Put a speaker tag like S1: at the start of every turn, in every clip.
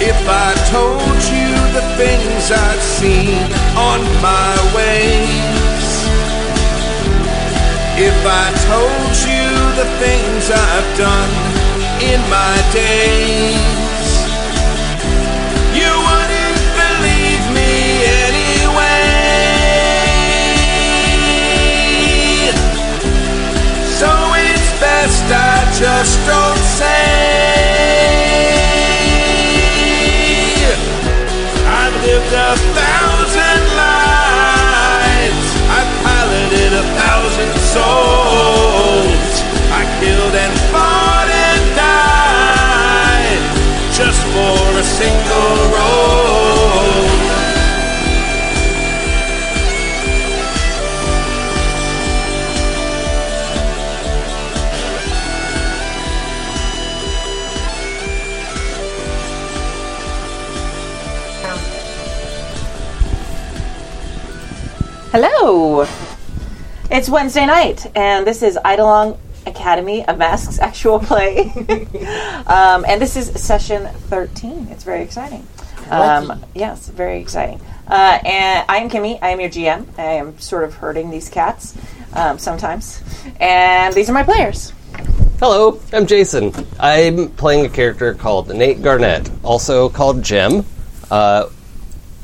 S1: If I told you the things I've seen on my ways, if I told you the things I've done in my days, you wouldn't believe me anyway. So it's best I just don't say. I lived a thousand lives. I piloted a thousand souls. I killed and fought and died just for a single role.
S2: Hello. It's Wednesday night, and this is Idalong Academy of Masks actual play, um, and this is session thirteen. It's very exciting. Um, yes, very exciting. Uh, and I am Kimmy. I am your GM. I am sort of herding these cats um, sometimes, and these are my players.
S3: Hello, I'm Jason. I'm playing a character called Nate Garnett, also called Jim. Uh,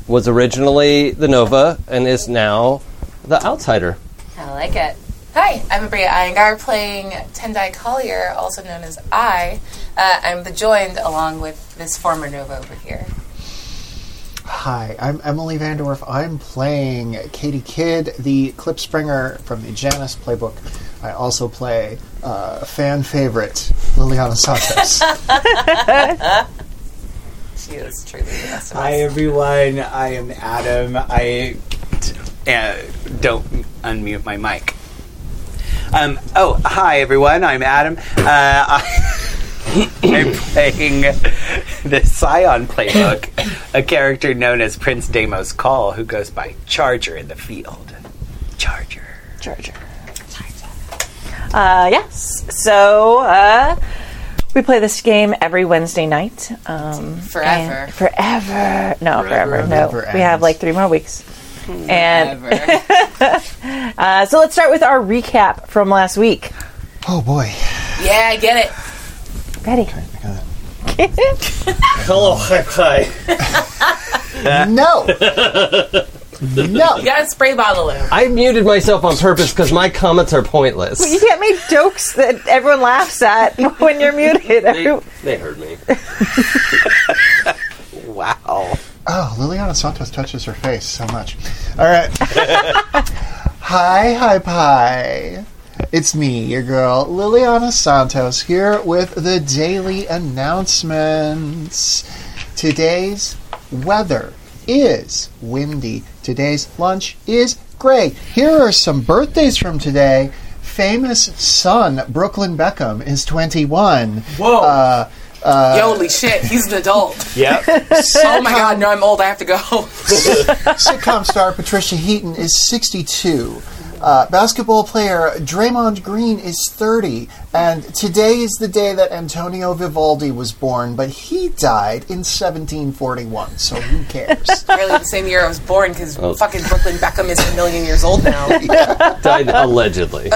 S3: was originally the Nova and is now the Outsider.
S4: I like it. Hi, I'm Bria Iyengar playing Tendai Collier, also known as I. Uh, I'm the joined along with this former Nova over here.
S5: Hi, I'm Emily Vandorf. I'm playing Katie Kidd, the clip springer from the Janus playbook. I also play uh, fan favorite Liliana Santos.
S4: She is truly the best of us.
S6: Hi everyone, I am Adam. I uh, don't unmute my mic. Um, oh, hi everyone, I'm Adam. Uh, I, I'm playing the Scion playbook, a character known as Prince Deimos Call, who goes by Charger in the field. Charger.
S2: Charger. Uh, yes. So uh, we play this game every Wednesday night. Um,
S4: Forever.
S2: and- Forever. No, forever.
S5: Forever,
S2: No.
S5: never
S2: We have
S5: ends.
S2: like three more weeks.
S4: Hmm.
S2: And
S4: Ever.
S2: uh, so let's start with our recap from last week.
S5: oh boy.
S4: yeah, I get it.
S2: Ready?
S5: I got it.
S6: Hello, hi, hi.
S5: No! no!
S4: You gotta spray bottle him.
S3: I muted myself on purpose because my comments are pointless.
S2: You can't make jokes that everyone laughs at when you're muted. Every-
S3: They heard me.
S6: Wow.
S5: Oh, Liliana Santos touches her face so much. All right. hi, hi, pie. It's me, your girl, Liliana Santos, here with the daily announcements. Today's weather is windy. Today's lunch is great. Here are some birthdays from today. Famous son, Brooklyn Beckham, is 21.
S4: Whoa.
S5: Uh, uh,
S4: Holy shit, he's an adult.
S6: Yep.
S4: oh my god, no, I'm old, I have to go.
S5: sitcom star Patricia Heaton is 62. Uh, basketball player Draymond Green is 30. And today is the day that Antonio Vivaldi was born, but he died in 1741, so who cares?
S4: really, the same year I was born, because fucking Brooklyn Beckham is a million years old now.
S3: Died allegedly.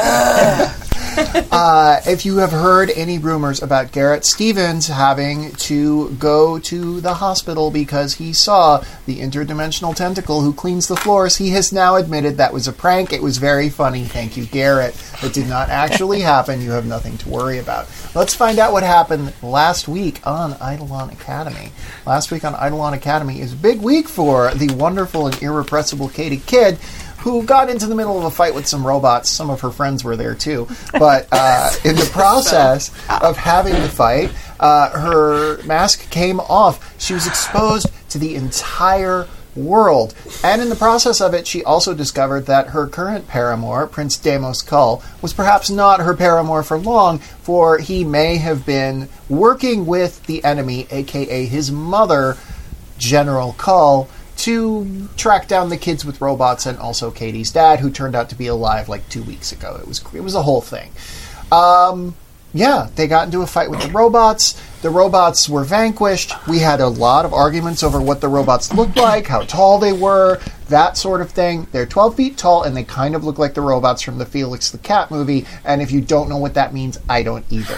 S5: Uh, if you have heard any rumors about Garrett Stevens having to go to the hospital because he saw the interdimensional tentacle who cleans the floors, he has now admitted that was a prank. It was very funny. Thank you, Garrett. It did not actually happen. You have nothing to worry about. Let's find out what happened last week on Eidolon Academy. Last week on Eidolon Academy is a big week for the wonderful and irrepressible Katie Kidd. Who got into the middle of a fight with some robots? Some of her friends were there too, but uh, in the process of having the fight, uh, her mask came off. She was exposed to the entire world. And in the process of it, she also discovered that her current paramour, Prince Deimos Kull, was perhaps not her paramour for long, for he may have been working with the enemy, aka his mother, General Kull, to track down the kids with robots and also Katie's dad, who turned out to be alive like two weeks ago. It was it was a whole thing. Um, yeah, they got into a fight with the robots. The robots were vanquished. We had a lot of arguments over what the robots looked like, how tall they were, that sort of thing. They're 12 feet tall and they kind of look like the robots from the Felix the Cat movie. And if you don't know what that means, I don't either.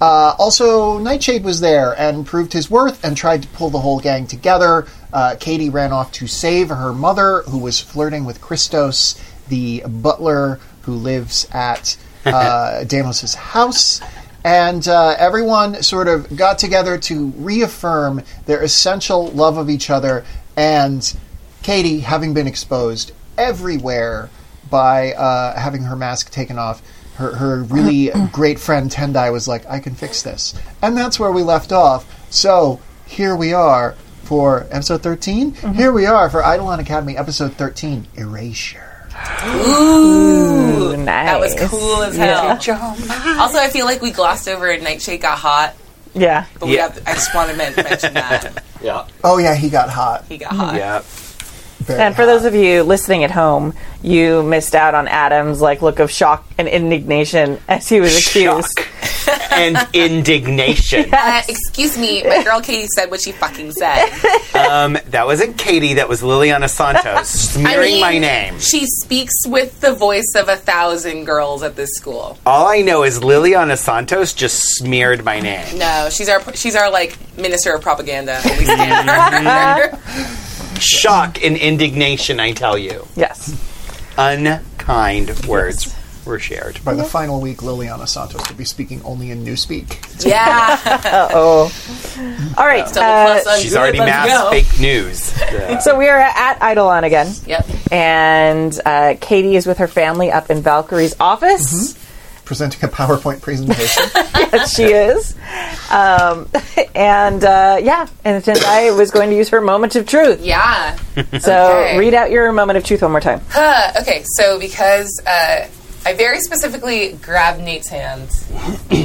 S5: Uh, also, Nightshade was there and proved his worth and tried to pull the whole gang together. Uh, Katie ran off to save her mother, who was flirting with Christos, the butler who lives at uh, Damos's house. And uh, everyone sort of got together to reaffirm their essential love of each other. And Katie, having been exposed everywhere by uh, having her mask taken off, her, her really great friend Tendai was like, I can fix this. And that's where we left off. So here we are for episode 13.
S2: Mm-hmm.
S5: Here we are for Eidolon Academy episode 13 Erasure.
S2: Ooh, nice.
S4: That was cool as hell. Also, I feel like we glossed over it. Nightshade got hot,
S2: Yeah.
S4: but we
S6: Yeah.
S4: have I just want to men- mention that
S3: Yeah.
S5: Oh, yeah, he got hot.
S4: he got hot.
S6: Yeah.
S5: Very
S2: And for those of you listening at home, you missed out on Adam's like look of shock and indignation as he was accused.
S6: Shock and indignation.
S4: Uh, excuse me, my girl Katie said what she fucking said.
S6: Um, that wasn't Katie. That was Liliana Santos smearing my name.
S4: She speaks with the voice of a thousand girls at this school.
S6: All I know is Liliana Santos just smeared my name.
S4: No, she's our she's our like minister of propaganda. and we stand for her.
S6: Shock and indignation, I tell you.
S2: Yes.
S6: Unkind words were shared.
S5: By the final week, Liliana Santos will be speaking only in Newspeak.
S4: yeah,
S2: All right.
S4: double plus
S2: uh,
S4: on
S6: She's
S4: good,
S6: already
S4: let's
S6: mass
S4: go.
S6: fake news.
S2: so we are at Eidolon again,
S4: Yep.
S2: and uh, Katie is with her family up in Valkyrie's office.
S5: Presenting a PowerPoint presentation.
S2: Yes, she is. Um, and uh, yeah, and Tendai was going to use her moment of truth.
S4: Yeah.
S2: So
S4: Okay.
S2: read out your moment of truth one more time.
S4: Uh, okay, so because uh, I very specifically grabbed Nate's hand,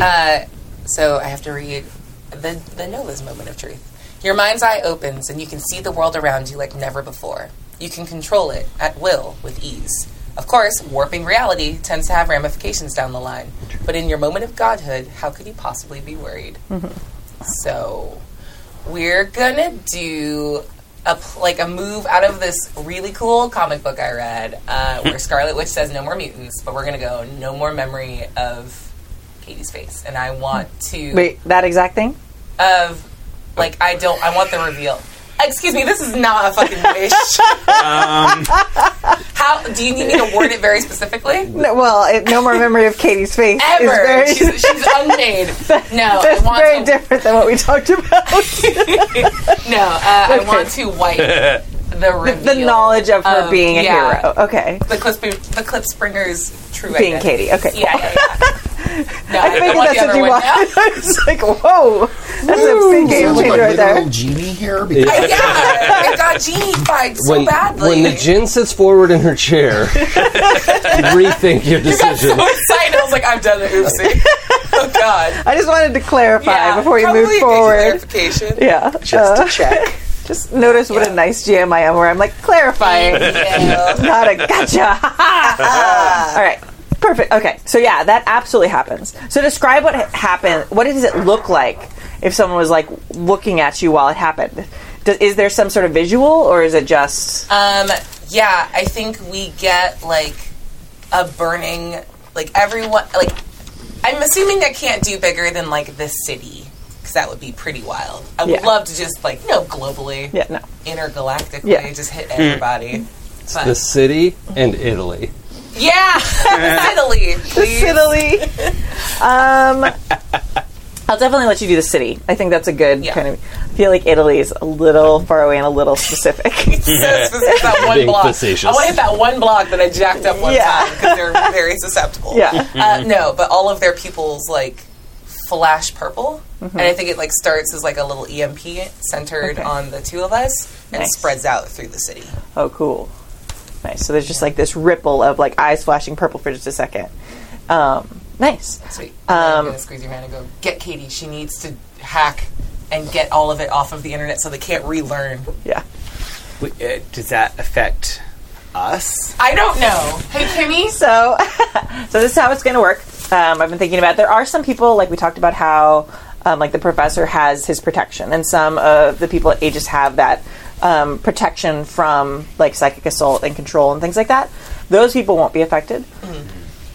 S4: uh, so I have to read the, the Nova's moment of truth. Your mind's eye opens and you can see the world around you like never before. You can control it at will with ease. Of course, warping reality tends to have ramifications down the line, but in your moment of godhood, how could you possibly be worried? So we're gonna do a pl- like a move out of this really cool comic book I read, uh, where Scarlet Witch says no more mutants, but we're gonna go no more memory of Katie's face, and I want to
S2: Wait, that exact thing?
S4: of like I don't I want the reveal. Excuse me, this is not a fucking wish.
S2: Um,
S4: How do you need me to word it very specifically?
S2: No, well, it, no more memory of Katie's face. is
S4: Ever,
S2: very-
S4: she's, she's unmade. No, I
S2: that's
S4: want
S2: very
S4: to
S2: different than what we talked about.
S4: No, uh, I want to wipe the reveal.
S2: the knowledge of her
S4: of-
S2: being a
S4: Um, yeah.
S2: hero. Okay.
S4: The clip, the clip springer's true
S2: Being
S4: identity.
S2: Katie. Okay.
S4: Yeah, yeah, yeah. No, I,
S2: I
S4: I
S2: figured
S4: want
S2: that's
S4: the
S2: what
S4: other
S2: you
S4: one.
S2: wanted.
S4: No.
S2: I was like, whoa. That's a big game
S5: Sounds like
S2: changer right
S5: a literal
S2: there.
S5: genie here because
S4: Yeah, it got genified so
S3: When,
S4: badly.
S3: when the gin sits forward in her chair, rethink your
S4: got so
S3: decision.
S4: excited. I was like, I've done the oopsie. oh God.
S2: I just wanted to clarify
S4: Yeah,
S2: before you
S4: probably
S2: move
S4: a good
S2: forward.
S4: Clarification.
S2: Yeah.
S5: just
S2: Uh,
S5: to check.
S2: just notice what a nice GM I am where I'm like clarifying,
S4: Yeah.
S2: not a gotcha. All right. Perfect. Okay. So, yeah, that absolutely happens. So, describe what ha- happened. What does it look like if someone was like looking at you while it happened? Does, is there some sort of visual or is it just.
S4: Um, yeah, I think we get like a burning, like everyone, like I'm assuming that can't do bigger than like the city because that would be pretty wild. I would
S2: Yeah.
S4: love to just like you know globally,
S2: yeah, no.
S4: intergalactically,
S2: Yeah. Mm.
S4: just hit everybody. Fun.
S3: The city and Italy.
S4: Yeah, Italy, please.
S2: Italy. um, I'll definitely let you do the city. I think that's a good
S4: Yeah.
S2: kind of. I feel like Italy is a little far away and a little specific.
S4: So specific, that one
S3: Being
S4: block.
S3: facetious.
S4: I want to hit that one block that I jacked up one
S2: Yeah.
S4: time because they're very susceptible.
S2: yeah.
S4: Uh, no, but all of their pupils like flash purple,
S2: Mm-hmm.
S4: and I think it like starts as like a little EMP centered on the two of us and
S2: Nice.
S4: spreads out through the city.
S2: Oh, cool. Nice. So there's just like this ripple of like eyes flashing purple for just a second. Um, nice.
S4: Sweet. I'm
S2: Um,
S4: gonna squeeze your hand and go get Katie. She needs to hack and get all of it off of the internet so they can't relearn.
S2: Yeah.
S6: We- uh, Does that affect us?
S4: I don't know. Hey Kimmy.
S2: So, so this is how it's going to work. Um, I've been thinking about. There are some people like we talked about how um, like the professor has his protection, and some of the people at Aegis have that um, protection from like psychic assault and control and things like that. Those people won't be affected.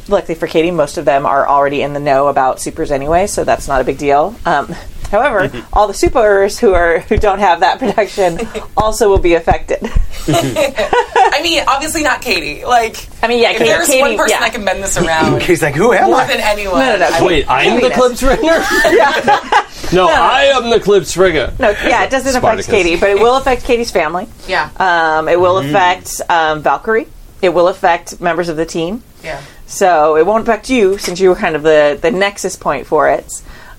S2: Luckily for Katie, most of them are already in the know about supers anyway, so that's not a big deal. Um, however, all the supers who are who don't have that protection also will be affected.
S4: I mean, obviously not Katie. Like,
S2: I mean, yeah,
S4: if
S2: Katie-
S4: there's
S2: Katie-
S4: one person
S2: yeah.
S4: that can bend this around
S6: He's like, who am
S4: more
S6: I?
S4: than anyone.
S2: No, no, no.
S4: I would-
S3: Wait, I'm the
S2: Venus.
S3: clip springer? no, I am the clip springer.
S2: No, yeah, it doesn't
S3: Spartacus.
S2: affect Katie, but it will affect Katie's family.
S4: yeah,
S2: Um, it will affect um, Valkyrie. It will affect members of the team.
S4: yeah.
S2: So it won't affect you since you were kind of the, the nexus point for it.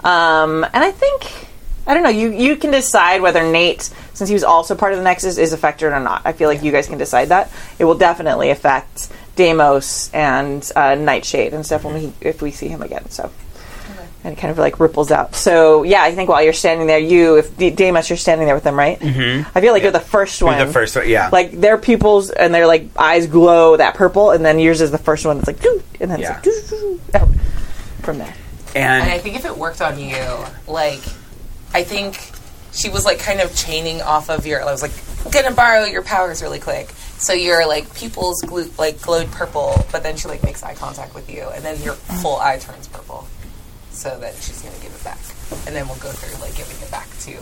S2: Um, and I think I don't know. You you can decide whether Nate, since he was also part of the nexus, is affected or not. I feel like you guys can decide that. It will definitely affect Deimos and uh, Nightshade and stuff when we if we see him again. So. And it kind of like ripples out. So yeah, I think while you're standing there, you if D- Deimos, you're standing there with them, right? Mm-hmm. I feel like you're the first one.
S6: The first one, yeah.
S2: Like their pupils and their like eyes glow that purple, and then yours is the first one that's like, "Doo," and then
S6: Yeah.
S2: it's like, "Doo, doo, doo," out from there.
S4: And I
S6: and
S4: think if it worked on you, like, I think she was like kind of chaining off of your. I was like, I'm gonna borrow your powers really quick. So your like pupils glu- like glowed purple, but then she like makes eye contact with you, and then your full eye turns purple. So then she's gonna give it back, and then we'll go through like giving it back to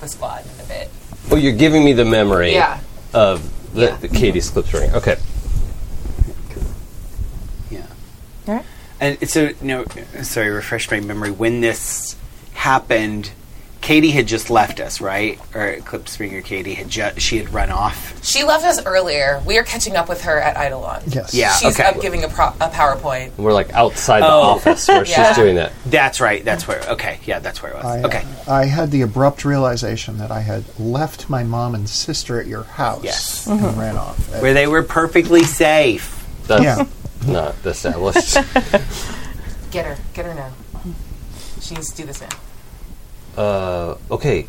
S4: the squad in a bit.
S3: Well, Oh, you're giving me the memory
S4: Yeah.
S3: of the,
S4: Yeah.
S3: the Katie's clip springer. Okay.
S6: yeah.
S2: All right.
S6: And so, no, sorry, refresh my memory. When this happened, Katie had just left us, right? Or Clip Springer Katie had ju- she had run off.
S4: She left us earlier. We are catching up with her at Eidolon.
S5: Yes.
S6: Yeah,
S4: She's
S6: okay.
S4: up giving a, pro- a PowerPoint.
S3: And we're like outside the
S5: Oh.
S3: office where
S4: Yeah.
S3: she's doing that.
S6: That's right. That's where. Okay, yeah, that's where it was.
S5: I, uh,
S6: okay,
S5: I had the abrupt realization that I had left my mom and sister at your house
S6: Yes.
S5: and ran off.
S6: where they were perfectly safe.
S3: That's
S5: Yeah.
S3: not established.
S4: Get her. Get her now. She needs to do this now.
S3: uh, okay.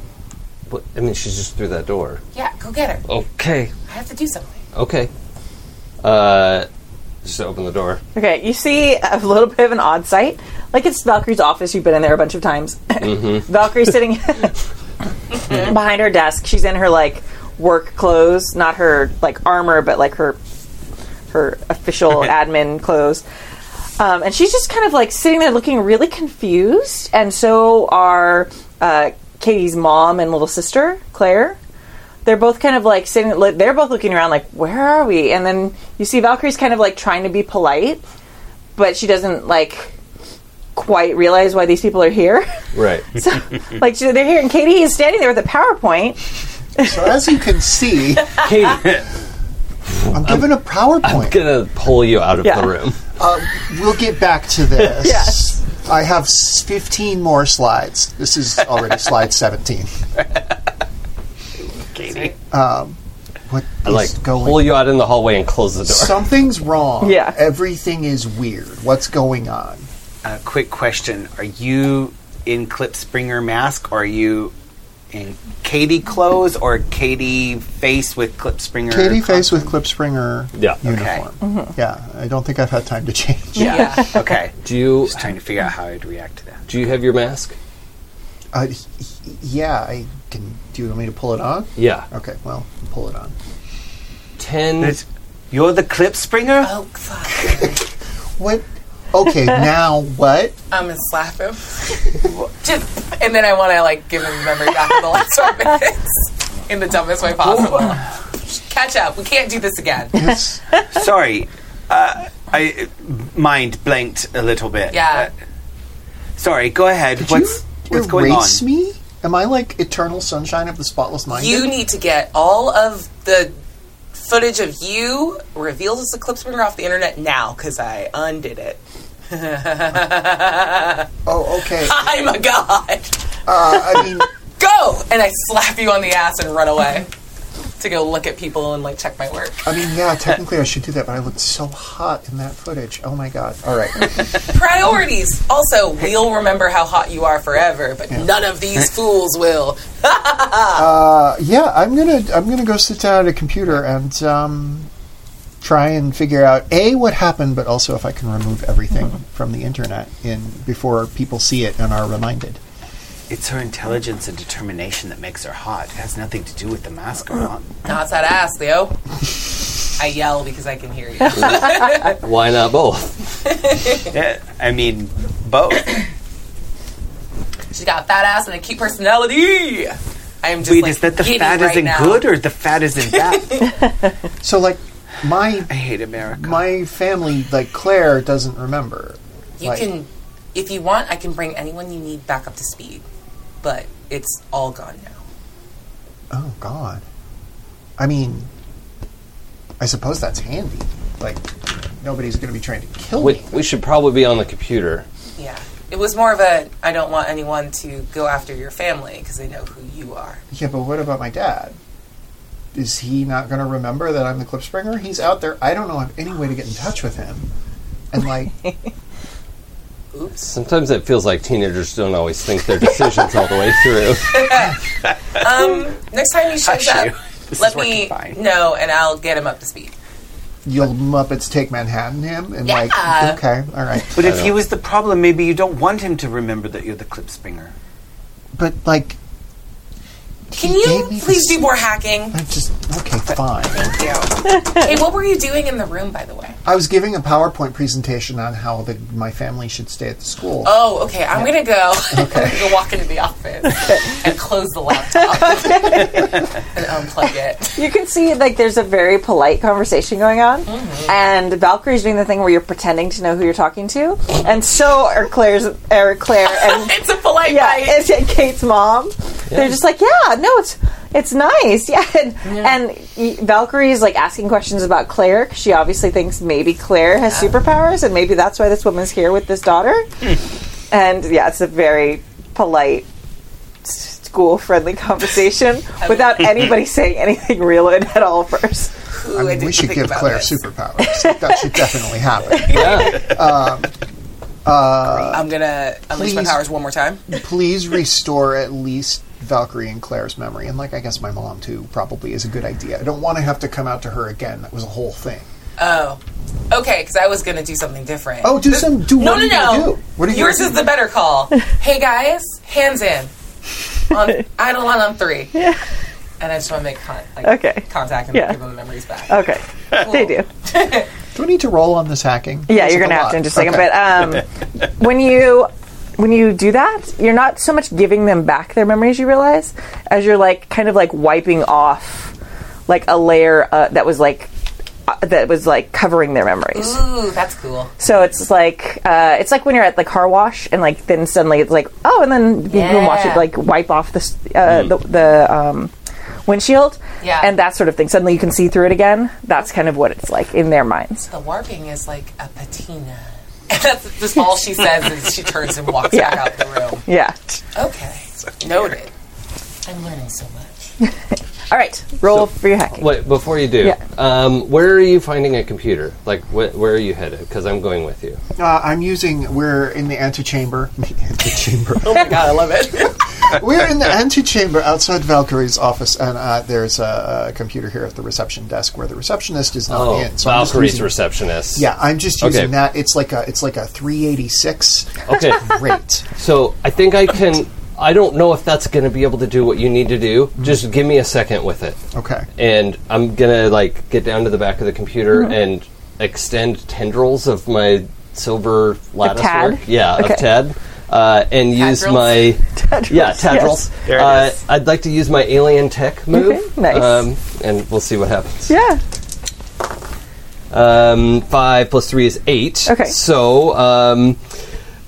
S3: But, I mean, she's just through that door.
S4: Yeah, go get her.
S3: Okay.
S4: I have to do something.
S3: Okay. Uh, just open the door.
S2: Okay, you see a little bit of an odd sight. Like it's Valkyrie's office. You've been in there a bunch of times. Valkyrie's sitting behind her desk. She's in her like work clothes, not her like armor, but like her her official admin clothes. Um, and she's just kind of like sitting there looking really confused. And so are uh, Katie's mom and little sister, Claire. They're both kind of like sitting, like, they're both looking around like, where are we? And then you see Valkyrie's kind of like trying to be polite, but she doesn't like quite realize why these people are here.
S3: Right.
S2: so, like, she- they're here, and Katie is standing there with a PowerPoint.
S5: So as you can see,
S3: Katie,
S5: I'm given a
S3: I'm
S5: PowerPoint.
S3: going to pull you out of
S2: Yeah.
S3: the room.
S5: Uh, we'll get back to this.
S2: Yes.
S5: I have s- 15 more slides. This is already slide 17.
S6: Katie.
S5: What
S3: I like
S5: is
S3: pull
S5: going
S3: you out in the hallway and close the door.
S5: Something's wrong.
S2: Yeah.
S5: Everything is weird. What's going on?
S6: A quick question: Are you in Clip Springer mask? Or are you in Katie clothes or Katie face with Clip Springer?
S5: Katie Face with Clip Springer
S3: Yeah. Okay.
S5: uniform. Yeah, I don't think I've had time to change.
S6: Yeah. okay.
S3: do you
S6: Just trying to figure out how I'd react to that.
S3: do you have your mask?
S5: Uh, y- y- yeah, I can. Do you want me to pull it on?
S3: Yeah.
S5: Okay, well, pull it on.
S3: Ten.
S6: It's- You're the Clip Springer.
S4: Oh fuck!
S5: What? Okay, now what?
S4: I'm gonna slap him. Just, and then I want to like give him the memory back in the last five minutes in the dumbest way possible. Catch up. We can't do this again.
S5: It's,
S6: Sorry, uh, I uh, mind blanked a little bit.
S4: Yeah.
S6: Uh, sorry. Go ahead.
S5: did
S6: what's
S5: you
S6: what's going on?
S5: erase me? Am I like eternal sunshine of the spotless mind?
S4: You need to get all of the footage of you revealed as the clip springer off the internet now, because I undid it.
S5: Oh, okay. uh,
S4: I'm a god.
S5: I mean,
S4: Go! And I slap you on the ass and run away to go look at people and like check my work.
S5: I mean, yeah. Technically, I should do that, but I looked so hot in that footage. Oh my god! All right.
S4: Priorities. Also, we'll remember how hot you are forever, but none of these fools will.
S5: Uh, yeah, I'm gonna I'm gonna go sit down at a computer and um, try and figure out a what happened, but also if I can remove everything from the internet in before people see it and are reminded.
S6: It's her intelligence and determination that makes her hot. It has nothing to do with the mask
S5: Uh.
S6: or not.
S4: No, it's that ass, Leo. I yell because I can hear you.
S3: Why not both?
S6: Yeah, I mean, both.
S4: She's got a fat ass and a cute personality. I am just
S6: Wait,
S4: like,
S6: is that the
S4: giddy
S6: fat
S4: right
S6: isn't
S4: now.
S6: good or the fat isn't bad?
S5: So like my
S6: I hate America.
S5: my family, like Claire, doesn't remember.
S4: You
S5: Like-
S4: can, if you want, I can bring anyone you need back up to speed, but it's all gone now.
S5: Oh God. I mean, I suppose that's handy. Like nobody's going to be trying to kill
S3: We,
S5: me.
S3: we should probably be on the computer.
S4: Yeah, it was more of a I don't want anyone to go after your family because they know who you are.
S5: Yeah, but what about my dad? Is he not going to remember that I'm the Clipspringer? He's out there. I don't know of any way to get in touch with him. And like,
S4: Oops.
S3: Sometimes it feels like teenagers don't always think their decisions all the way through.
S4: Next time he shows
S6: Hush
S4: up,
S6: you. This
S4: let
S6: is working
S4: me
S6: fine.
S4: know and I'll get him up to speed.
S5: you'll Muppets take Manhattan him, and
S4: Yeah.
S5: like, okay, all right.
S6: But if he was the problem, maybe you don't want him to remember that you're the clip springer.
S5: But like,
S4: Can
S5: He
S4: you
S5: gave me the
S4: please do
S5: soup.
S4: more hacking?
S5: I'm just okay, fine.
S4: hey, what were you doing in the room, by the way?
S5: I was giving a PowerPoint presentation on how the, my family should stay at the school.
S4: Oh, okay. I'm gonna go. I'm gonna go walk into the office and close the laptop and unplug it.
S2: You can see like there's a very polite conversation going on, and Valkyrie's doing the thing where you're pretending to know who you're talking to, and so are Claire's, are Claire and
S4: It's a polite
S2: yeah,
S4: bite.
S2: it's and Kate's mom. They're just like, yeah, no, it's it's nice, yeah. And, and y- Valkyrie is like asking questions about Claire 'cause she obviously thinks maybe Claire has superpowers, and maybe that's why this woman's here with this daughter. and yeah, it's a very polite. School friendly conversation without anybody saying anything real at all first.
S4: Ooh,
S5: I mean,
S4: didn't
S5: we should
S4: think
S5: give
S4: about
S5: Claire
S4: this.
S5: superpowers. that should definitely happen.
S4: I'm gonna unleash my
S5: please.
S4: powers one more time.
S5: Please restore at least Valkyrie and Claire's memory, and like I guess my mom too probably is a good idea. I don't want to have to come out to her again. That was a whole thing.
S4: Oh, okay. Because I was gonna do something different.
S5: Oh, do some do
S4: no,
S5: what
S4: no,
S5: are you
S4: no.
S5: gonna do? What are you
S4: Yours
S5: gonna
S4: is the better call. hey guys, hands in. On Eidolon on three. Yeah. And I just want to make con- like,
S2: Okay.
S4: contact and
S2: Yeah.
S4: give them the memories back.
S2: Okay, they do.
S5: do? Do I need to roll on this hacking?
S2: Yeah,
S5: It's
S2: you're
S5: like
S2: gonna
S5: a
S2: have to
S5: lot.
S2: in just a second.
S5: Okay.
S2: But um, when you when you do that, you're not so much giving them back their memories. You realize as you're like kind of like wiping off like a layer uh, that was like uh, that was like covering their memories.
S4: Ooh, that's cool.
S2: So it's like uh, it's like when you're at like car wash and like then suddenly it's like oh and then you can wash
S4: Yeah.
S2: it like wipe off the s- uh,
S5: Hmm.
S2: the, the um, windshield
S4: Yeah.
S2: and that sort of thing. Suddenly you can see through it again. That's kind of what it's like in their minds.
S4: The warping is like a patina. that's just all she says is she turns and walks back out the room.
S2: Yeah.
S4: Okay. Noted. I'm learning so much.
S2: All right, roll for your hacking.
S3: Wait, before you do,
S2: Yeah.
S3: um, where are you finding a computer? Like, wh- where are you headed? Because I'm going with you.
S5: Uh, I'm using. We're in the antechamber. antechamber.
S4: Oh my god, I love it.
S5: we're in the antechamber outside Valkyrie's office, and uh, there's a, a computer here at the reception desk where the receptionist is not
S3: Oh,
S5: in. So I'm just
S3: Valkyrie's
S5: using-
S3: receptionist.
S5: Yeah, I'm just using
S3: Okay.
S5: that. It's like a it's like a 386.
S3: Okay.
S5: Great.
S3: so I think I can. I don't know if that's going to be able to do what you need to do. Just give me a second with it.
S5: Okay.
S3: and I'm gonna like get down to the back of the computer and extend tendrils of my silver lattice
S2: tad?
S3: work. Yeah,
S2: Okay.
S3: of tad, uh, and use
S4: Tendrils?
S3: my yeah tendrils.
S6: There it
S3: Uh,
S6: is.
S3: I'd like to use my alien tech move. um,
S2: Okay, nice.
S3: and we'll see what happens.
S2: Yeah.
S3: Um, five plus three is eight.
S2: Okay.
S3: So um,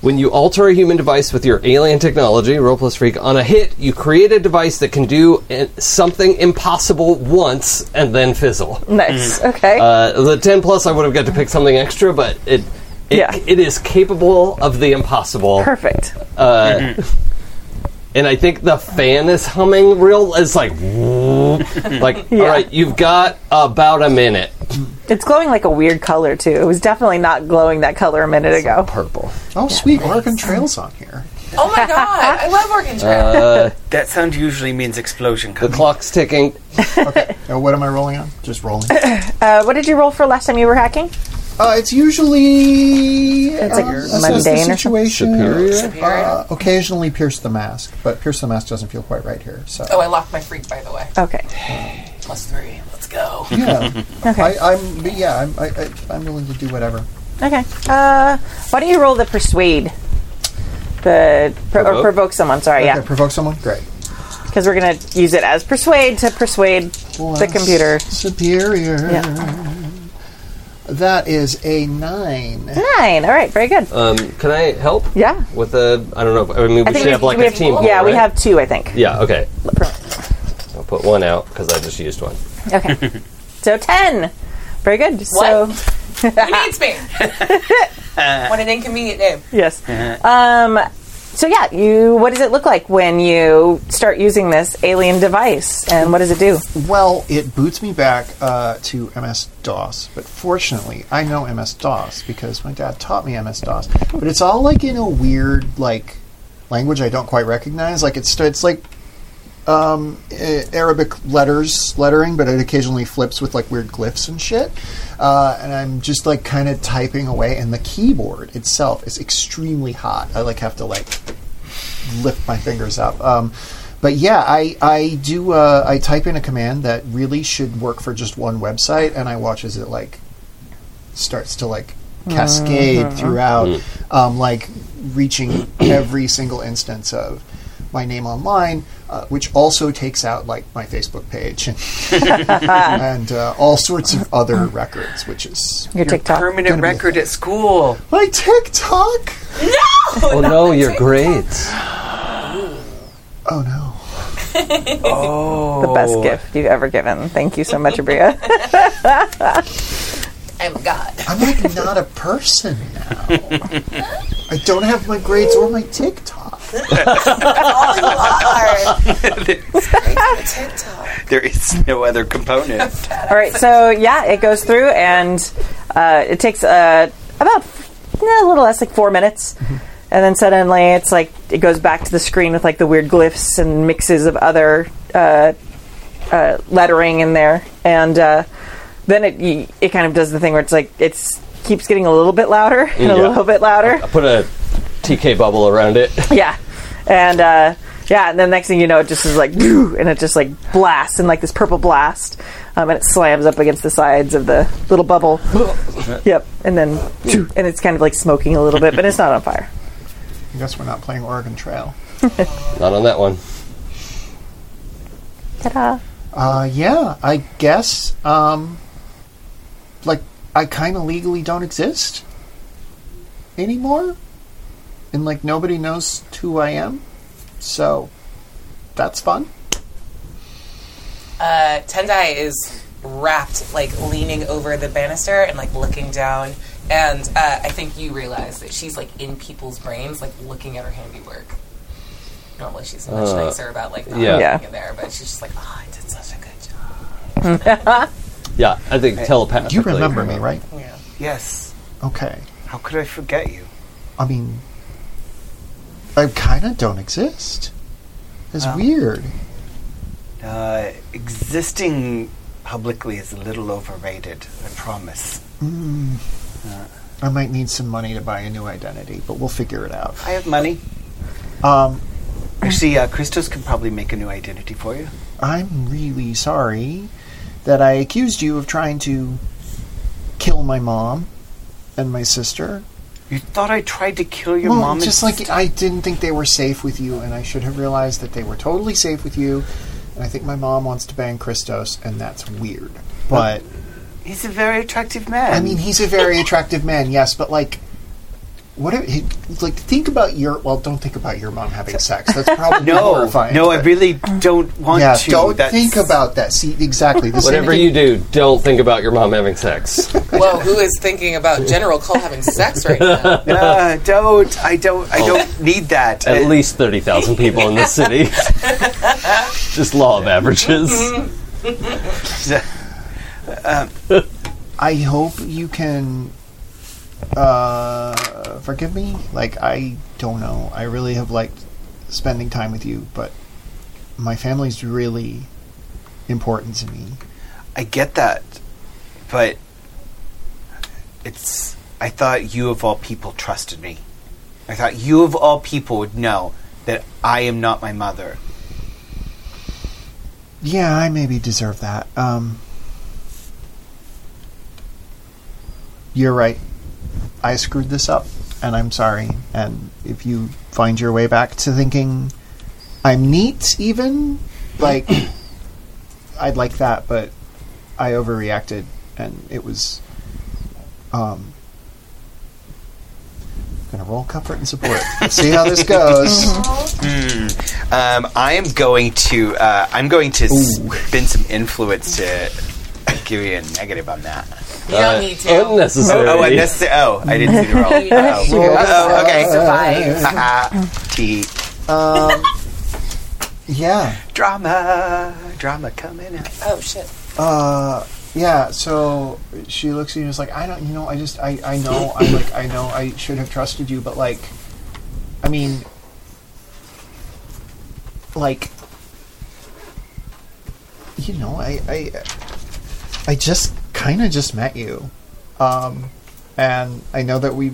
S3: when you alter a human device with your alien technology, roll plus freak, on a hit, you create a device that can do eh, something impossible once and then fizzle.
S2: Nice. Okay.
S3: Uh, the 10 plus, I would have got to pick something extra, but it. It,
S2: Yeah.
S3: it is capable of the impossible, Uh,
S2: Perfect. Mm-hmm.
S3: and I think the fan is humming real. It's like, like, all right, you've got about a minute.
S2: It's glowing like a weird color too. It was definitely not glowing that color a minute ago.
S3: Purple.
S5: Oh, sweet. Oregon Trail's
S2: um,
S5: on here.
S4: Oh my god, I love Oregon Trail.
S6: That sound usually means explosion
S3: The
S6: coming.
S3: clock's ticking.
S5: Now, what Uh, am I rolling on? Just rolling.
S2: Uh, what did you roll for last time you were hacking?
S5: Uh, it's usually
S2: It's like
S5: uh, assess
S2: mundane or
S5: the
S2: something?
S5: situation.
S3: Superior?
S5: Uh, occasionally pierce the mask, but pierce the mask doesn't feel quite right here. So
S4: Oh, I locked my freak, by the way.
S2: Okay.
S4: Plus three. Let's go.
S5: yeah,
S2: Okay.
S5: I, I'm but yeah, I'm I, I, I'm willing to do whatever.
S2: Okay. Uh, why don't you roll the persuade? The pro- or
S3: Provoke?
S2: provoke someone. Sorry, yeah,
S5: Okay, provoke someone. Great.
S2: because we're gonna use it as persuade to persuade the
S5: Plus
S2: computer.
S5: superior.
S2: Yeah.
S5: That is a nine.
S2: Nine. All right. Very good.
S3: Um, can I help?
S2: Yeah.
S3: With a, I don't know. I mean, we should have like
S2: we
S3: a team.
S2: Yeah,
S3: roll,
S2: we
S3: right?
S2: have two. I think.
S3: Yeah. Okay. I'll put one out because I just used one.
S2: Okay. so ten. Very good. So
S4: Who needs me? what an inconvenient name.
S2: yes. Um. So yeah, you. What does it look like when you start using this alien device, and what does it do?
S5: Well, it boots me back uh, to MS DOS, but fortunately, I know MS DOS because my dad taught me MS DOS. But it's all like in a weird like language I don't quite recognize. Like it's it's like um, eh, Arabic letters lettering, but it occasionally flips with like weird glyphs and shit. Uh, and I'm just like kind of typing away, and the keyboard itself is extremely hot. I like have to like lift my fingers up. Um, but yeah, I I do uh, I type in a command that really should work for just one website, and I watch as it like starts to like cascade throughout, um, like reaching every single instance of my name online, uh, which also takes out like my Facebook page and uh, all sorts of other records, which is
S2: Your TikTok.
S6: Permanent
S5: Gonna be a
S6: record at school.
S5: my TikTok.
S3: Oh no, your grades.
S5: Oh no.
S2: the best gift you've ever given. Thank you so much, Abria.
S4: I'm a god.
S5: I'm like not a person now. I don't have my grades or my TikTok.
S6: There is no other component.
S2: All right, so yeah, it goes through and uh, it takes uh, about eh, a little less, like four minutes. And then suddenly it's like it goes back to the screen with like the weird glyphs and mixes of other uh, uh, lettering in there. And uh, then it y- it kind of does the thing where it's like it's keeps getting a little bit louder and a
S3: Yeah.
S2: little bit louder.
S3: I put a TK bubble around it.
S2: Yeah, and uh, yeah, and the next thing you know, it just is like, "Boo!" and it just like blasts and like this purple blast, um, and it slams up against the sides of the little bubble. yep, and then "Boo," and it's kind of like smoking a little bit, but it's not on fire.
S5: I guess we're not playing Oregon Trail.
S3: Not on that one.
S2: Ta-da!
S5: Uh, yeah, I guess. Um, like I kind of legally don't exist anymore, and like nobody knows who I am, so that's fun.
S4: Uh, Tendai is wrapped, like leaning over the banister and like looking down. And uh, I think you realize that she's like in people's brains, like looking at her handiwork. Normally, she's much
S3: Uh,
S4: nicer about like not
S3: yeah.
S4: looking in there, but she's just like, "Oh, I did such a good job."
S3: Yeah, I think telepathically.
S5: You remember me, right?
S4: Yeah.
S6: yes.
S5: Okay.
S6: How could I forget you?
S5: I mean, I kind of don't exist. It's
S6: Well.
S5: weird.
S6: Uh, existing publicly is a little overrated. I promise.
S5: I might need some money to buy a new identity, but we'll figure it out.
S6: I have money.
S5: Um,
S6: Actually, uh, Christos can probably make a new identity for you.
S5: I'm really sorry that I accused you of trying to kill my mom and my sister.
S6: You thought I tried to kill your
S5: well,
S6: mom? and
S5: just like
S6: sister?
S5: I didn't think they were safe with you, and I should have realized that they were totally safe with you. And I think my mom wants to bang Christos, and that's weird. But
S6: he's a very attractive man.
S5: I mean, he's a very attractive man, yes, but like. What if, he- like think about your well? Don't think about your mom having sex. That's probably
S6: no,
S5: horrifying.
S6: no, I
S5: but-
S6: really don't want
S5: yeah.
S6: to.
S5: Don't
S6: That's-
S5: think about that. See, exactly. The same
S3: Whatever
S5: thing-
S3: you do, don't think about your mom having sex.
S4: Whoa, who is thinking about General Cole having sex right now?
S6: Uh, don't. I don't. I don't need that.
S3: At
S6: Uh,
S3: least 30,000 people in this city. Just law of averages.
S5: I hope you can uh, forgive me. Like I don't know. I really have liked spending time with you, but my family's really important to me.
S6: I get that, but It's. I thought you of all people trusted me. I thought you of all people would know that I am not my mother.
S5: Yeah, I maybe deserve that. Um, you're right. I screwed this up, and I'm sorry. And if you find your way back to thinking I'm neat, even, like, I'd like that, but I overreacted, and it was. Um, gonna roll comfort and support. See how this goes.
S6: Um, I am going to. Uh, I'm going to spin some influence to give you a negative on that.
S4: You don't need
S3: Uh,
S4: to.
S3: Unnecessary.
S6: Oh, unnecessary. Oh, I didn't see the roll.
S4: You don't need to.
S6: Oh, oh,
S4: It's a
S6: okay.
S4: five.
S6: Haha.
S5: Um,
S6: T.
S5: yeah.
S6: Drama. Drama coming out.
S4: Oh shit.
S5: Uh, yeah. So she looks at you and is like, I don't, you know, I just, I, I know, I like, I know, I should have trusted you, but like, I mean, like, you know, I, I, I just kind of just met you, um, and I know that we,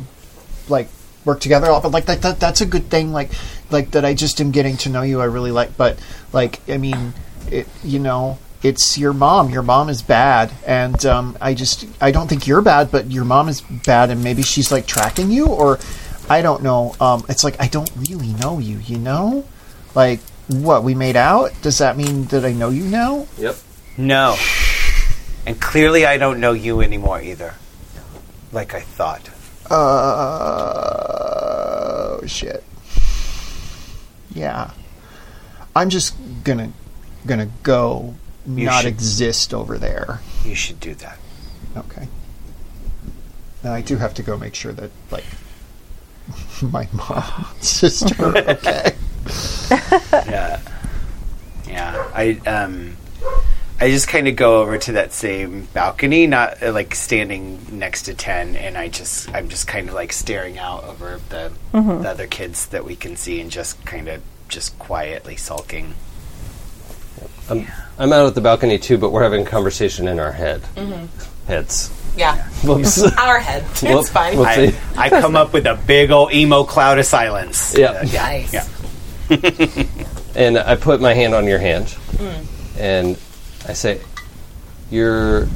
S5: like, work together a lot, but like that, that, that's a good thing. Like, like that I just am getting to know you. I really like, but like, I mean, it, you know, it's your mom. Your mom is bad, and um, I just, I don't think you're bad, but your mom is bad, and maybe she's like tracking you, or I don't know. Um, it's like I don't really know you. You know, like. What we made out? Does that mean that I know you now?
S3: Yep.
S6: No. And clearly, I don't know you anymore either. Like I thought.
S5: Uh, oh shit. Yeah, I'm just gonna gonna go
S6: You
S5: not
S6: should-
S5: exist over there.
S6: You should do that.
S5: Okay. Now I do have to go make sure that like my mom and sister are okay.
S6: Yeah. Yeah. I um I just kind of go over to that same balcony, not uh, like standing next to 10 and I just I'm just kind of like staring out over the the other kids that we can see and just kind of just quietly sulking.
S3: I'm, I'm out at the balcony too, but we're having a conversation in our head. Heads.
S4: Yeah.
S3: Whoops.
S4: Our head. It's
S3: Whoop.
S4: fine.
S3: Whoop.
S6: I, I come up with a big old emo cloud of silence.
S3: Yeah.
S4: Nice.
S6: Yeah.
S3: and I put my hand on your hand,
S4: Mm.
S3: and I say, "You're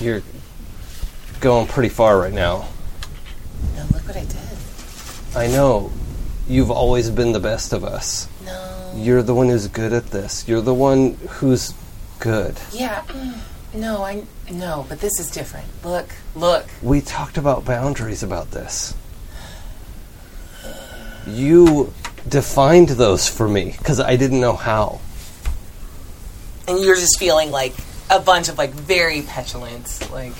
S3: you're going pretty far right now.
S4: No, look what I did.
S3: I know you've always been the best of us.
S4: No.
S3: You're the one who's good at this. You're the one who's good.
S4: Yeah. mm, No, I no, but this is different. Look, look.
S3: We talked about boundaries about this. You defined those for me because I didn't know how.
S4: And you're just feeling like a bunch of like very petulant, like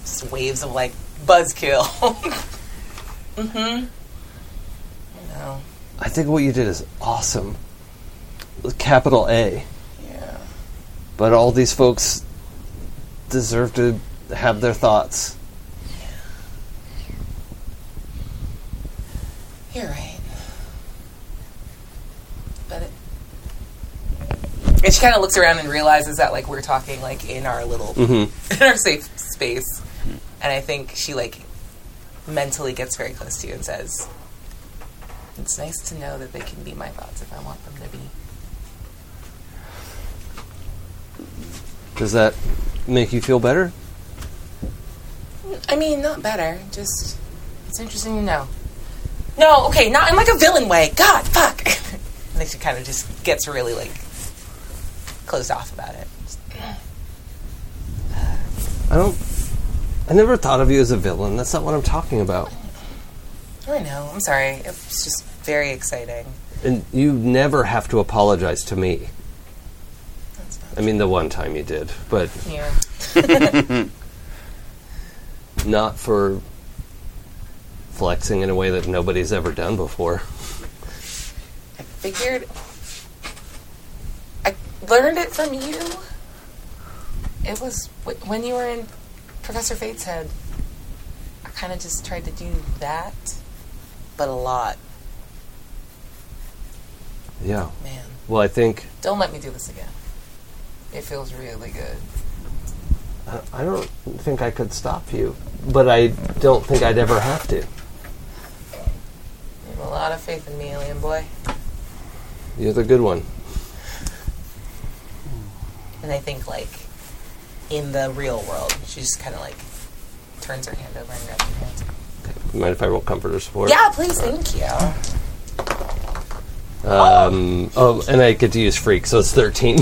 S4: just waves of like buzzkill. mm-hmm. No.
S3: I think what you did is awesome. Capital A."
S4: Yeah.
S3: but all these folks deserve to have their thoughts.
S4: You're right. But it. And she kind of looks around and realizes that, like, we're talking, like, in our little, in our safe space. And I think she, like, mentally gets very close to you and says, It's nice to know that they can be my thoughts if I want them to be.
S3: Does that make you feel better?
S4: I mean, not better, just, it's interesting to know. No, okay, not in, like, a villain way. God, fuck! and then she kind of just gets really, like, closed off about it.
S3: I don't. I never thought of you as a villain. That's not what I'm talking about.
S4: I know. I'm sorry. It's just very exciting.
S3: And you never have to apologize to me.
S4: That's
S3: I mean, the one time you did, but
S4: Yeah.
S3: not for flexing in a way that nobody's ever done before.
S4: I figured. I learned it from you. It was w- when you were in Professor Fate's head. I kind of just tried to do that, but a lot,
S3: Yeah.
S4: man.
S3: Well, I think
S4: Don't let me do this again. It feels really good.
S3: I- I don't think I could stop you, but I don't think I'd ever have to.
S4: You have a lot of faith in me, alien boy.
S3: You're the good one.
S4: And I think, like, in the real world, she just kind of like turns her hand over and grabs her hands.
S3: You mind if I roll comfort or support?
S4: Yeah, please, thank you.
S3: Um, oh, and I get to use freak, so it's 13.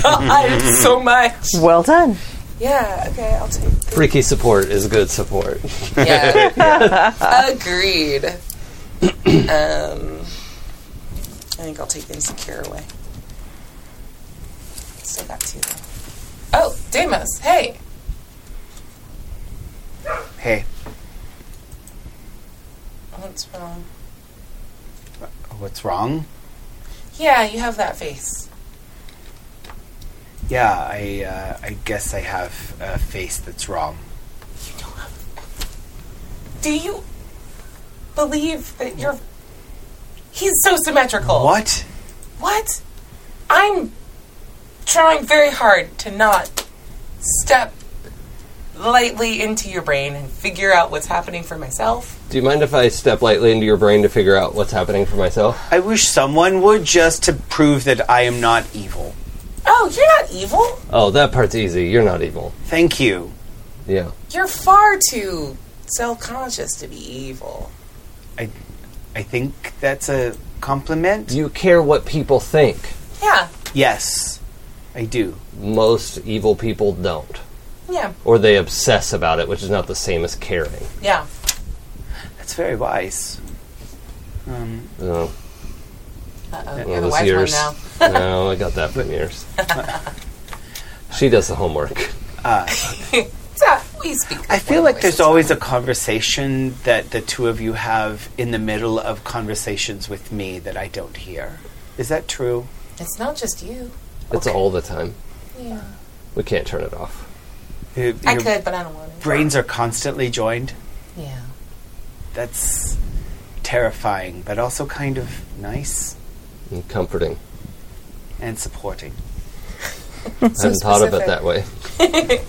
S4: God, so much.
S2: Well done.
S4: Yeah, okay, I'll take the
S3: Freaky support is good support.
S4: Yeah. Agreed. um, I think I'll take insecure away. Still got two though. Oh, Deimos, hey.
S6: Hey,
S4: What's wrong?
S6: what's wrong?
S4: Yeah, you have that face.
S6: Yeah, I uh, I guess I have a face that's wrong.
S4: You don't have. Do you believe that you're? He's so symmetrical.
S6: What?
S4: What? I'm trying very hard to not step lightly into your brain and figure out what's happening for myself.
S3: Do you mind if I step lightly into your brain to figure out what's happening for myself?
S6: I wish someone would just to prove that I am not evil.
S4: Oh, you're not evil.
S3: Oh, that part's easy. You're not evil.
S6: Thank you.
S3: Yeah.
S4: You're far too self conscious to be evil.
S6: I think that's a compliment.
S3: You care what people think.
S4: Yeah,
S6: Yes, I do.
S3: Most evil people don't.
S4: yeah,
S3: Or they obsess about it, which is not the same as caring.
S4: yeah.
S6: That's very wise. Um,
S3: Oh,
S4: Uh oh,
S3: well,
S4: you're the
S3: this
S4: wise
S3: year's.
S4: one now.
S3: no, I got that from yours. she does the homework.
S4: Yeah, we speak.
S6: I feel
S4: one
S6: like
S4: voice.
S6: there's always a conversation that the two of you have in the middle of conversations with me that I don't hear. Is that true?
S4: It's not just you.
S3: It's all the time.
S4: Yeah.
S3: We can't turn it off.
S6: Your
S4: I could, but I don't want to.
S6: brains are constantly joined.
S4: Yeah.
S6: That's terrifying, but also kind of nice
S3: And comforting.
S6: and supporting.
S3: I hadn't thought of it
S4: specific.
S3: that way.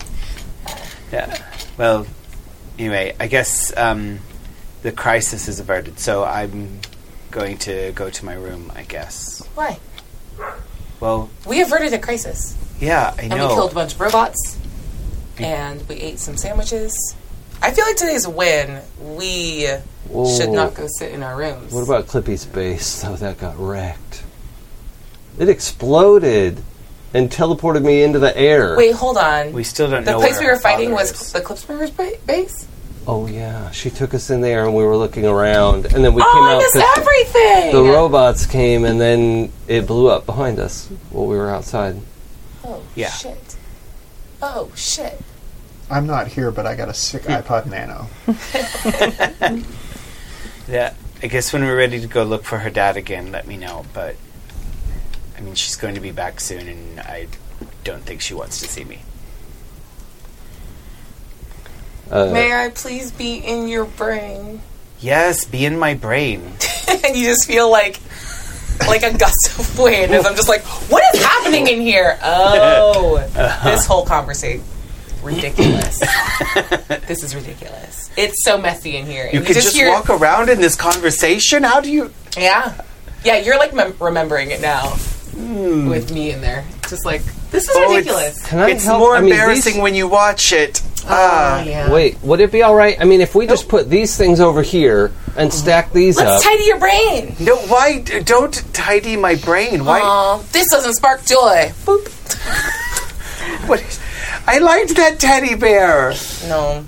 S6: Yeah. Well, anyway, I guess um, the crisis is averted, so I'm going to go to my room, I guess.
S4: Why?
S6: Well,
S4: We averted a crisis,
S6: yeah, I
S4: and
S6: know.
S4: we killed a bunch of robots, and we ate some sandwiches. I feel like today's a win. We should not go sit in our rooms.
S3: What about Clippy's base, though? That got wrecked. It exploded and teleported me into the air.
S4: Wait, hold on.
S6: We still don't
S4: the
S6: know
S4: place
S6: where
S4: we were
S6: her father
S4: fighting was
S6: is.
S4: the Clipsburgers ba- base.
S3: Oh, yeah. She took us in there and we were looking around. And then we came
S4: Oh, I
S3: out.
S4: missed
S3: 'cause
S4: everything.
S3: the robots came and then it blew up behind us while we were outside.
S4: oh
S6: Yeah.
S4: shit. Oh shit.
S5: I'm not here, but I got a sick iPod Nano.
S6: Yeah, I guess when we're ready to go look for her dad again, let me know. But I mean, she's going to be back soon, and I don't think she wants to see me.
S3: Uh,
S4: May I please be in your brain?
S6: Yes, be in my brain.
S4: and you just feel like like a gust of wind as I'm just like, what is happening in here? Oh,
S6: Uh-huh.
S4: this whole conversation. Ridiculous. this is ridiculous. It's so messy in here. And
S6: You could just,
S4: hear,
S6: walk around in this conversation. How do you?
S4: Yeah. Yeah, you're like mem- remembering it now with me in there. Just like, this is
S6: Hmm. Oh, it's-
S4: ridiculous.
S3: can I
S6: it's
S3: help?
S6: more
S3: I mean, these-
S6: embarrassing when you watch it. Ah,
S4: Oh, yeah.
S3: Wait, would it be all right? I mean, if we just put these things over here and stack these up.
S4: Mm-hmm. Let's tidy your brain.
S6: no, why d- don't tidy my brain? Why?
S4: Aw, this doesn't spark joy. Boop.
S6: What is, I liked that teddy bear.
S4: No.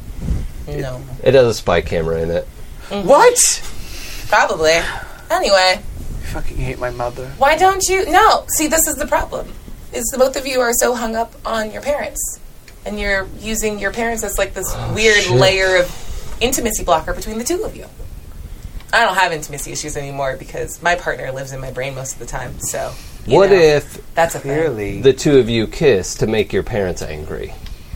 S4: No.
S3: it has a spy camera in it.
S6: What?
S4: Probably. Anyway.
S6: I fucking hate my mother.
S4: Why don't you? No. See, this is the problem. Is the both of you are so hung up on your parents, and you're using your parents as like this
S6: Oh,
S4: weird
S3: shit.
S4: layer of intimacy blocker between the two of you. I don't have intimacy issues anymore because my partner lives in my brain most of the time. So, you
S3: What
S4: know,
S3: if
S4: that's a thing?
S6: Clearly,
S3: the two of you kiss to make your parents angry?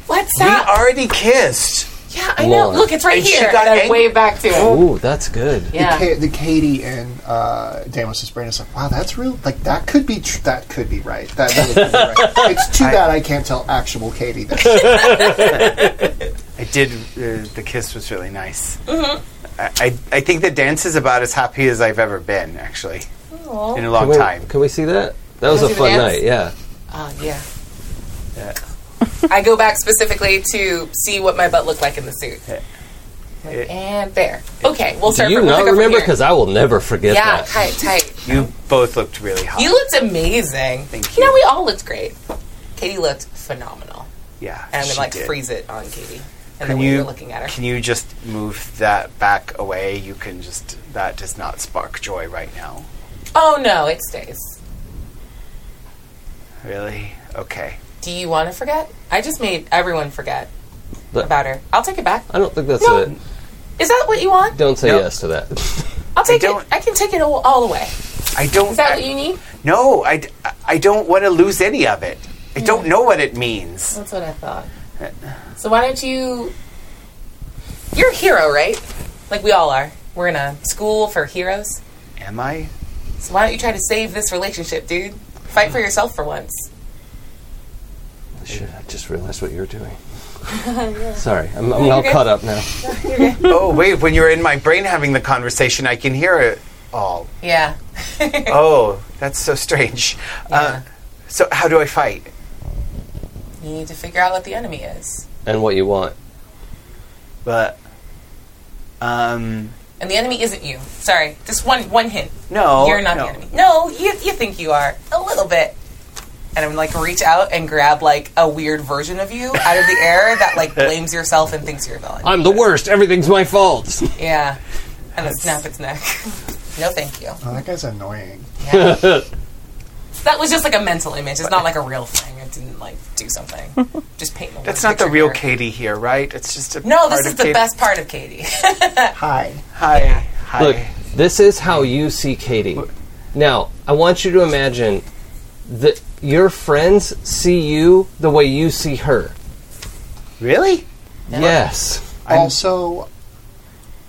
S4: What's
S6: we
S4: that?
S6: already kissed.
S4: Yeah, I know.
S3: Lord.
S4: Look, it's right
S6: And she
S4: here.
S6: got
S4: and I
S6: ang-
S4: wave back to him.
S3: Ooh, that's good.
S4: Oh. Yeah.
S5: Ka- the Katie and uh, Damos's brain is like, wow, that's real. Like that could be tr- that could be right. That really could be right. It's too bad I can't tell actual Katie that.
S6: I did. Uh, the kiss was really nice. I, I I think the dance is about as happy as I've ever been, actually,
S4: Aw.
S6: in a long
S3: Can we,
S6: time.
S3: can we see that? That was
S4: Can
S3: a
S4: we see the
S3: fun
S4: dance?
S3: night. Yeah.
S4: Uh, yeah.
S6: Yeah.
S4: I go back specifically to see what my butt looked like in the suit.
S6: It-
S4: And there. Okay, we'll
S3: Do
S4: start.
S3: you
S4: from, we'll
S3: not
S4: pick up from
S3: remember?
S4: here.
S3: Because I will never forget
S4: yeah,
S3: that.
S4: tight, tight.
S6: You both looked really hot.
S4: You looked amazing.
S6: Thank
S4: You know,
S6: you.
S4: we all looked great. Katie looked phenomenal,
S6: yeah,
S4: and I'm gonna
S6: she
S4: like
S6: did.
S4: freeze it on Katie. And
S6: Can
S4: the way
S6: you-
S4: you're looking at her.
S6: Can you just move that back away? You can just. That does not spark joy right now.
S4: Oh no, it stays.
S6: Really? Okay.
S4: Do you want to forget? I just made everyone forget
S3: But-
S4: about her. I'll take it back.
S3: I don't think that's
S4: No.
S3: it.
S4: Is that what you want?
S3: Don't say
S6: No.
S3: yes to that.
S4: I'll take it.
S6: don't-
S4: I can take it all, all away.
S6: I don't.
S4: Is that
S6: I-
S4: what you need?
S6: No, I, d- I don't want to lose any of it. I don't know what it means.
S4: That's what I thought. So why don't you? You're a hero, right? Like we all are. We're in a school for heroes.
S6: Am I?
S4: So why don't you try to save this relationship, dude? Fight for yourself for once.
S3: Shit, I just realized what you were doing. Sorry, I'm, I'm all caught up now.
S6: Oh, wait, when you're in my brain having the conversation, I can hear it all.
S4: Yeah.
S6: Oh, that's so strange. Uh, so, how do I fight?
S4: You need to figure out what the enemy is,
S3: And what you want?
S6: But, um,
S4: and the enemy isn't you. Sorry. Just one one hint.
S6: no.
S4: You're not
S6: Oh, no.
S4: the enemy. No, you, you think you are a little bit. And I'm like reach out and grab like a weird version of you out of the air that like blames yourself and thinks you're a villain.
S3: I'm the worst. Everything's my fault.
S4: Yeah. And then snap its neck. no, thank you.
S5: Oh, that guy's annoying.
S4: That was just like a mental image. It's not like a real thing. It didn't like do something. Just paint. a
S6: That's
S4: word
S6: not the
S4: picture
S6: real
S4: here.
S6: Katie here, right? It's just a
S4: No,
S6: part
S4: this
S6: of
S4: is the
S6: Katie.
S4: best part of Katie.
S5: Hi.
S6: Hi, hi.
S3: Look, this is how you see Katie. Now, I want you to imagine that your friends see you the way you see her.
S6: really?
S3: Yes.
S5: also,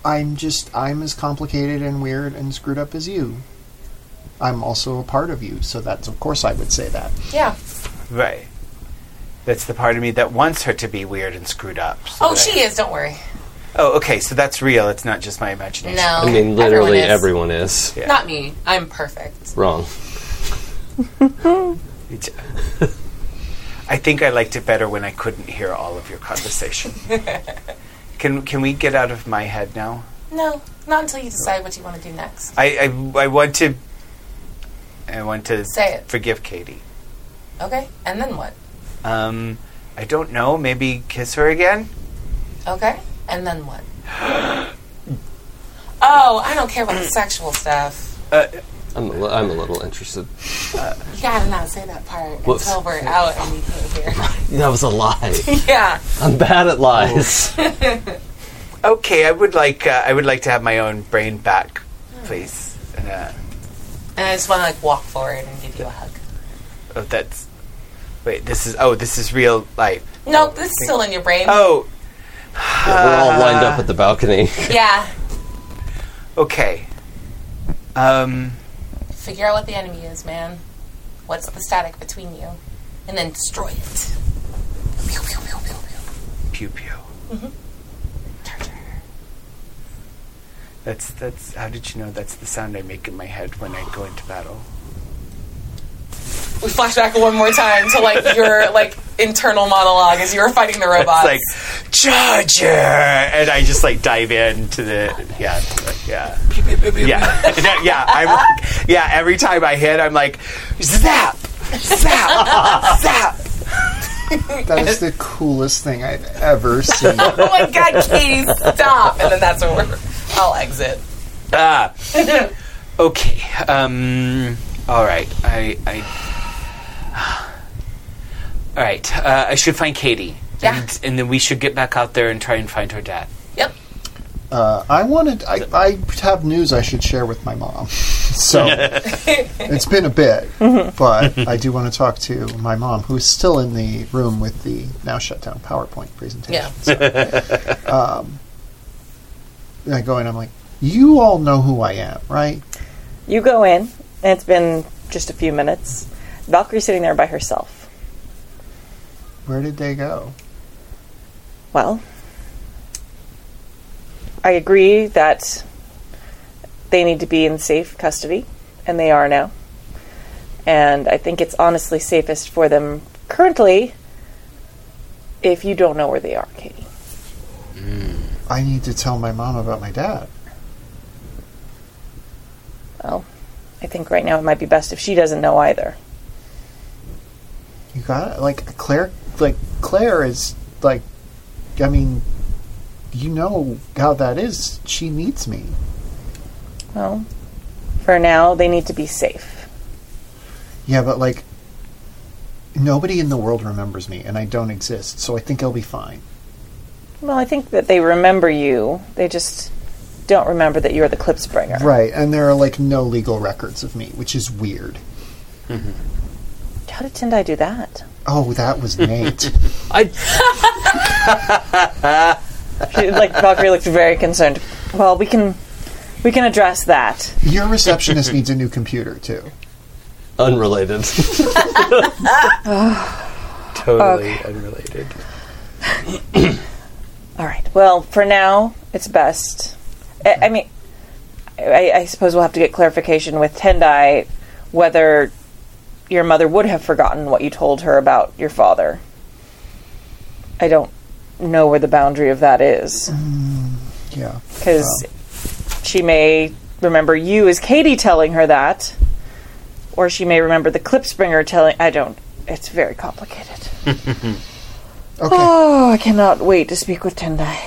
S5: I'm just I'm as complicated and weird and screwed up as you. I'm also a part of you, so that's of course I would say that.
S4: yeah.
S6: Right. That's the part of me that wants her to be weird and screwed up. so
S4: Oh,
S6: that I-
S4: she is. Don't worry.
S6: Oh, okay. So that's real. It's not just my imagination.
S4: No.
S3: I mean, literally everyone
S4: everyone.
S3: is,
S4: is. Not me. I'm perfect.
S3: wrong.
S6: It- I think I liked it better when I couldn't hear all of your conversation. can can we get out of my head now?
S4: No, not until you decide what you want to do next.
S6: I I, I want to. I want to
S4: Say it.
S6: Forgive Katie.
S4: Okay. And then what?
S6: Um, I don't know. Maybe kiss her again.
S4: Okay. And then what? oh, I don't care about the sexual stuff.
S3: I'm a, li- I'm a little interested.
S4: You gotta not say that part
S3: Whoops.
S4: until we're out and we can't hear.
S3: That was a lie.
S4: yeah.
S3: I'm bad at lies.
S6: Okay, I would like uh, I would like to have my own brain back, please. And, uh,
S4: And I just want to like walk forward and give you a hug.
S6: oh, that's wait. This is oh, this is real life.
S4: No, this is still in your brain.
S6: Oh,
S3: Yeah, we're all lined up at the balcony.
S4: Yeah.
S6: okay. Um.
S4: Figure out what the enemy is, man. What's the static between you? And then destroy it. Pew, pew, pew, pew,
S6: pew
S4: pew.
S6: pew.
S4: Tartar.
S6: That's that's. How did you know? That's the sound I make in my head when I go into battle.
S4: We flash back one more time to like your like internal monologue as you were fighting the robots.
S6: It's like Charger, and I just like dive into the yeah like, yeah yeah yeah yeah. I'm like, yeah. Every time I hit, I'm like zap zap zap.
S5: That is the coolest thing I've ever seen.
S4: oh my god, Katie, stop! And then that's when we're. I'll exit.
S6: Ah. okay. Um. All right. I. I all right. Uh, I should find Katie.
S4: Yeah.
S6: And, and then we should get back out there and try and find her dad.
S4: Yep.
S5: Uh, I wanted. I, I have news I should share with my mom. So it's been a bit, but I do want to talk to my mom, who's still in the room with the now shut down PowerPoint presentation.
S4: Yeah.
S5: And I go in. I'm like, you all know who I am, right?
S2: You go in, and it's been just a few minutes. Valkyrie's sitting there by herself.
S5: Where did they go?
S2: Well, I agree that they need to be in safe custody, and they are now. And I think it's honestly safest for them currently if you don't know where they are, Katie.
S5: I need to tell my mom about my dad.
S2: Well, I think right now it might be best if she doesn't know either.
S5: You got it. Like Claire, like Claire is like, I mean, you know how that is. She needs me.
S2: Well, for now, they need to be safe.
S5: Yeah, but like, nobody in the world remembers me, and I don't exist. So I think I'll be fine.
S2: Well, I think that they remember you. They just don't remember that you're the Clipsbringer.
S5: Right, and there are like no legal records of me, which is weird.
S2: How did Tendai do that?
S5: Oh, that was Nate.
S3: I
S2: She, like Valkyrie looked very concerned. Well, we can we can address that.
S5: Your receptionist needs a new computer too.
S3: unrelated.
S6: Totally unrelated.
S2: All right. Well, for now, it's best. I, I mean, I, I suppose we'll have to get clarification with Tendai whether your mother would have forgotten what you told her about your father. I don't know where the boundary of that is.
S5: Yeah.
S2: because she may remember you as Katie telling her that, or she may remember the Clipspringer telling. I don't. It's very complicated.
S5: Um, Okay.
S2: Oh, I cannot wait to speak with Tendai.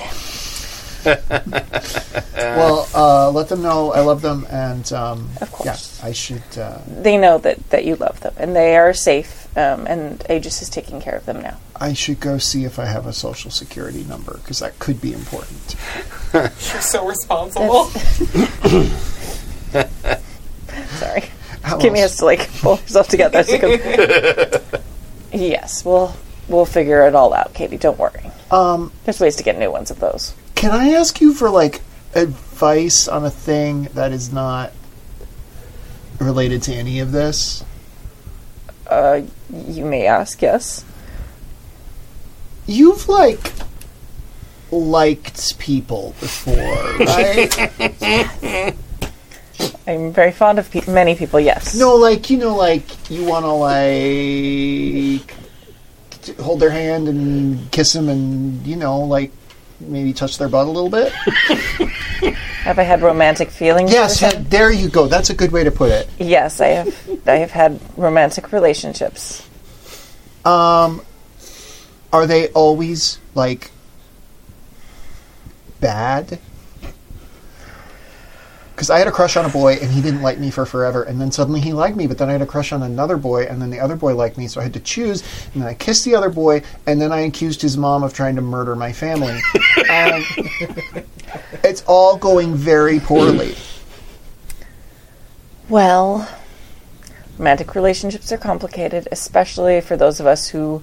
S5: Well, uh, let them know I love them, and um,
S2: Of course.
S5: yeah, I should. Uh,
S2: They know that that you love them, and they are safe. Um, and Aegis is taking care of them now.
S5: I should go see if I have a social security number because that could be important.
S4: You're so responsible.
S2: Sorry,
S5: How
S2: Kimmy
S5: else-
S2: has to like pull herself together. as it goes. yes, we'll we'll figure it all out, Katie. Don't worry.
S5: Um,
S2: There's ways to get new ones of those.
S5: Can I ask you for like advice on a thing that is not related to any of this?
S2: Uh, you may ask. Yes.
S5: You've like liked people before, right?
S2: I'm very fond of pe- many people. Yes.
S5: no, like you know, like you want to like t- hold their hand and kiss them, and you know, like maybe touch their butt a little bit.
S2: Have I had romantic feelings?
S5: yes,
S2: with
S5: yeah, there you go. That's a good way to put it.
S2: them? Yes, I have. I have had romantic relationships.
S5: Are they always like bad? Because I had a crush on a boy and he didn't like me for forever, and then suddenly he liked me. But then I had a crush on another boy, and then the other boy liked me, so I had to choose. And then I kissed the other boy, and then I accused his mom of trying to murder my family. um, it's all going very poorly.
S2: Well, romantic relationships are complicated, especially for those of us who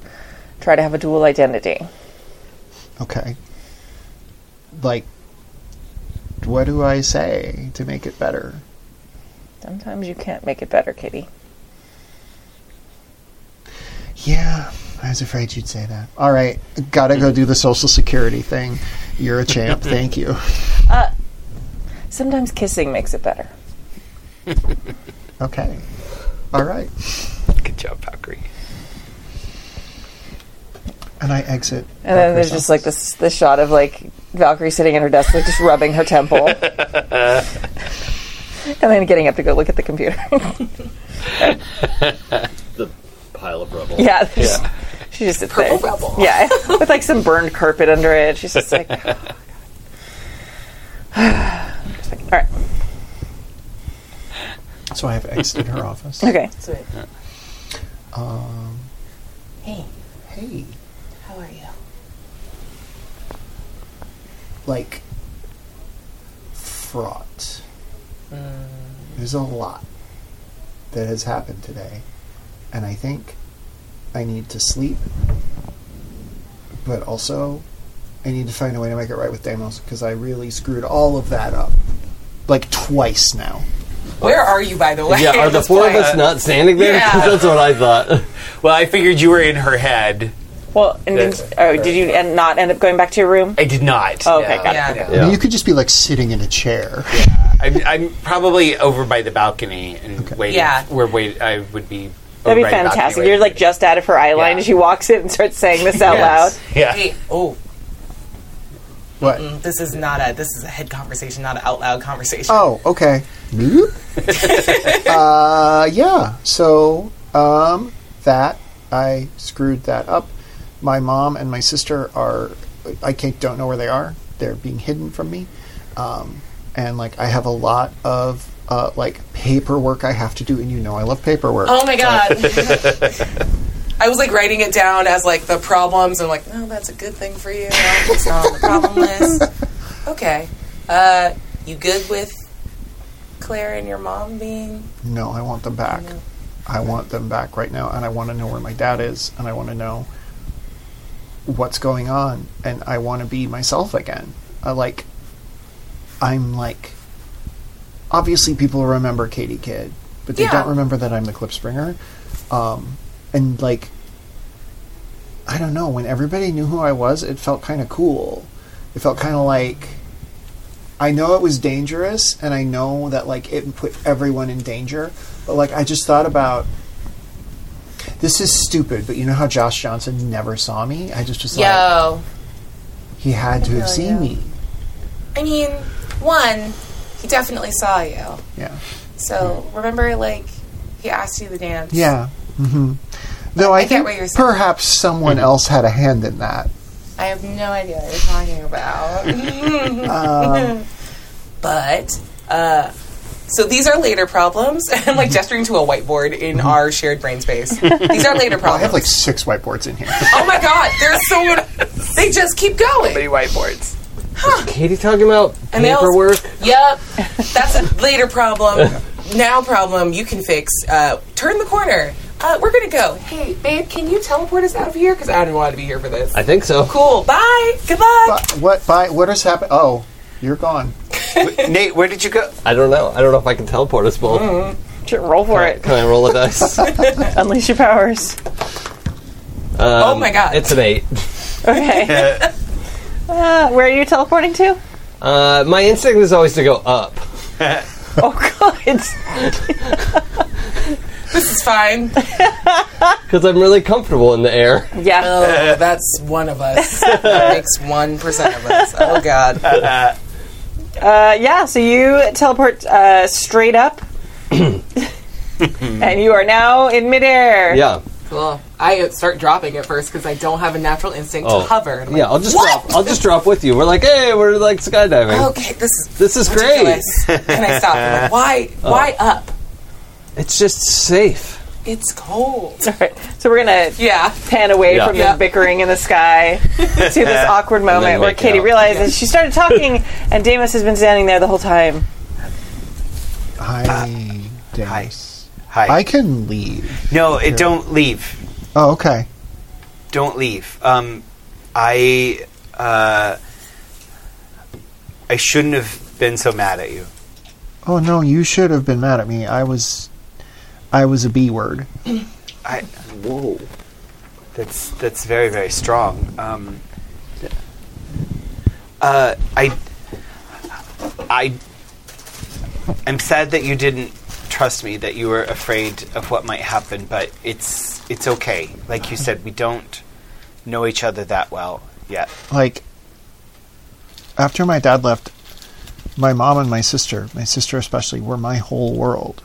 S2: try to have a dual identity.
S5: Okay. Like, what do I say to make it better?
S2: Sometimes you can't make it better, Kitty.
S5: Yeah, I was afraid you'd say that. All right, gotta go do the social security thing. You're a champ. Thank you.
S2: Sometimes kissing makes it better.
S5: Okay. All right.
S6: Good job, Valkyrie.
S5: And I exit.
S2: And then there's just like this this shot of like Valkyrie sitting at her desk, like just rubbing her temple, and then getting up to go look at the computer.
S3: the pile of rubble.
S2: Yeah. there's- She just sits there. Yeah, with like some burned carpet under it. She's just like, Just like, all right,
S5: So I have exited her office.
S2: okay.
S4: Sweet.
S5: Um,
S4: Hey,
S5: hey,
S4: how are you?
S5: like, fraught. There's a lot that has happened today, and I think I need to sleep, but also I need to find a way to make it right with Deimos because I really screwed all of that up like twice now.
S4: Where are you, by the way?
S3: Yeah, are
S4: at
S3: the
S4: this
S3: four of
S4: point?
S3: us not standing there?
S4: Yeah.
S3: 'Cause that's what I thought.
S6: Well, I figured you were in her head.
S2: Well, and did, oh, did you end, not end up going back to your room?
S6: I did not.
S2: Oh, okay,
S6: no.
S2: got it.
S4: Yeah.
S5: I mean,
S3: Yeah.
S5: you could just be like sitting in a chair.
S6: I'm, I'm probably over by the balcony and waiting.
S4: Yeah.
S6: We're wait. I would be. over
S2: That'd
S6: by
S2: be
S6: the balcony
S2: fantastic.
S6: waiting.
S2: You're like just out of her eye line
S6: Yeah.
S2: as she walks in and starts saying this out
S6: Yes. Yeah.
S4: Hey, oh, mm,
S5: What?
S4: this is not a this is a head conversation, not an out loud conversation.
S5: Oh, okay. Boop. uh, yeah. So um, that I screwed that up. My mom and my sister are. I can't, don't know where they are. They're being hidden from me, um, and like I have a lot of uh, like paperwork I have to do, and you know I love paperwork.
S4: Oh my god. I was like writing it down as like the problems. I'm like, no, that's a good thing for you. It's not on the problem list. Okay. Uh, you good with Claire and your mom being?
S5: No, I want them back. I want them back right now, and I want to know where my dad is, and I want to know what's going on, and I want to be myself again. I like, I'm like, obviously people remember Katie Kidd, but they
S4: Yeah.
S5: don't remember that I'm the Clipspringer. Um, and like, I don't know, when everybody knew who I was, it felt kind of cool. It felt kind of like, I know it was dangerous, and I know that like it put everyone in danger. But like, I just thought about this is stupid. But you know how Josh Johnson never saw me? I just was like, he had to have seen me.
S4: I mean, one, he definitely saw you.
S5: Yeah,
S4: So remember, like, he asked you to dance.
S5: yeah. hmm Though I,
S4: get
S5: think
S4: what you're saying.
S5: perhaps someone else had a hand in that.
S4: I have no idea what you're talking about.
S5: Um,
S4: but uh, so these are later problems. I'm like gesturing to a whiteboard in
S3: Mm-hmm.
S4: our shared brain space. These are
S3: Oh,
S4: later
S5: I have
S4: problems.
S5: like six whiteboards in here.
S4: oh my god, they're so good. They just keep going.
S6: whiteboards.
S3: Katie talking about
S4: And they also-
S3: paperwork?
S4: Yep, that's a later problem. Now problem you can fix. Uh, turn the corner. Uh, we're gonna go. Hey, babe, can you teleport us out of here? Because I don't want to be here for this.
S3: I think so.
S4: cool. Bye. Goodbye.
S5: But what? By what has happened? Oh, you're gone.
S6: Nate, where did you go?
S3: I don't know. I don't know if I can teleport us both.
S2: loud. Sure, Roll for it.
S3: Can I roll a dice?
S2: Unleash your powers.
S4: oh my god.
S3: Um, it's an eight.
S2: Okay. Uh, where are you teleporting to?
S3: Uh, my instinct is always to go up.
S2: Oh God!
S4: this is fine.
S3: Because I'm really comfortable in the air.
S2: yeah.
S4: Oh, that's one of us. That makes one percent of us. Oh God.
S2: Uh, yeah. So you teleport uh, straight up, and you are now in midair.
S3: Yeah.
S4: Cool. I start dropping at first because I don't have a natural instinct
S3: Oh.
S4: to hover. And I'm
S3: Yeah,
S4: like,
S3: I'll just
S4: what?
S3: drop. I'll just drop with you. We're like, hey, we're like skydiving.
S6: Oh,
S4: Okay, this is
S3: This is great.
S4: ridiculous. Can I stop? I'm like, why? Why up?
S3: It's just safe.
S4: It's cold.
S2: All right. So we're gonna
S4: Yeah.
S2: pan away
S3: Yeah.
S2: from
S4: Yeah.
S2: the bickering in the sky to this awkward moment where
S3: make
S2: Katie
S3: out.
S2: realizes she started talking, and Damus has been standing there the whole time.
S5: Uh, Hi, Dennis.
S6: Hi.
S5: I can leave.
S6: no, it, don't leave.
S5: Oh, okay.
S6: Don't leave. Um, I uh, I shouldn't have been so mad at you.
S5: Oh no, you should have been mad at me. I was, I was a B word.
S6: I whoa. That's that's very very strong. Um, uh, I I I'm sad that you didn't trust me. That you were afraid of what might happen. But it's it's okay. Like you said, we don't know each other that well yet.
S5: like after my dad left my mom and my sister my sister especially were my whole world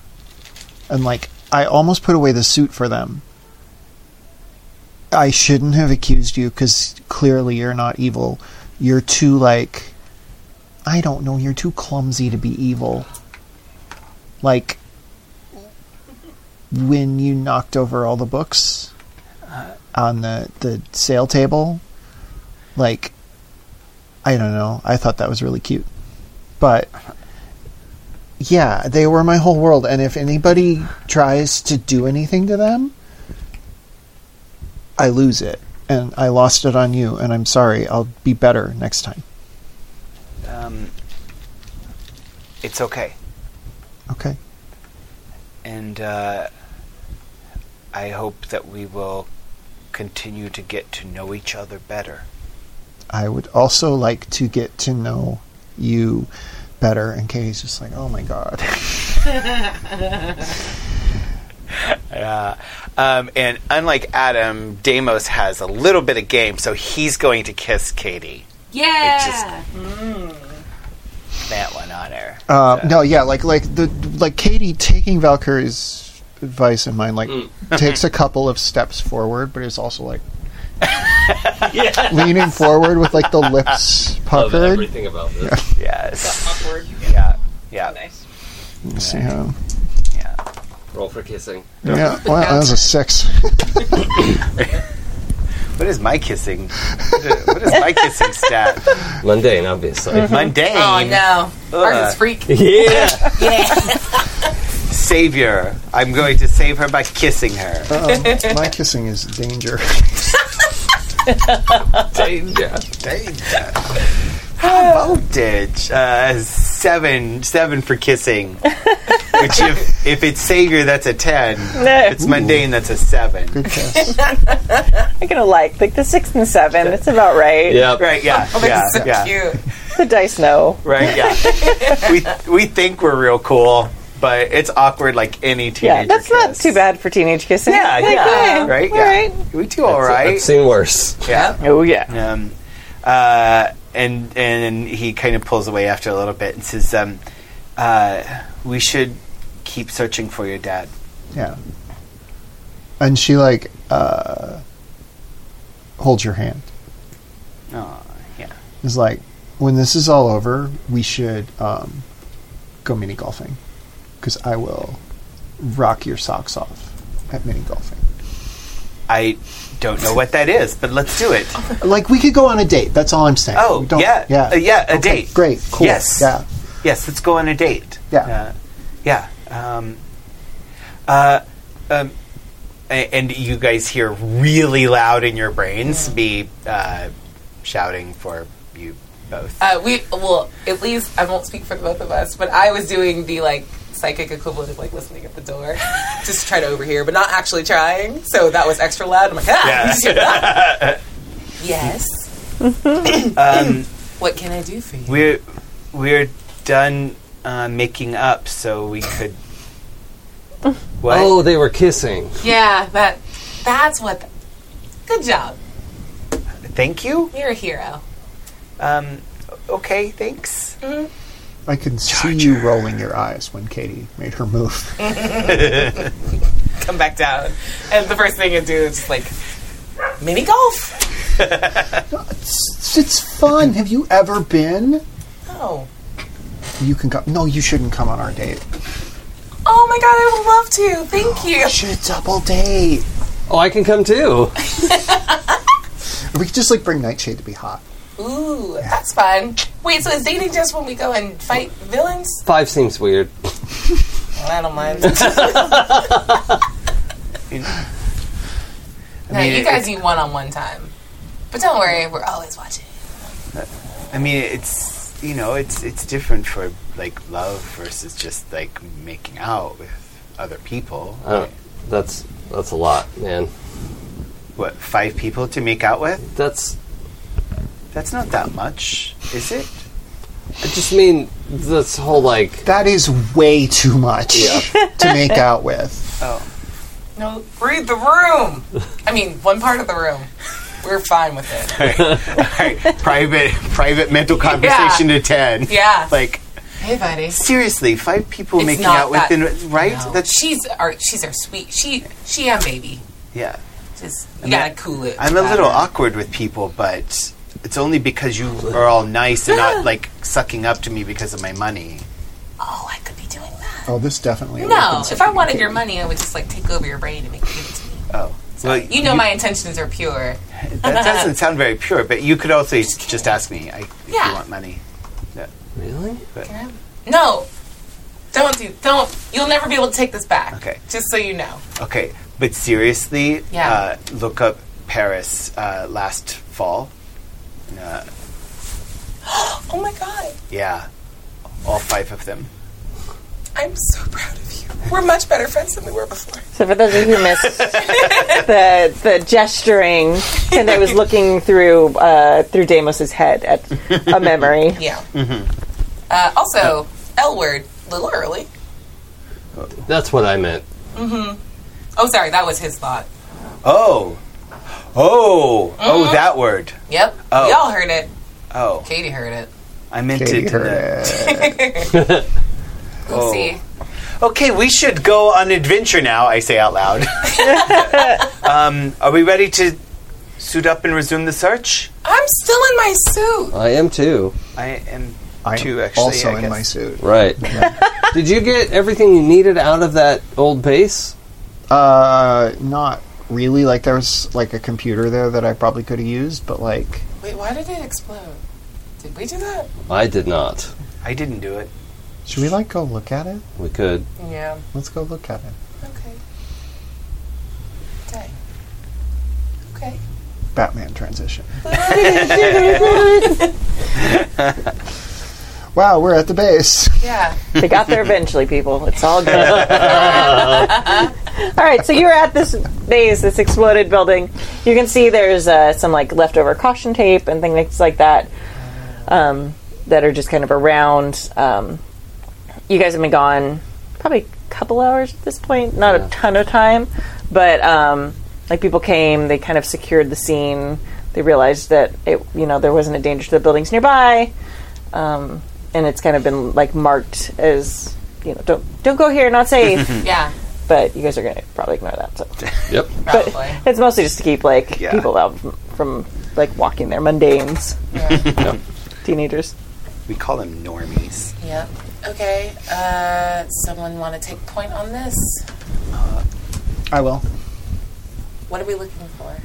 S5: and like i almost put away the suit for them i shouldn't have accused you because clearly you're not evil you're too like i don't know you're too clumsy to be evil like when you knocked over all the books on the, the sale table like I don't know. I thought that was really cute. But yeah, they were my whole world. And if anybody tries to do anything to them, I lose it. And I lost it on you, and I'm sorry. I'll be better next time.
S6: Um, it's okay.
S5: Okay.
S6: And uh, I hope that we will continue to get to know each other better.
S5: I would also like to get to know you better. And Katie's just like, oh my god.
S6: Uh, um, and unlike Adam, Deimos has a little bit of game, so he's going to kiss Katie.
S7: Yeah.
S6: That one on air.
S5: Uh, no, yeah, like like the like Katie taking Valkyrie's advice in mind, like
S3: Mm.
S5: takes a couple of steps forward, but is also like leaning forward with like the lips
S3: Love
S5: puckered.
S3: everything about this.
S6: Yes.
S8: Awkward.
S6: Yeah. Yeah.
S8: Nice.
S5: See how-
S6: Yeah.
S3: Roll for kissing.
S5: Yeah, well, that was a six.
S6: What is my kissing? what is my kissing stat?
S3: Mundane, obviously.
S6: Mundane.
S4: Oh no, Arkansas freak.
S3: yeah.
S6: Savior. I'm going to save her by kissing her.
S5: Um, my kissing is danger.
S3: Yeah.
S6: High voltage. Uh, seven, seven for kissing. Which, if, if it's savior, that's a ten. If it's mundane, that's a seven.
S5: Good kiss.
S2: I'm gonna like like the six and seven. It's about right.
S3: Yep.
S6: Right? Yeah. yeah.
S4: That's so
S6: yeah.
S4: cute.
S2: The dice know.
S6: Right? Yeah. we we think we're real cool, but it's awkward like any teenager.
S2: Yeah, that's not
S6: kiss.
S2: too bad for teenage kissing.
S6: Yeah.
S2: Like,
S6: yeah.
S2: hey,
S6: Right?
S2: all
S6: yeah.
S2: right.
S6: We do all right.
S3: I've seen worse.
S6: yeah.
S2: Oh yeah.
S6: Um, uh, and and he kind of pulls away after a little bit and says, um, uh, "We should keep searching for your dad."
S5: Yeah. And she like uh, holds your hand.
S6: Oh, yeah.
S5: Is like, when this is all over, we should um, go mini golfing because I will rock your socks off at mini golfing.
S6: I don't know what that is, but let's do it.
S5: Like we could go on a date. That's all I'm saying.
S6: Oh,
S5: We don't-
S6: yeah,
S5: yeah,
S6: uh, yeah, a
S5: Okay,
S6: date.
S5: Great, cool.
S6: Yes.
S5: yeah,
S6: Yes, let's go on a date.
S5: Yeah.
S6: Uh, yeah. Um, uh, um, a- and you guys hear really loud in your brains me uh, shouting for you both.
S4: Uh, we well, at least I won't speak for the both of us, but I was doing the like psychic equivalent of like listening at the door, just to try to overhear, but not actually trying. So that was extra loud. I'm like, ah,
S6: Yeah.
S4: you just hear that. yes.
S6: Um,
S4: What can I do for you?
S6: We're we're done uh, making up, so we could. What?
S3: Oh, they were kissing.
S4: Yeah, that that's what. th- good job.
S6: Thank you.
S4: You're a hero.
S6: Um, okay, thanks.
S5: I can see you rolling your eyes when Katie made her move.
S4: Come back down, and the first thing you do is just like mini golf.
S5: it's, it's fun. Have you ever been?
S4: Oh,
S5: You can come. No, you shouldn't come on our date.
S4: oh my god, I would love to. Thank you.
S5: We should double date.
S3: Oh, I can come too.
S5: We could just like bring Nightshade to be hot.
S4: Ooh, that's fun. Wait, so is dating just when we go and fight villains?
S3: Five seems weird.
S4: I don't mind. no,
S6: mean,
S4: you
S6: it-
S4: guys need one-on-one time. But don't worry, we're always watching.
S6: I mean, it's you know, it's it's different for like love versus just like making out with other people.
S3: I don't, that's that's a lot, man.
S6: What five people to make out with?
S3: That's
S6: That's not that much, is it?
S3: I just mean this whole like
S5: That is way too much to make out with.
S4: No, read the room. I mean, one part of the room. We're fine with it.
S6: private private mental conversation to ten.
S4: Yeah.
S6: Like
S4: Hey, buddy.
S6: seriously, five people
S4: It's
S6: making
S4: not
S6: out
S4: that-
S6: within right?
S4: No,
S6: That's
S4: she's our she's our sweet she she and baby.
S6: yeah.
S4: Just
S6: mean,
S4: you gotta cool it.
S6: I'm a little awkward with people, but it's only because you are all nice and not like sucking up to me because of my money.
S4: Oh, I could be doing that.
S5: Oh, this definitely.
S4: No,
S5: opens
S4: if
S5: up
S4: I
S5: to
S4: wanted
S5: Katie.
S4: your money, I would just like take over your brain and make you give it to me.
S6: Oh,
S4: So, you know my intentions are pure.
S6: that doesn't sound very pure. But you could also just, just ask me I, if
S4: Yeah.
S6: you want money.
S3: really.
S4: No, Don't do. Don't. You'll never be able to take this back.
S6: Okay.
S4: Just so you know.
S6: Okay, but seriously,
S4: Yeah.
S6: uh, look up Paris uh, last fall. Uh,
S4: Oh my god.
S6: yeah, all five of them.
S4: I'm so proud of you. We're much better friends than we were before.
S2: So for those of you who missed the the gesturing, and I was looking through uh, through Damos's head at a memory.
S4: Yeah.
S6: Mm-hmm.
S4: Uh, also, L word, little early.
S3: That's what I meant.
S4: Oh, sorry, that was his thought.
S6: Oh, oh, oh, that word.
S4: Yep.
S6: Oh.
S4: We all heard it.
S6: Oh,
S4: Katie heard it.
S6: I meant it. to the-
S4: We'll
S6: Oh.
S4: see.
S6: Okay, we should go on adventure now. I say out loud. um, are we ready to suit up and resume the search?
S4: I'm still in my suit.
S3: I am too.
S6: I am
S5: I'm
S6: too. Actually,
S5: also
S6: I
S5: in
S6: guess.
S5: my suit.
S3: Right. Did you get everything you needed out of that old base?
S5: Uh, not really. Like there was like a computer there that I probably could have used, but like
S4: Wait, why did it explode? Did we do that?
S3: I did not.
S6: I didn't do it.
S5: should we like go look at it?
S3: We could.
S4: Yeah.
S5: Let's go look at it.
S4: Okay. Okay. Okay.
S5: Batman transition. wow, we're at the base.
S4: Yeah.
S2: They got there eventually, people. It's all good. all right, so you're at this base, this exploded building. You can see there's uh, some like leftover caution tape and things like that um, that are just kind of around. Um, you guys have been gone probably a couple hours at this point, not a ton of time, but um, like people came, they kind of secured the scene. They realized that it, you know, there wasn't a danger to the buildings nearby um, and it's kind of been like marked as you know don't don't go here, not safe.
S4: Yeah.
S2: but you guys are gonna probably ignore that. So
S3: Yep.
S4: Probably.
S2: it's mostly just to keep like
S6: Yeah.
S2: people out from, from like walking their mundanes, teenagers.
S6: We call them normies.
S4: yeah. Okay. Uh, someone want to take point on this?
S5: I will.
S4: What are we looking for?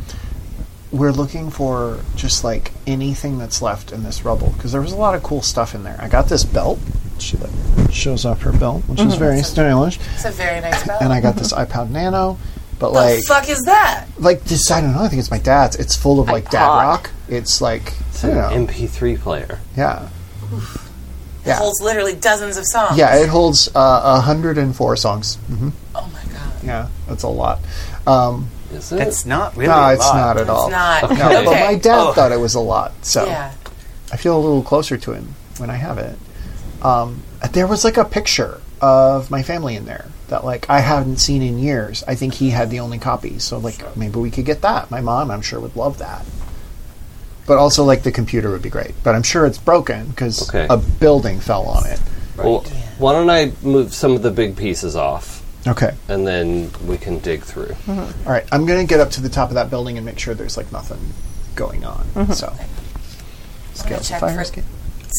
S5: We're looking for just like anything that's left in this rubble because there was a lot of cool stuff in there. I got this belt. She like shows off her belt, which is very stylish.
S4: It's Mm-hmm. a Mm-hmm. very nice bell.
S5: And I got this iPod Nano, but
S4: the
S5: like
S4: fuck is that?
S5: like this I don't know, I think it's my dad's. It's full of like dad
S2: iPod.
S5: rock. It's like
S3: It's
S5: you
S3: an
S5: know,
S3: MP3 player.
S5: yeah. Yeah.
S4: Holds literally dozens of songs.
S5: Yeah, it holds uh, 104 songs. hmm
S4: Oh my god.
S5: Yeah, that's a lot. Um,
S3: Is it?
S6: That's not really.
S5: no,
S6: a
S5: it's
S6: lot.
S5: not at all.
S4: It's not.
S5: No,
S4: Okay.
S5: but my dad
S6: Oh.
S5: thought it was a lot, so
S4: Yeah.
S5: I feel a little closer to him when I have it. Um, there was like a picture of my family in there that like I hadn't seen in years. I think he had the only copy, so like maybe we could get that. My mom, I'm sure, would love that. But also, like the computer would be great. But I'm sure it's broken because
S3: Okay.
S5: a building fell on it.
S3: Well, why don't I move some of the big pieces off,
S5: Okay.
S3: and then we can dig through.
S5: All right, I'm gonna get up to the top of that building and make sure there's like nothing going on. So,
S4: I'm gonna
S5: Scout
S4: Mm-hmm. check
S5: fire
S4: for-
S5: escape.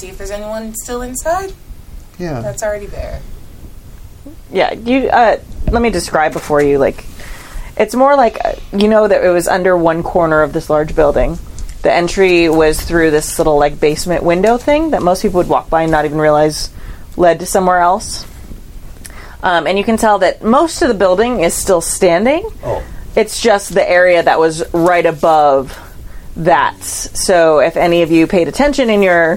S4: See if there's anyone still inside.
S5: Uh-huh. Yeah,
S4: That's already there.
S2: Yeah, you. Uh, let me describe before you like. It's more like uh, you know that it was under one corner of this large building. The entry was through this little like basement window thing that most people would walk by and not even realize led to somewhere else. Um, and you can tell that most of the building is still standing. Oh. It's just the area that was right above that. So if any of you paid attention in your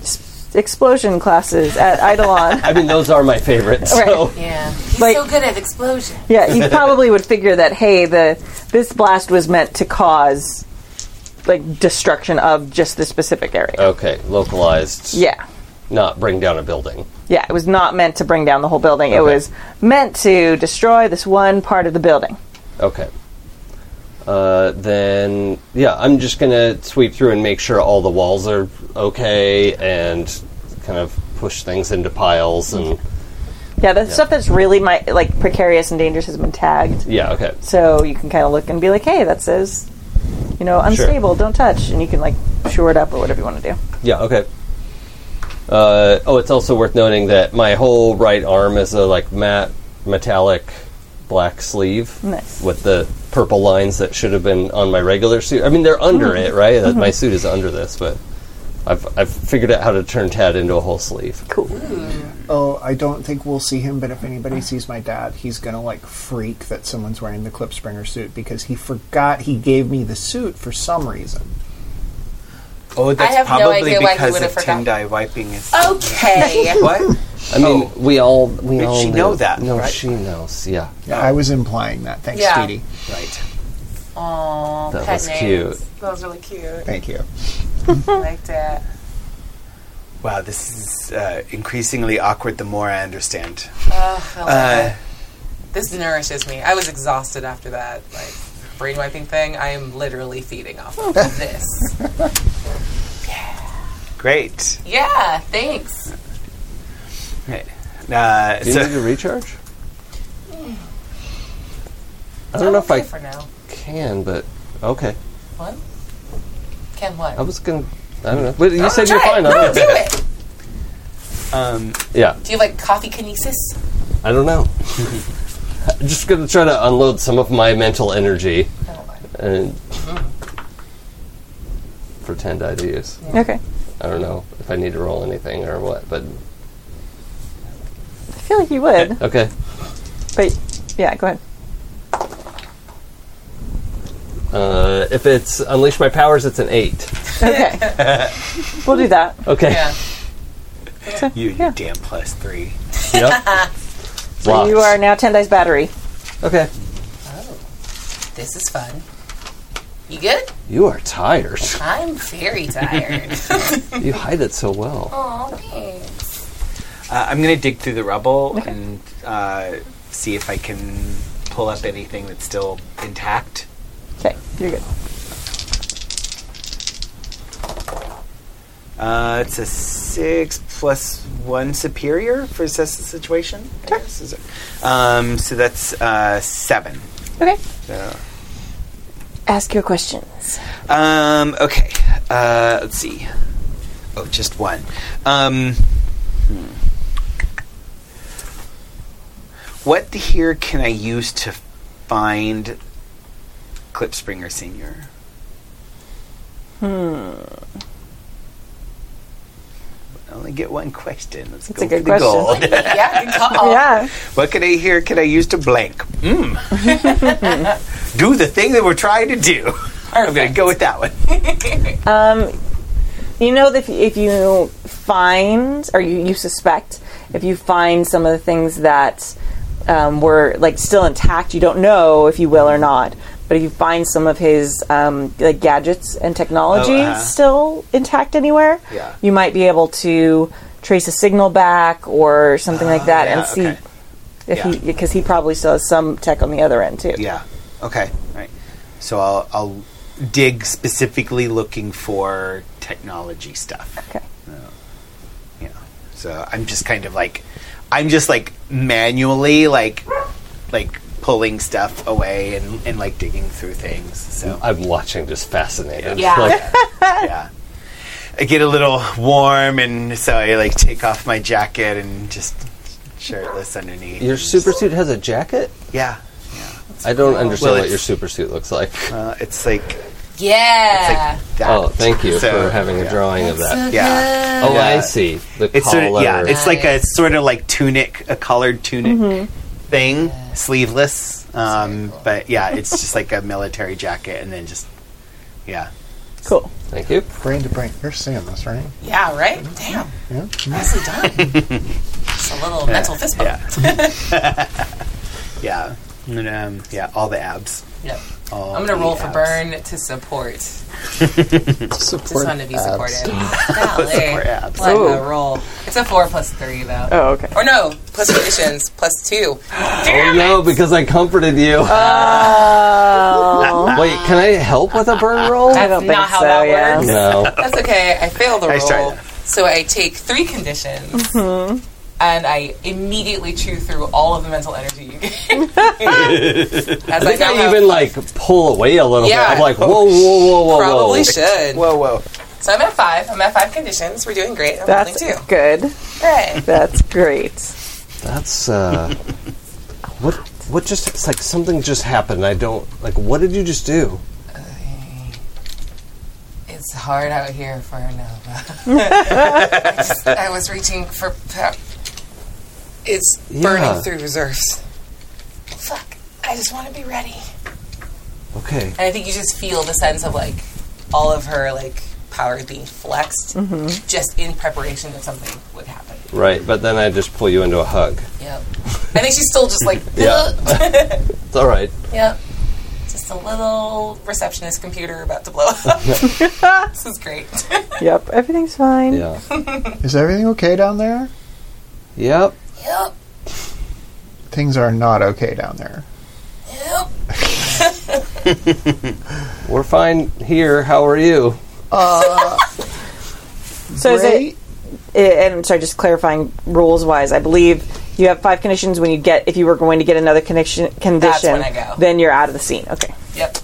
S2: s- explosion classes at Eidolon,
S3: I mean, those are my favorites. So
S4: Yeah. He's
S2: Like-
S4: so good at explosion.
S2: Yeah, you probably would figure that hey, the this blast was meant to cause like destruction of just this specific area.
S3: okay, localized.
S2: Yeah.
S3: Not bring down a building.
S2: Yeah, it was not meant to bring down the whole building. It
S3: Okay.
S2: was meant to destroy this one part of the building.
S3: Okay. Uh, then yeah, I'm just gonna sweep through and make sure all the walls are okay, and kind of push things into piles and
S2: Yeah, the stuff that's really my, like precarious and dangerous has been tagged.
S3: yeah. Okay.
S2: So you can kind of look and be like, "Hey, that says, you know, unstable, don't touch." And you can like shore it up or whatever you want to do.
S3: Yeah. Okay. Uh, oh, it's also worth noting that my whole right arm is a like matte metallic black sleeve
S2: Nice.
S3: with the purple lines that should have been on my regular suit. I mean, they're under it, right? That My suit is under this, but I've, I've figured out how to turn Tad into a whole sleeve.
S5: Oh, I don't think we'll see him, but if anybody sees my dad, he's gonna like freak that someone's wearing the Clipspringer suit because he forgot he gave me the suit for some reason.
S8: Oh, that's
S7: have no
S8: probably
S7: idea why he
S8: because
S7: would
S8: of
S7: have forgotten.
S8: Tendai wiping his.
S7: Okay.
S8: What?
S3: I mean, we all we
S8: Did
S3: all
S8: Oh. she
S3: knew.
S8: know that,
S3: No,
S8: right?
S3: she knows. Yeah,
S5: I was implying that. Thanks,
S7: Yeah.
S5: Speedy.
S8: Right.
S7: Aw,
S3: That
S7: pet
S3: was
S7: names.
S3: cute.
S7: That was really cute.
S5: Thank you.
S7: I like that.
S8: Wow, this is uh, increasingly awkward the more I understand.
S7: Ugh, I love
S8: Uh,
S7: it. This nourishes me. I was exhausted after that, like brain wiping thing. I am literally feeding off of this.
S8: great.
S7: Yeah, thanks.
S8: Right. Uh,
S3: do you need
S8: so,
S3: to recharge? I don't know if
S7: Okay
S3: I
S7: for now.
S3: can, but okay.
S7: What? Can what?
S3: I was gonna. I don't know. But Oh, you
S7: Oh,
S3: said you're
S7: try
S3: fine.
S7: it. No,
S3: I'm
S7: do
S3: good.
S7: it.
S8: um,
S3: Yeah,
S7: Do you have, like coffee kinesis?
S3: I don't know. I'm just gonna try to unload some of my mental energy
S7: I don't know.
S3: and pretend I do use.
S2: Okay.
S3: I don't know if I need to roll anything or what, but
S2: I feel like you would,
S3: okay.
S2: but yeah, go ahead.
S3: Uh, if it's unleash my powers, it's an eight.
S2: Okay. we'll do that.
S3: Okay.
S7: Yeah.
S8: you, you damn plus three.
S3: Yep.
S2: So you
S3: Lots.
S2: are now Tendai's battery.
S3: Okay.
S7: This is fun. You good?
S3: You are tired.
S7: I'm very tired.
S3: You hide it so well.
S7: Aw, thanks.
S8: Uh, I'm going to dig through the rubble and uh, see if I can pull up anything that's still intact.
S2: Okay, you're good.
S8: Uh, it's a six plus one superior for assess the situation. I guess, is it? Um, so that's uh, seven.
S2: Okay.
S8: So,
S2: Ask your questions.
S8: um, okay. Uh, let's see. Oh, just one. Um, hmm. What here can I use to find Clipspringer Senior? Hmm. I only get one question. Let's
S2: That's
S8: go
S2: a good
S8: for the
S2: question.
S8: gold.
S7: Yeah, good call.
S2: Yeah.
S8: What can I hear? Can I use to blank? Mm. do the thing that we're trying to do. I'm going to go with that one.
S2: Um, you know, that if, if you find, or you, you suspect, if you find some of the things that um, were like still intact, you don't know if you will or not. But if you find some of his um, like gadgets and technology
S8: Oh, uh-huh.
S2: still intact anywhere,
S8: Yeah.
S2: you might be able to trace a signal back or something like that,
S8: Oh, yeah,
S2: and see
S8: okay.
S2: if
S8: Yeah.
S2: he because he probably still has some tech on the other end too.
S8: Yeah. Okay. All right. So I'll, I'll dig specifically looking for technology stuff.
S2: Okay.
S8: Yeah. So I'm just kind of like, I'm just like manually like, like pulling stuff away and, and like digging through things. So
S3: I'm watching just fascinated.
S7: Yeah.
S3: Like,
S8: yeah. I get a little warm, and so I like take off my jacket and just shirtless underneath.
S3: your
S8: and
S3: super
S8: just-
S3: suit has a jacket?
S8: yeah.
S3: I don't understand
S8: Well,
S3: what
S8: it's-
S3: your super suit looks like.
S8: Uh, it's like
S7: Yeah.
S8: it's like that.
S3: Oh, thank you
S8: So,
S3: for having a
S8: yeah.
S3: drawing of that.
S8: Yeah,
S3: Oh,
S8: Yeah.
S3: I see. The
S8: it's sort
S3: collar.
S8: of, yeah, it's like a sort of like tunic, a collared tunic thing, sleeveless. Um, but yeah, it's just like a military jacket, and then just yeah,
S2: Cool.
S3: Thank you.
S5: Brain to brain. You're seeing this, right?
S7: Yeah, right? Damn.
S5: Yeah.
S7: Nicely done. Just a little mental fist bump.
S8: yeah, yeah, and, um, yeah. All the abs.
S7: Yep.
S8: All
S7: I'm going to roll
S8: the
S7: for
S8: abs.
S7: burn to support.
S5: Support
S7: Just want to be
S5: abs.
S7: supported. Golly.
S8: Support abs.
S7: What a
S2: Ooh.
S7: roll. It's a 4 plus 3, though.
S2: Oh, okay.
S7: Or no, plus conditions, plus 2.
S3: Oh, no, because I comforted you.
S2: Oh,
S3: Wait, can I help with a burn roll?
S2: I don't think
S7: That's not how
S2: so.
S7: that
S2: yeah.
S7: works.
S3: No.
S7: That's okay. I fail the
S8: I
S7: roll.
S8: started.
S7: So I take three conditions. And I immediately chew through all of the mental energy you get. As
S3: I
S7: I,
S3: think
S7: now
S3: I
S7: have-
S3: even like pull away a little
S7: Yeah.
S3: bit. I'm like, whoa, whoa, whoa, whoa,
S7: probably
S3: whoa.
S7: should.
S8: Whoa, whoa.
S7: So I'm at five. I'm at five conditions. We're doing great. I'm rolling
S2: That's
S7: two.
S2: good.
S7: Hooray.
S2: That's great.
S3: That's uh, what? What just? It's like something just happened. I don't like. What did you just do?
S7: It's
S4: hard out here for a Nova. I, just- I was reaching for. pow- It's burning
S3: Yeah.
S4: through reserves. Fuck. I just want to be ready.
S3: Okay.
S4: And I think you just feel the sense of like all of her like powers being flexed
S3: Mm-hmm.
S4: just in preparation that something would happen.
S3: Right, but then I just pull you into a hug.
S4: Yep. I think she's still just like,
S3: Yeah. It's all right.
S4: yep. Just a little receptionist computer about to blow up. this is great.
S2: Yep, everything's fine.
S3: Yeah.
S5: Is everything okay down there?
S3: Yep.
S4: yep.
S5: Things are not okay down there.
S4: Yep.
S3: We're fine here. How are you?
S2: So is it?
S5: Great.
S2: eh, And sorry, just clarifying rules wise, I believe you have five conditions. When you get, if you were going to get another connection condition,
S4: when I go.
S2: then you're out of the scene. Okay,
S4: Yep.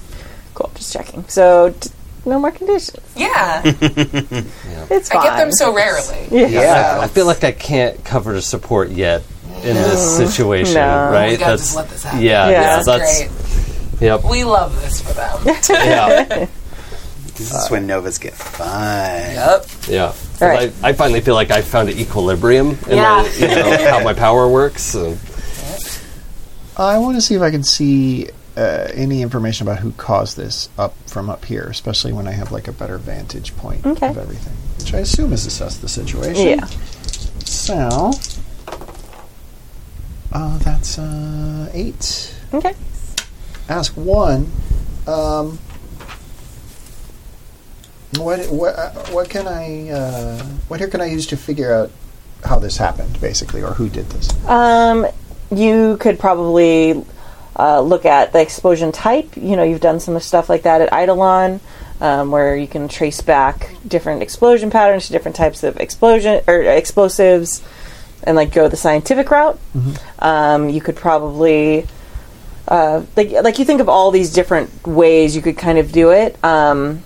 S2: cool. Just checking. So t- no more conditions.
S4: Yeah.
S2: It's fine.
S4: I get them so rarely.
S3: Yeah. I feel like I can't cover the support yet in this situation,
S2: No.
S3: right?
S4: We gotta just let this happen.
S3: yeah, yeah,
S2: Yeah. That's
S3: that's
S4: great.
S3: yep.
S4: We love this for them.
S3: Yeah.
S6: This is when Novas get fun.
S4: yep.
S3: Yeah. 'Cause
S2: All right.
S3: I, I finally feel like I found an equilibrium in
S2: Yeah.
S3: my, you know, how my power works. And
S5: I want to see if I can see uh, any information about who caused this up from up here, especially when I have like a better vantage point
S2: Okay.
S5: of everything, which I assume is assess the situation.
S2: Yeah.
S5: So, uh, that's uh, eight.
S2: Okay.
S5: Ask one. Um, what what uh, what can I uh, what here can I use to figure out how this happened, basically, or who did this?
S2: Um, you could probably uh, look at the explosion type. You know, you've done some stuff like that at Eidolon, um, where you can trace back different explosion patterns to different types of explosion or explosives, and like go the scientific route. Um, you could probably uh, like like you think of all these different ways you could kind of do it. Um,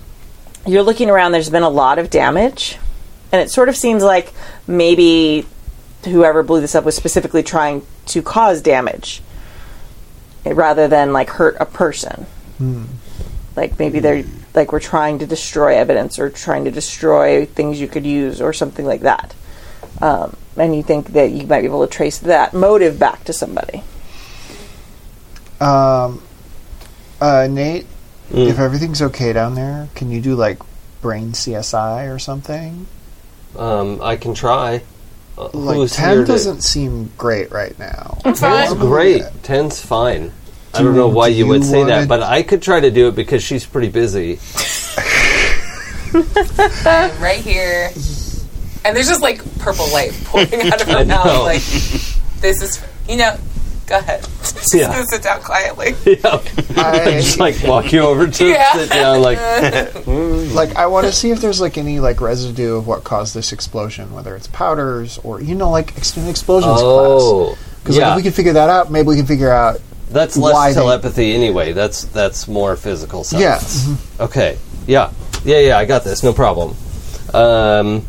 S2: you're looking around. There's been a lot of damage, and it sort of seems like maybe whoever blew this up was specifically trying to cause damage eh, rather than like hurt a person. Like maybe they're like we're trying to destroy evidence or trying to destroy things you could use or something like that. Um, and you think that you might be able to trace that motive back to somebody.
S5: Um, uh, Nate,
S3: Hmm.
S5: if everything's okay down there, can you do like brain CSI or something?
S3: um, I can try. Uh,
S5: Like
S3: who's
S5: ten
S3: here to-
S5: doesn't seem great right now.
S3: Ten's great. Ten's fine. I don't know why
S5: do
S3: you would
S5: you
S3: say that,
S5: wanna-
S3: but I could try to do it because she's pretty busy.
S4: Right here. And there's just like purple light pouring out of
S3: I
S4: her
S3: know.
S4: mouth. Like, this is, you know, go ahead. She's
S3: Yeah.
S4: gonna sit down quietly.
S3: Yeah.
S5: I-
S3: just like walk you over to
S4: Yeah.
S3: sit down, like
S5: like I want to see if there's like any like residue of what caused this explosion, whether it's powders or you know like extended explosions class.
S3: oh,
S5: Because
S3: yeah.
S5: like, if we can figure that out, maybe we can figure out.
S3: that's
S5: why
S3: less
S5: they-
S3: telepathy anyway. That's that's more physical sense.
S5: Yeah.
S3: Okay. Yeah. Yeah. Yeah. I got this. No problem. Um,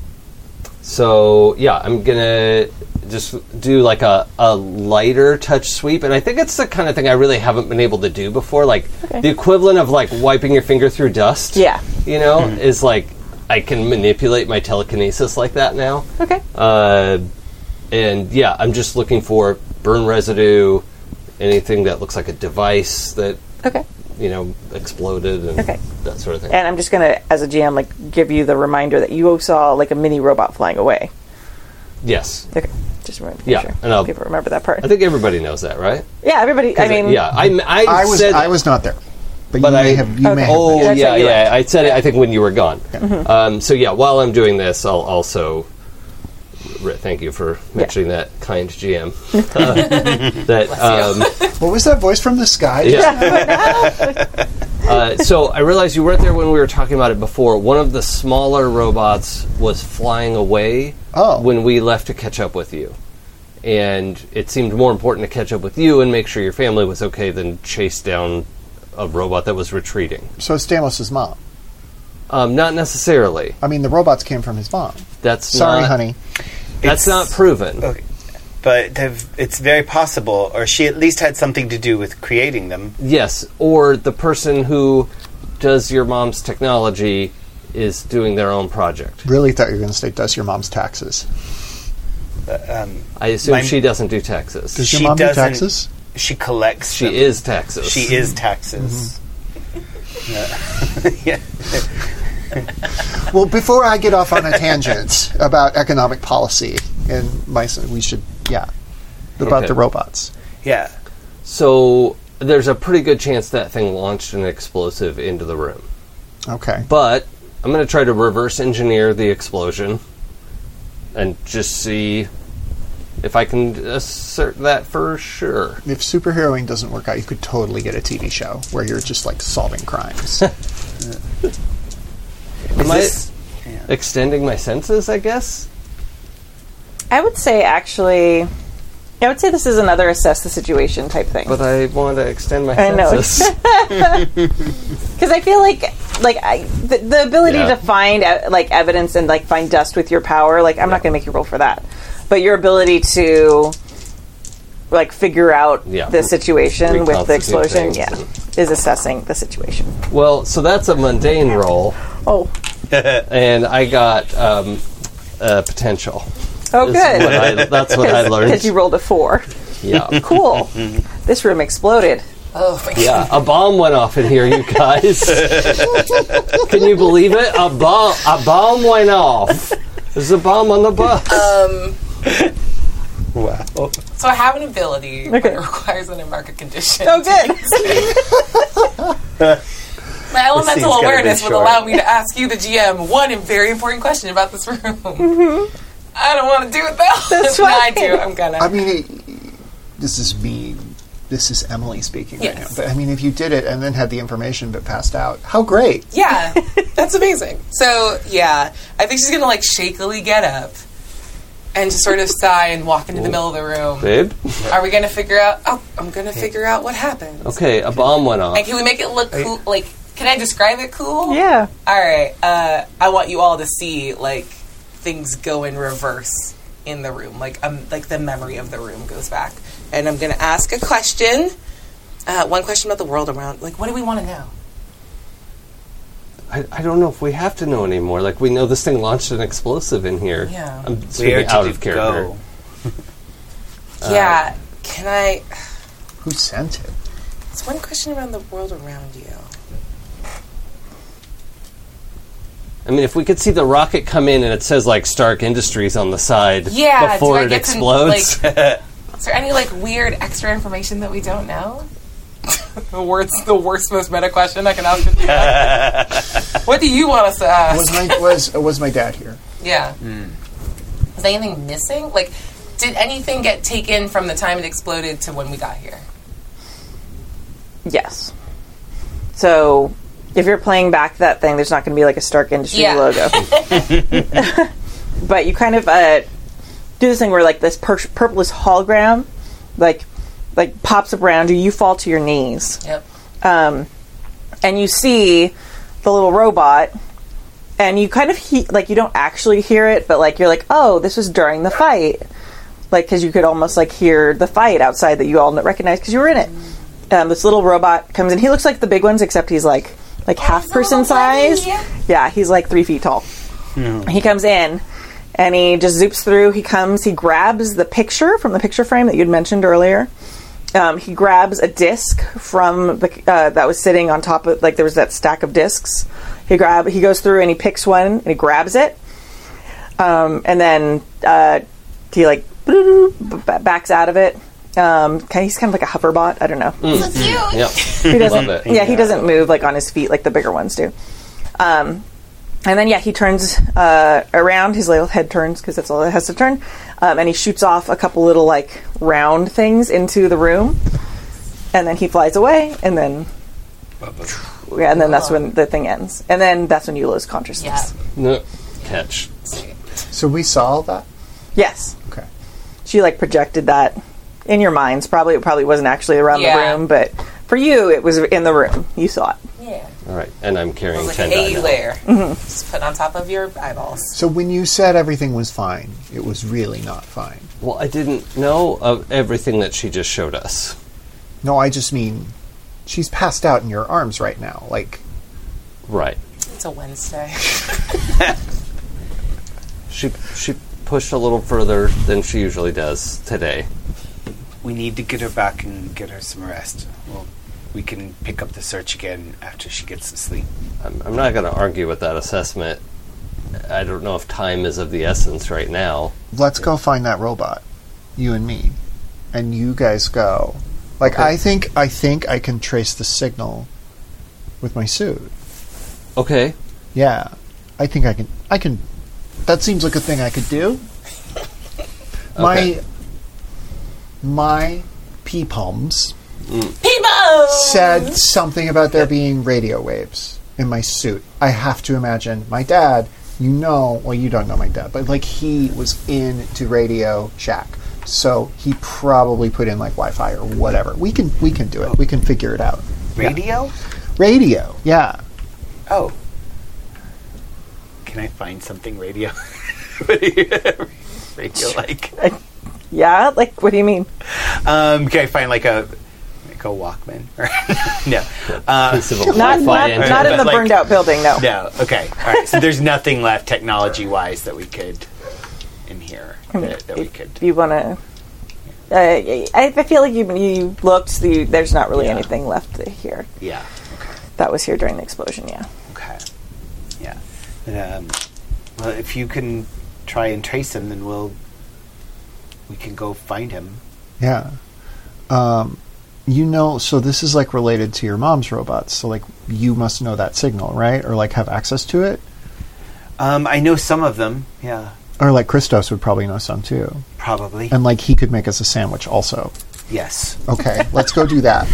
S3: so yeah, I'm gonna just do like a, a lighter touch sweep, and I think it's the kind of thing I really haven't been able to do before. Like the equivalent of like wiping your finger through dust.
S2: Yeah.
S3: You know,
S5: Mm-hmm.
S3: is like I can manipulate my telekinesis like that now.
S2: Okay.
S3: Uh, and yeah, I'm just looking for burn residue, anything that looks like a device that
S2: Okay.
S3: you know exploded and
S2: Okay.
S3: that sort of thing.
S2: And I'm just gonna, as a GM, like give you the reminder that you saw like a mini robot flying away.
S3: yes,
S2: Okay. Just remember.
S3: Yeah,
S2: Sure.
S3: and I'll-
S2: people remember that part.
S3: I think everybody knows that, right?
S2: yeah. Everybody. I mean.
S3: yeah, I I,
S5: I was
S3: said
S5: I was not there, but,
S3: But
S5: you
S3: I-
S5: may have you may
S2: Okay.
S5: have
S3: Oh
S2: That's
S3: yeah,
S2: right, you're
S3: yeah. I said it. I think when you were gone.
S5: Mm-hmm.
S3: Um, so yeah, while I'm doing this, I'll also. re- Thank you for mentioning that, kind GM. Uh, that um,
S5: What was that voice from the sky?
S3: Yeah. uh, so I realized you weren't there when we were talking about it before. One of the smaller robots was flying away
S5: Oh.
S3: when we left to catch up with you. And it seemed more important to catch up with you and make sure your family was okay than chase down a robot that was retreating.
S5: So it's Stamos' mom.
S3: Um, not necessarily.
S5: I mean, the robots came from his mom.
S3: That's
S5: Sorry,
S3: not,
S5: honey.
S3: That's
S6: It's- uh,
S3: not proven.
S6: Okay. But they've- it's very possible, or she at least had something to do with creating them.
S3: Yes, or the person who does your mom's technology is doing their own project.
S5: Really thought you were going to say, "Does your mom's taxes?"
S6: Um,
S3: I assume
S6: My-
S3: she doesn't do taxes.
S5: Does your
S6: She
S5: mom do
S6: doesn't-
S5: taxes?
S6: she collects.
S3: she
S6: them.
S3: is taxes.
S6: She is taxes.
S4: Mm-hmm.
S6: Yeah.
S5: Well, before I get off on a tangent about economic policy and my son, we should, yeah, about
S3: Okay.
S5: the robots.
S6: yeah.
S3: So there's a pretty good chance that thing launched an explosive into the room.
S5: Okay.
S3: But I'm going to try to reverse engineer the explosion and just see if I can assert that for sure.
S5: If superheroing doesn't work out, you could totally get a TV show where you're just like solving crimes.
S3: Am I
S6: this-
S3: extending my senses, I guess?
S2: I would say actually, I would say this is another assess the situation type thing.
S3: But I want to extend my
S2: I know.
S3: senses.
S2: because I feel like like I, the, the ability
S3: Yeah.
S2: to find uh, like evidence and like find dust with your power like I'm not going to make you roll for that, but your ability to like figure out
S3: Yeah.
S2: the situation with the
S3: Reconstitute
S2: explosion
S3: things
S2: yeah
S3: and-
S2: is assessing the situation.
S3: well, so that's a mundane roll,
S2: Oh,
S3: and I got um, uh, potential.
S2: oh,
S3: is
S2: good.
S3: what I- that's what I
S2: Because
S3: learned.
S2: you rolled a four.
S3: yeah.
S2: Cool. this room exploded.
S4: Oh my
S3: Yeah, a bomb went off in here, you guys. Can you believe it? A bomb, a bomb went off. There's a bomb on the bus.
S6: Wow.
S4: god! So I have an ability
S2: Okay.
S4: that requires an market condition.
S2: Oh, good.
S4: My
S6: scene's
S4: elemental
S6: gotta be
S4: awareness would
S6: short.
S4: allow me to ask you, the GM, one very important question about this room. I don't want to do it though.
S2: That's
S4: no, I
S2: fine.
S4: do. I'm gonna.
S5: I mean, it, this is me. This is Emily speaking right now.
S4: Yes.
S5: But I mean, if you did it and then had the information but passed out, how great!
S4: yeah, that's amazing. So yeah, I think she's gonna like shakily get up and just sort of sigh and walk into the middle of the room.
S3: Babe?
S4: Are we gonna figure out? Oh, I'm gonna figure out what happened.
S3: Okay, a bomb went off.
S4: And can we make it look cool? Like, can I describe it cool?
S2: yeah.
S4: All right. Uh, I want you all to see like things go in reverse in the room. Like um, like the memory of the room goes back, and I'm gonna ask a question. Uh, one question about the world around. Like, what do we want to know?
S3: I, I don't know if we have to know anymore. Like, we know this thing launched an explosive in here.
S4: Yeah.
S3: I'm speaking out of character.
S6: Go?
S4: yeah. Can I?
S5: Who sent it?
S4: It's one question around the world around you.
S3: I mean, if we could see the rocket come in and it says, like, Stark Industries on the side
S4: Yeah. do
S3: before
S4: I
S3: it
S4: get to,
S3: explodes.
S4: like, is there any like weird extra information that we don't know? the worst, the worst, most meta question I can ask. If you like. what do you want us to ask?
S5: Was my was was my dad here?
S4: Yeah. Is anything missing? Like, did anything get taken from the time it exploded to when we got here?
S2: Yes. So if you're playing back that thing, there's not going to be like a Stark Industries
S4: Yeah.
S2: logo. but you kind of uh, do this thing where like this pur- purplish hologram, like like pops up around you. You fall to your knees
S4: Yep.
S2: um, and you see the little robot, and you kind of he- like you don't actually hear it, but like you're like, oh, this was during the fight, like because you could almost like hear the fight outside that you all recognize because you were in it. Um, this little robot comes in. He looks like the big ones, except he's like like half person size. Yeah, he's like three feet tall. He comes in. And he just zoops through. He comes. He grabs the picture from the picture frame that you'd mentioned earlier, um, he grabs a disc from the uh, that was sitting on top of like there was that stack of discs. He grab he goes through and he picks one and he grabs it, um, and then uh, he like b- backs out of it. Um, kind- he's kind of like a hoverbot. I don't know.
S3: yep.
S2: He doesn't.
S3: Love it.
S2: Yeah, he doesn't move like on his feet like the bigger ones do. Um, and then yeah, he turns uh, around. His little head turns because that's all it has to turn. Um, and he shoots off a couple little like round things into the room, and then he flies away. And then yeah, and then that's when the thing ends. And then that's when you lose
S4: Yeah.
S2: consciousness.
S3: No. Catch.
S5: So we saw that.
S2: Yes,
S5: Okay.
S2: she like projected that in your minds. Probably it probably wasn't actually around
S4: Yeah.
S2: the room, but for you it was in the room. You saw it.
S4: Yeah.
S3: All right, and I'm
S4: It
S3: carrying
S4: was like
S3: 10
S4: a
S3: die now.
S4: layer. Just put on top of your eyeballs.
S5: So when you said everything was fine, it was really not fine.
S3: Well, I didn't know of everything that she just showed us.
S5: No, I just mean she's passed out in your arms right now. Like
S3: Right.
S4: It's a Wednesday.
S3: She she pushed a little further than she usually does today.
S8: We need to get her back and get her some rest. Well, we can pick up the search again after she gets to sleep.
S3: I'm, I'm not going to argue with that assessment. I don't know if time is of the essence right now.
S5: Let's go find that robot, you and me, and you guys go. Like
S3: Okay.
S5: I think I think I can trace the signal with my suit.
S3: Okay,
S5: Yeah, I think I can. I can. That seems like a thing I could do.
S3: Okay.
S5: My my pee pumps
S4: People!
S5: said something about there being radio waves in my suit. I have to imagine my dad. You know, well, you don't know my dad, but like he was into Radio Shack, so he probably put in like Wi-Fi or whatever. We can we can do it. We can figure it out.
S8: Radio?
S5: Radio, yeah.
S8: Oh. Can I find something radio? radio like.
S2: Yeah, like what do you mean?
S8: Um, can I find like a like a Walkman? no. Uh,
S3: piece of a
S2: Not
S3: Wi-Fi
S2: not,
S3: antenna.
S2: not in the
S8: But, like-
S2: burned out building. No.
S8: no. Okay. All right. So there's nothing left technology wise that we could in here that, that we could.
S2: You want to. Uh, I, I feel like you you looked. The, there's not really
S8: Yeah.
S2: anything left here.
S8: Yeah. Okay.
S2: That was here during the explosion. Yeah.
S8: Okay. Yeah. Um, well, if you can try and trace him, then we'll we can go find him.
S5: Yeah. Um, you know, so this is like related to your mom's robots. So like you must know that signal, right? Or like have access to it.
S8: Um, I know some of them. Yeah.
S5: Or like Christos would probably know some too.
S8: Probably.
S5: And like he could make us a sandwich also.
S8: yes.
S5: Okay, let's go do that.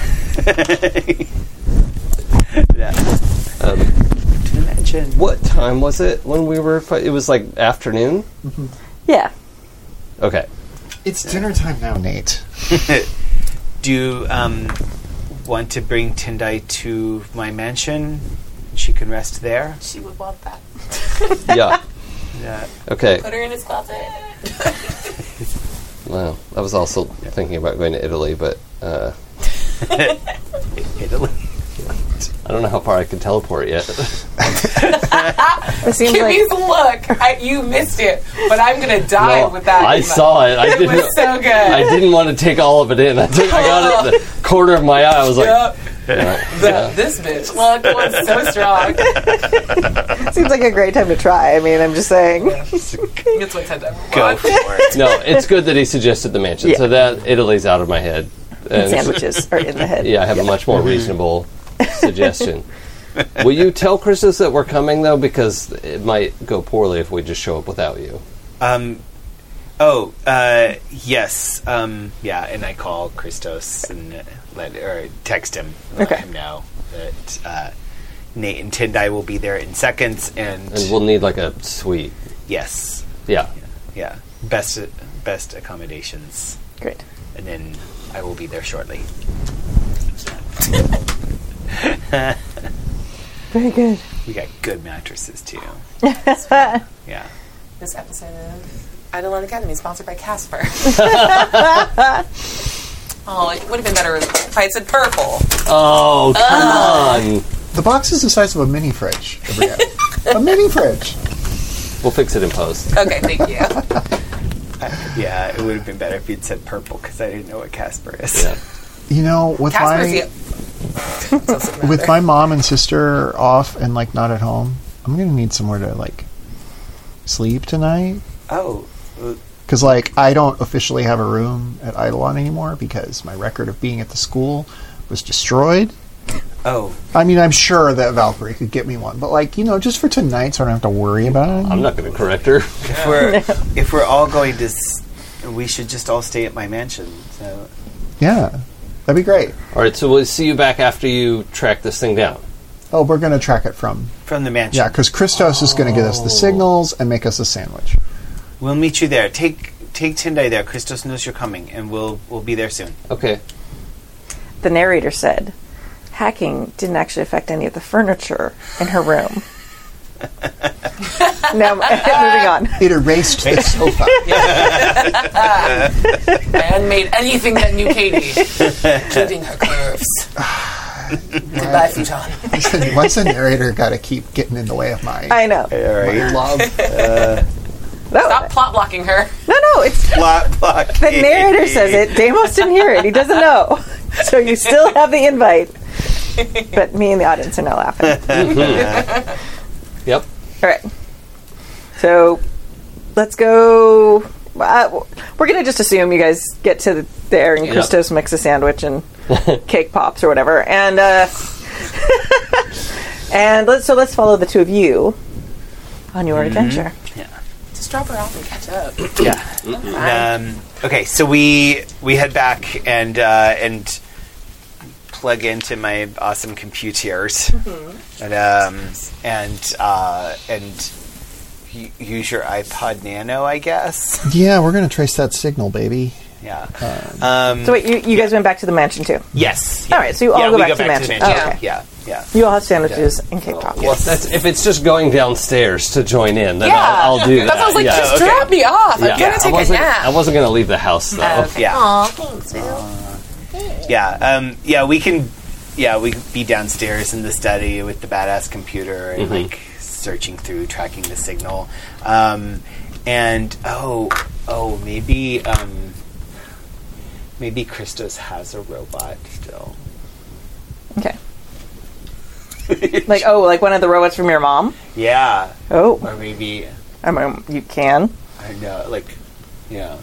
S8: Dimension.
S3: What time was it when we were? Fi- it was like afternoon.
S2: Yeah.
S3: Okay,
S5: It's dinner time now, Nate.
S8: Do you um, want to bring Tendai to my mansion? She can rest there.
S4: She would want that.
S3: yeah,
S8: Yeah.
S3: okay.
S4: Put her in his closet.
S3: Well, I was also thinking about going to Italy, but uh,
S8: Italy.
S3: I don't know how far I can teleport yet.
S2: It seems like
S4: Kimmy's look. I, you missed it, but I'm gonna die
S3: Well,
S4: with that.
S3: I
S4: in my-
S3: saw it. I
S4: It
S3: didn't.
S4: was so good.
S3: I didn't want to take all of it in. I, took, I got it in the corner of my eye. I was like,
S4: Yup.
S3: yeah.
S4: The- This bitch look was so strong.
S2: it seems like a great time to try. I mean, I'm just saying.
S4: It's what Ted
S8: Go for it.
S3: no, it's good that he suggested the mansion. So that Italy's out of my head. And-
S2: Sandwiches are in the head.
S3: Yeah, I have a much more reasonable suggestion. Will you tell Chris's that we're coming though, because it might go poorly if we just show up without you.
S8: Um, oh, uh, yes. Um, yeah, and I call Christos and let or text him, let
S2: Okay.
S8: him know that uh, Nate and Tendai will be there in seconds. And,
S3: And we'll need like a suite.
S8: yes,
S3: Yeah.
S8: yeah, best best accommodations,
S2: Great.
S8: and then I will be there shortly.
S2: Very good.
S8: We got good mattresses too. yeah.
S4: This episode of Eidolon Academy is sponsored by Casper. oh, it would have been better if I had said purple.
S3: Oh come on.
S5: The box is the size of a mini fridge. Gabrielle. a mini fridge.
S3: We'll fix it in post.
S4: Okay, thank you.
S8: Yeah, it would have been better if you'd said purple because I didn't know what Casper is.
S3: Yeah.
S5: You know, with
S4: Casper's
S5: my
S4: the. Doesn't matter.
S5: with my mom and sister off and like not at home, I'm gonna need somewhere to like sleep tonight.
S8: Oh,
S5: Because like I don't officially have a room at Eidolon anymore because my record of being at the school was destroyed.
S8: oh,
S5: I mean, I'm sure that Valkyrie could get me one, but like you know, just for tonight, so I don't have to worry about it.
S3: I'm not gonna correct her.
S8: if we're if we're all going to, s- we should just all stay at my mansion. So
S5: Yeah, that'd be great.
S3: Alright, so we'll see you back after you track this thing down.
S5: Oh, we're gonna track it from
S8: from the mansion,
S5: yeah, because Christos is gonna get us
S8: Oh.
S5: the signals and make us a sandwich.
S8: we'll meet you there. Take take Tendai there. Christos knows you're coming, and we'll we'll be there soon.
S3: Okay.
S2: The narrator said, "Hacking didn't actually affect any of the furniture in her room." now moving on.
S5: It erased the sofa.
S4: Man made anything that knew Katie, including her curves.
S7: Goodbye, futon.
S5: Why's the narrator got to keep getting in the way of my,
S2: I know.
S8: All
S5: my
S8: right.
S5: love?
S7: Stop plot blocking her.
S2: No, no, it's
S8: Plot block.
S2: the narrator says it. Damos didn't hear it. He doesn't know. So you still have the invite. But me and the audience are not laughing.
S3: Yep.
S2: All right. So let's go. Uh, we're going to just assume you guys get to there and
S3: Yep.
S2: Christos makes a sandwich and cake pops or whatever. And uh, and let's so let's follow the two of you on your adventure.
S7: Just drop her off and catch up.
S8: Yeah.
S7: Fine.
S8: Um, okay, so we we head back and uh, and plug into my awesome computers and um, and uh, and y- use your iPod Nano, I guess.
S5: Yeah, we're gonna trace that signal, baby. Uh,
S8: yeah.
S2: So wait, you, you guys went back to the mansion too.
S8: yes.
S2: All right, so you all
S8: yeah,
S2: go
S8: we
S2: back, to the mansion. Oh, okay.
S8: Yeah. Yeah.
S2: You all have sandwiches and cake pops.
S3: Well, that's, if it's just going downstairs to join in, then
S7: Yeah.
S3: I'll, I'll do that.
S7: That's why I was like,
S3: yeah.
S7: just
S8: okay.
S7: drop me off. I'm
S3: Yeah.
S7: gonna
S3: I
S7: take a
S3: wasn't,
S7: nap. Oh,
S3: I wasn't going to leave the house though.
S8: Yeah.
S7: Aw, thanks, Will.
S8: Yeah, um, yeah, we can, yeah, we could be downstairs in the study with the badass computer
S2: Mm-hmm.
S8: and like searching through, tracking the signal, um, and oh, oh, maybe, um, maybe Christos has a robot still.
S2: Okay. like oh, like one of the robots from your mom.
S8: Yeah,
S2: Oh,
S8: or maybe
S2: I mean, you can.
S8: I don't know, like, yeah,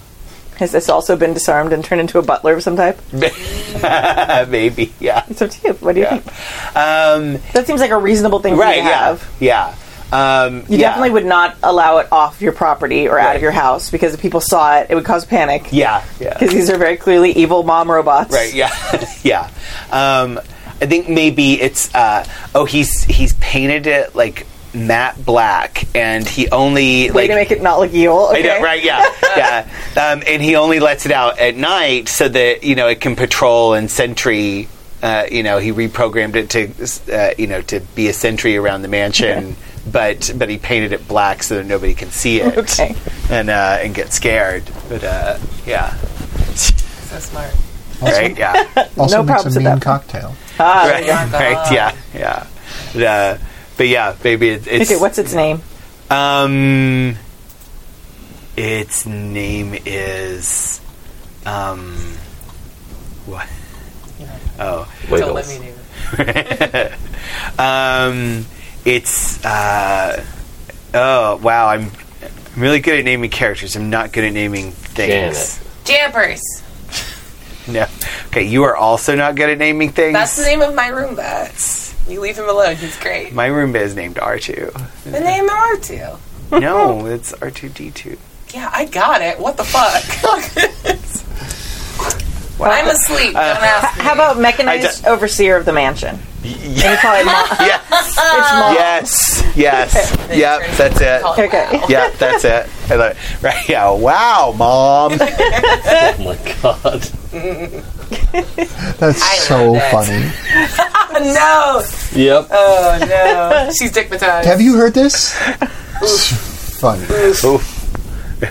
S2: Has this also been disarmed and turned into a butler of some type?
S8: maybe, yeah,
S2: It's up to you. What do you think?
S8: um,
S2: That seems like a reasonable thing for
S8: right,
S2: you to
S8: yeah,
S2: have.
S8: yeah. Um,
S2: You
S8: yeah.
S2: definitely would not allow it off your property or out of your house because if people saw it, it would cause panic. Because
S8: Yeah, yeah.
S2: these are very clearly evil mom robots.
S8: Right. Yeah. yeah. Um, I think maybe it's uh, oh he's he's painted it like matte black and he only
S2: Way
S8: like
S2: to make it not look evil.
S8: I
S2: Okay.
S8: know, right yeah yeah um, and he only lets it out at night so that you know it can patrol and sentry uh, you know he reprogrammed it to uh, you know to be a sentry around the mansion but but he painted it black so that nobody can see it
S2: Okay.
S8: and uh, and get scared but uh, yeah
S7: So smart.
S8: right yeah.
S5: Also
S2: No
S5: makes
S2: props
S5: a
S2: at
S5: mean
S2: that.
S5: cocktail.
S2: Ah,
S8: right, right, yeah, yeah. The- but yeah, maybe it, it's
S2: Okay, what's its name?
S8: um, its name is um, what? Oh,
S7: Don't let me do it.
S8: um, it's uh, oh wow, I'm I'm really good at naming characters. I'm not good at naming things.
S7: Jampers.
S8: No, okay, you are also not good at naming things.
S7: That's the name of my Roomba. You leave him alone. He's great.
S8: My Roomba is named R two.
S7: The name R two.
S8: no, it's R two D two.
S7: Yeah, I got it. What the fuck? I'm asleep. Don't ask me.
S2: How about mechanized
S8: I
S2: overseer of the mansion?
S8: Yeah.
S2: You call it mom.
S8: yes.
S2: It's mom.
S8: Yes. Yes. Yep. That's it.
S2: Okay.
S8: Yep. That's it. I love it. Right. Yeah. Wow, mom.
S3: Oh my god.
S5: That's
S7: I
S5: so
S7: love it.
S5: funny.
S7: No.
S3: Yep.
S7: Oh no. She's stigmatized.
S5: Have you heard this? funny.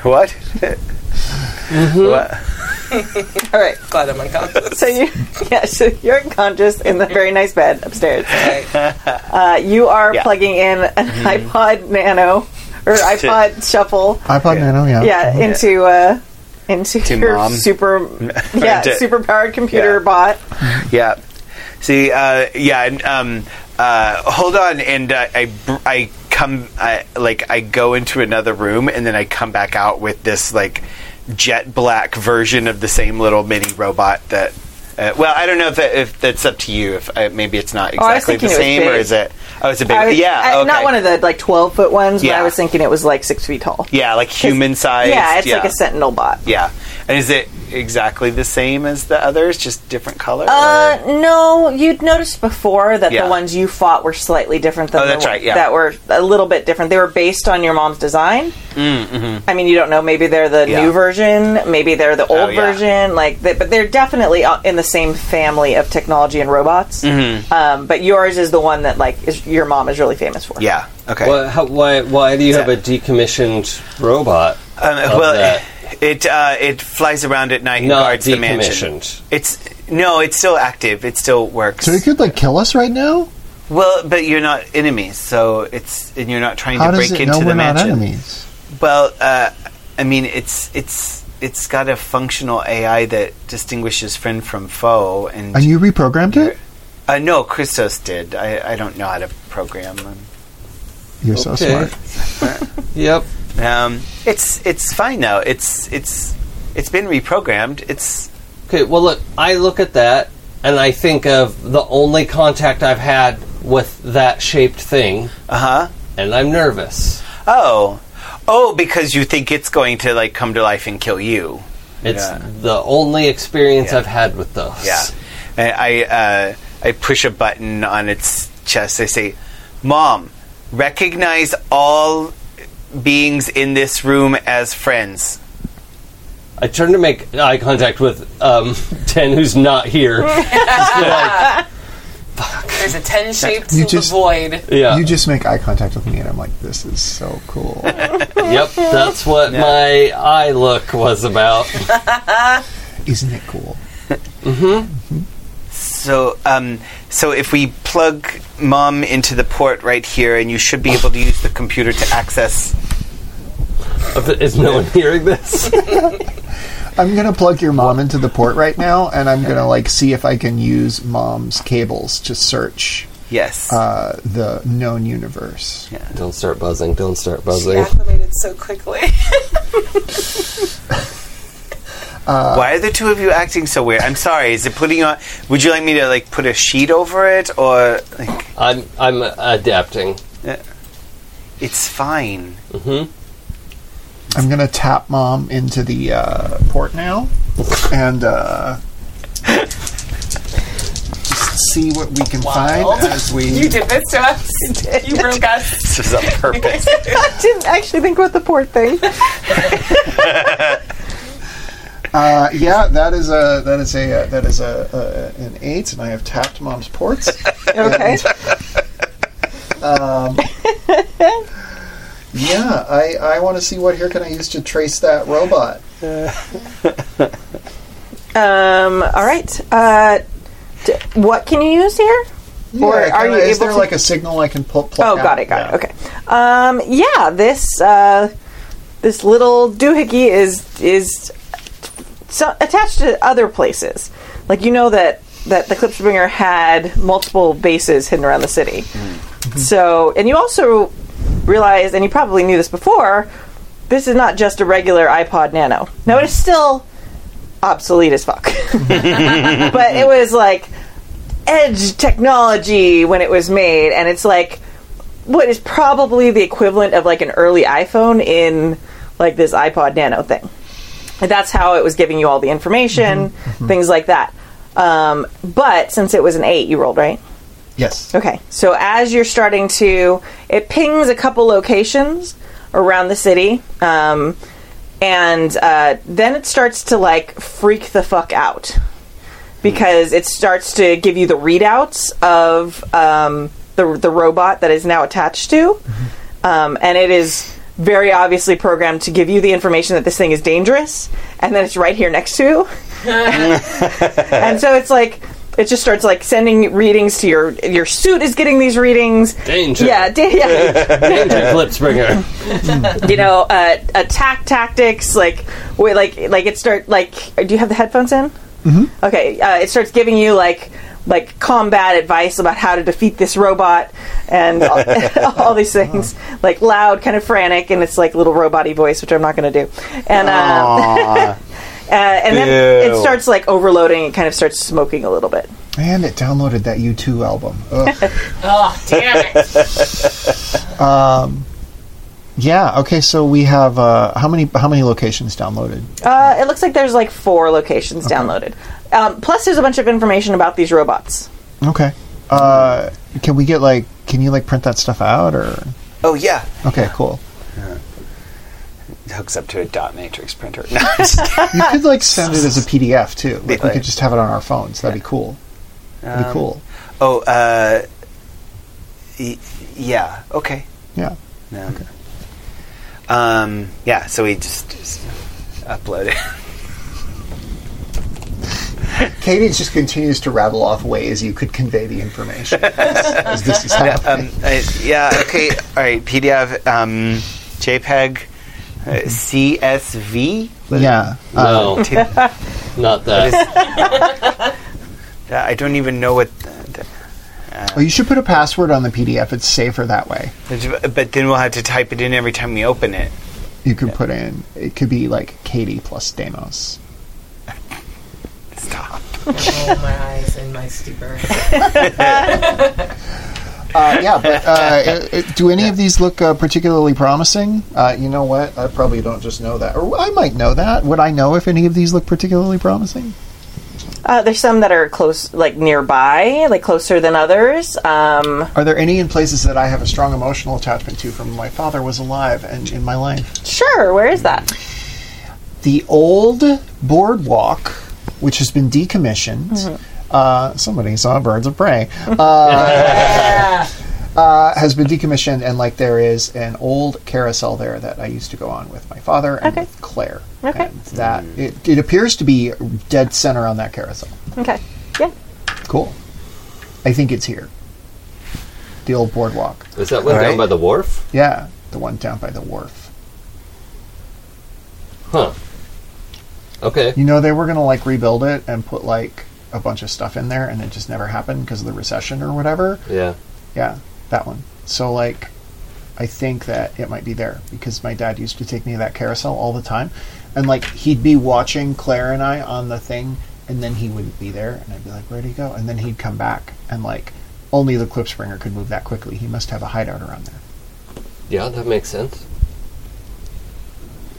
S8: what? What?
S2: All right.
S7: Glad I'm unconscious.
S2: So you, yeah, so you're unconscious in the very nice bed upstairs.
S7: Okay.
S2: Uh, you are
S8: Yeah. Mm-hmm.
S2: plugging in an iPod Nano or iPod Shuffle.
S5: iPod Nano, yeah.
S2: yeah, into uh, into
S8: To
S2: your
S8: mom.
S2: super yeah
S8: To-
S2: super powered computer
S8: yeah.
S2: bot.
S8: Yeah. See. Uh, yeah. And, um, uh, hold on. And uh, I. br- I come. I, like I go into another room and then I come back out with this like jet black version of the same little mini robot that. Uh, well, I don't know if, that, if that's up to you. If uh, maybe it's not
S2: Oh, I was
S8: exactly
S2: thinking it
S8: the
S2: was
S8: same, or
S2: big.
S8: is it? Oh, it's a big.
S2: I was-
S8: yeah,
S2: I-
S8: okay.
S2: not one of the like twelve foot ones, but
S8: Yeah.
S2: I was thinking it was like six feet tall.
S8: Yeah, like human size.
S2: yeah, it's like a Sentinel bot.
S8: Yeah, and is it exactly the same as the others, just different color?
S2: Uh,
S8: or-
S2: no, you'd noticed before that
S8: Yeah.
S2: the ones you fought were slightly different than
S8: Oh, that's
S2: the,
S8: right, yeah.
S2: that were a little bit different. They were based on your mom's design. I mean, you don't know. Maybe they're the
S8: Mm-hmm. Yeah. Oh,
S2: new version. Maybe they're the old
S8: yeah.
S2: version. Like, they, but they're definitely uh, in the same family of technology and robots.
S8: Mm-hmm.
S2: Um, but yours is the one that like is, your mom is really famous for.
S8: yeah. Okay.
S3: Why, how, why, why do you have a decommissioned robot?
S8: Um,
S3: of
S8: well,
S3: that?
S8: it uh, it flies around at night and
S3: Not
S8: guards the mansion.
S3: decommissioned.
S8: It's No, it's still active. It still works.
S5: So he could like kill us right now.
S8: Well, but you're not enemies, so it's and you're not trying
S5: How
S8: to
S5: does
S8: break
S5: it
S8: into
S5: know
S8: the
S5: we're not
S8: mansion.
S5: enemies?
S8: Well, uh, I mean, it's it's it's got a functional AI that distinguishes friend from foe, and
S5: And you reprogrammed it?
S8: uh, no, Christos did. I, I don't know how to program. them.
S5: You're so
S3: Okay.
S5: smart.
S3: Yep.
S8: Um, it's it's fine now. It's it's it's been reprogrammed. It's
S3: Okay, well, look, I look at that and I think of the only contact I've had with that shaped thing,
S8: uh huh.
S3: and I'm nervous.
S8: Oh, oh, because you think it's going to like come to life and kill you.
S3: It's
S8: Yeah.
S3: the only experience
S8: Yeah.
S3: I've had with those.
S8: Yeah. And I uh, I push a button on its chest. I say, "Mom, recognize all beings in this room as friends."
S3: I turn to make eye contact with um, Ten, who's not here. Just be like,
S4: There's a ten shaped
S5: You just-
S4: void.
S3: yeah.
S5: You just make eye contact with me, and I'm like, this is so cool.
S3: yep. That's what my eye look was about.
S5: Isn't it cool?
S8: So, um, so if we plug Mom into the port right here, and you should be able to use the computer to access.
S3: Is no one hearing this?
S5: I'm gonna plug your mom into the port right now, and I'm gonna like see if I can use mom's cables to search
S8: Yes.
S5: uh, the known universe.
S3: don't start buzzing. Don't start buzzing.
S4: She acclimated so quickly.
S8: Why are the two of you acting so weird? I'm sorry. Is it putting on? Would you like me to like put a sheet over it, or like
S3: I'm I'm adapting.
S8: it's fine?
S5: I'm gonna tap mom into the uh, port now, and uh, just see what we can find as
S4: you
S5: we.
S4: did this to us. You broke us.
S8: This is on purpose.
S2: I didn't actually think about the port thing.
S5: Uh, yeah, that is a that is a uh, that is a uh, an eight, and I have tapped mom's ports.
S2: Okay.
S5: Yeah, I, I want to see what here can I use to trace that robot.
S2: Um, all right. Uh, d- what can you use here? Or
S5: Yeah,
S2: are
S5: kinda-
S2: you
S5: is
S2: able
S5: there
S2: to-
S5: like a signal I can pull?
S2: Oh, got it, got it. Okay. Um, yeah, this uh, this little doohickey is is so attached to other places. Like you know that that the Clipsbringer had multiple bases hidden around the city. So, and you also realize, and you probably knew this before, this is not just a regular iPod Nano. Now it is still obsolete as fuck, but it was like edge technology when it was made, and it's like what is probably the equivalent of like an early iPhone in like this iPod Nano thing. And that's how it was giving you all the information, things like that. Um, but since it was an eight, you rolled right.
S5: Yes.
S2: Okay, so as you're starting to, it pings a couple locations around the city, um, and uh, then it starts to like freak the fuck out because it starts to give you the readouts of um, the the robot that is now attached to, um, and it is very obviously programmed to give you the information that this thing is dangerous, and then it's right here next to you and so it's like it just starts like sending readings to your your suit is getting these readings.
S3: Danger.
S2: Yeah, da- yeah.
S3: Danger, Clipsbringer.
S2: you know, uh, attack tactics like wait, like like it start like do you have the headphones in? Mm-hmm. Okay, uh, it starts giving you like like combat advice about how to defeat this robot and all, all these things like loud kind of frantic and it's like little robot voice which i'm not going to do and um, uh, and then it
S8: Ew.
S2: starts like overloading it kind of starts smoking a little bit
S5: And it downloaded that U2 album. Ugh.
S4: Oh, damn it.
S5: Um, yeah. Okay. So we have uh, how many how many locations downloaded?
S2: Uh, it looks like there's like four locations downloaded. Um, plus, there's a bunch of information about these robots.
S5: Okay. Uh, can we get like can you like print that stuff out or?
S8: oh yeah.
S5: Okay. Cool.
S8: It hooks up to a dot matrix printer. No, I'm just kidding.
S2: Ah.
S5: You could like send it as a PDF too. Like we
S8: Like-
S5: could just have it on our phones. That'd be cool. That'd be
S8: Um,
S5: cool.
S8: oh, uh, y- yeah. Okay.
S5: Yeah.
S8: No. Um, yeah. So we just, just upload it.
S5: Cadence just continues to rattle off ways you could convey the information. As this is happening.
S6: Um, uh, yeah, okay. All right, PDF, um, JPEG, uh,
S8: Mm-hmm.
S6: CSV.
S5: yeah. Uh,
S3: No, not that.
S6: Uh, I don't even know what. The,
S5: Well, you should put a password on the PDF. It's safer that way.
S6: the- but then we'll have to type it in every time we open it.
S5: You could put in, it could be like Katie plus Demos.
S6: Stop.
S4: Oh, my eyes and my stupor.
S5: Uh, yeah, but uh, uh, do any of these look uh, particularly promising? Uh, you know what? I probably don't just know that. Or I might know that. Would I know if any of these look particularly promising?
S2: Uh, there's some that are close, like nearby, like closer than others. Um,
S5: Are there any in places that I have a strong emotional attachment to from when my father was alive and in my life?
S2: sure, where is that?
S5: the old boardwalk, which has been decommissioned.
S2: Mm-hmm.
S5: Uh, somebody saw Birds of Prey. Uh, uh, has been decommissioned, and like there is an old carousel there that I used to go on with my father and
S2: Okay.
S5: with Claire.
S2: Okay.
S5: And that it, it appears to be dead center on that carousel.
S2: Okay, yeah,
S5: Cool. I think it's here. The old boardwalk.
S3: Is that one down
S6: Alright.
S3: by the wharf?
S5: Yeah, the one down by the wharf.
S3: Huh. Okay.
S5: You know, they were going to like rebuild it and put like a bunch of stuff in there, and it just never happened because of the recession or whatever.
S3: Yeah.
S5: Yeah, that one. So, like, I think that it might be there because my dad used to take me to that carousel all the time. And like, he'd be watching Claire and I on the thing, and then he wouldn't be there. And I'd be like, where'd he go? And then he'd come back, and like, only the Clipspringer could move that quickly. He must have a hideout around there.
S3: Yeah, that makes sense.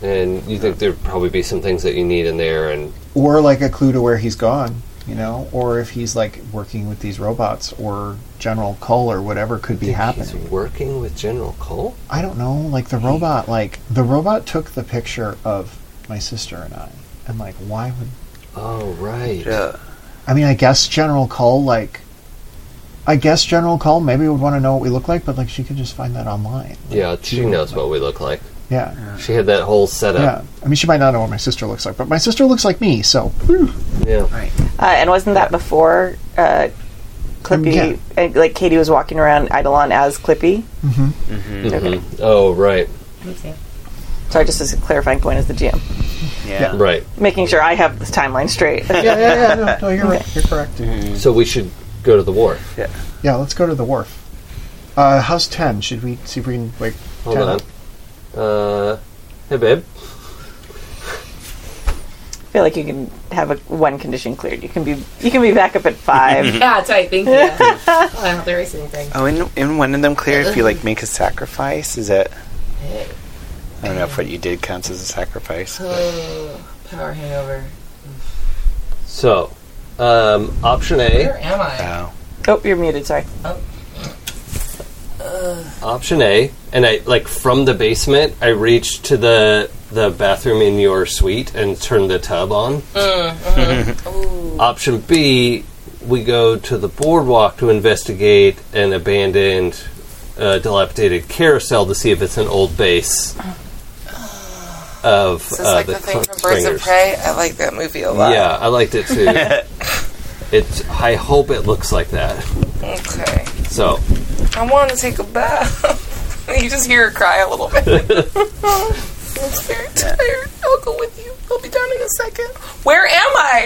S3: And you think there'd probably be some things that you need in there, and
S5: or like a clue to where he's gone, you know, or if he's like working with these robots or General Cull or whatever could be
S3: he's
S5: happening.
S3: working with General Cole.
S5: I don't know, like the robot, like the robot took the picture of my sister and I, and like why would
S3: Oh right.
S6: Uh,
S5: I mean I guess General Cull like. I guess General Cull maybe would want to know what we look like, but like she could just find that online.
S3: Yeah, she knows what we look like.
S5: Yeah,
S3: She had that whole
S5: yeah.
S3: setup.
S5: I mean, she might not know what my sister looks like, but my sister looks like me, so
S3: Yeah.
S2: uh, and wasn't that before uh, Clippy? uh, Like Katie was walking around Eidolon as Clippy. Okay.
S3: Oh right,
S2: So I just as a clarifying point as the GM,
S6: yeah.
S3: right.
S2: making sure I have the timeline straight.
S5: yeah, yeah, yeah. No, no you're right. You're correct.
S3: So we should go to the wharf.
S5: Yeah, let's go to the wharf. Uh, house 10. Should we see if we can wake
S3: Hold
S5: 10
S3: on.
S5: up?
S3: Uh, hey babe.
S2: I feel like you can have a one condition cleared. You can be you can be back up at five.
S4: Yeah, tight. Thank you. I don't have to erase anything.
S6: Oh, and, and one of them clear if you like make a sacrifice. Is that? I don't know if what you did counts as a sacrifice.
S4: Oh, power hangover.
S3: So, um, option
S4: Where
S3: A.
S4: am I?
S6: Oh.
S2: oh, you're muted. Sorry.
S3: Option A, and I like from the basement. I reach to the the bathroom in your suite and turn the tub on.
S4: Mm, mm-hmm.
S3: Option B, we go to the boardwalk to investigate an abandoned, uh, dilapidated carousel to see if it's an old base of
S4: This is
S3: uh,
S4: like
S3: the,
S4: the,
S3: Cl-
S4: thing from Birds
S3: Springers.
S4: of Prey. I like that movie a lot.
S3: Yeah, I liked it too. it's. I hope it looks like that.
S4: Okay.
S3: So
S4: I want to take a bath. you just hear her cry a little bit. I'm very tired. I'll go with you. I'll be down in a second. Where am I?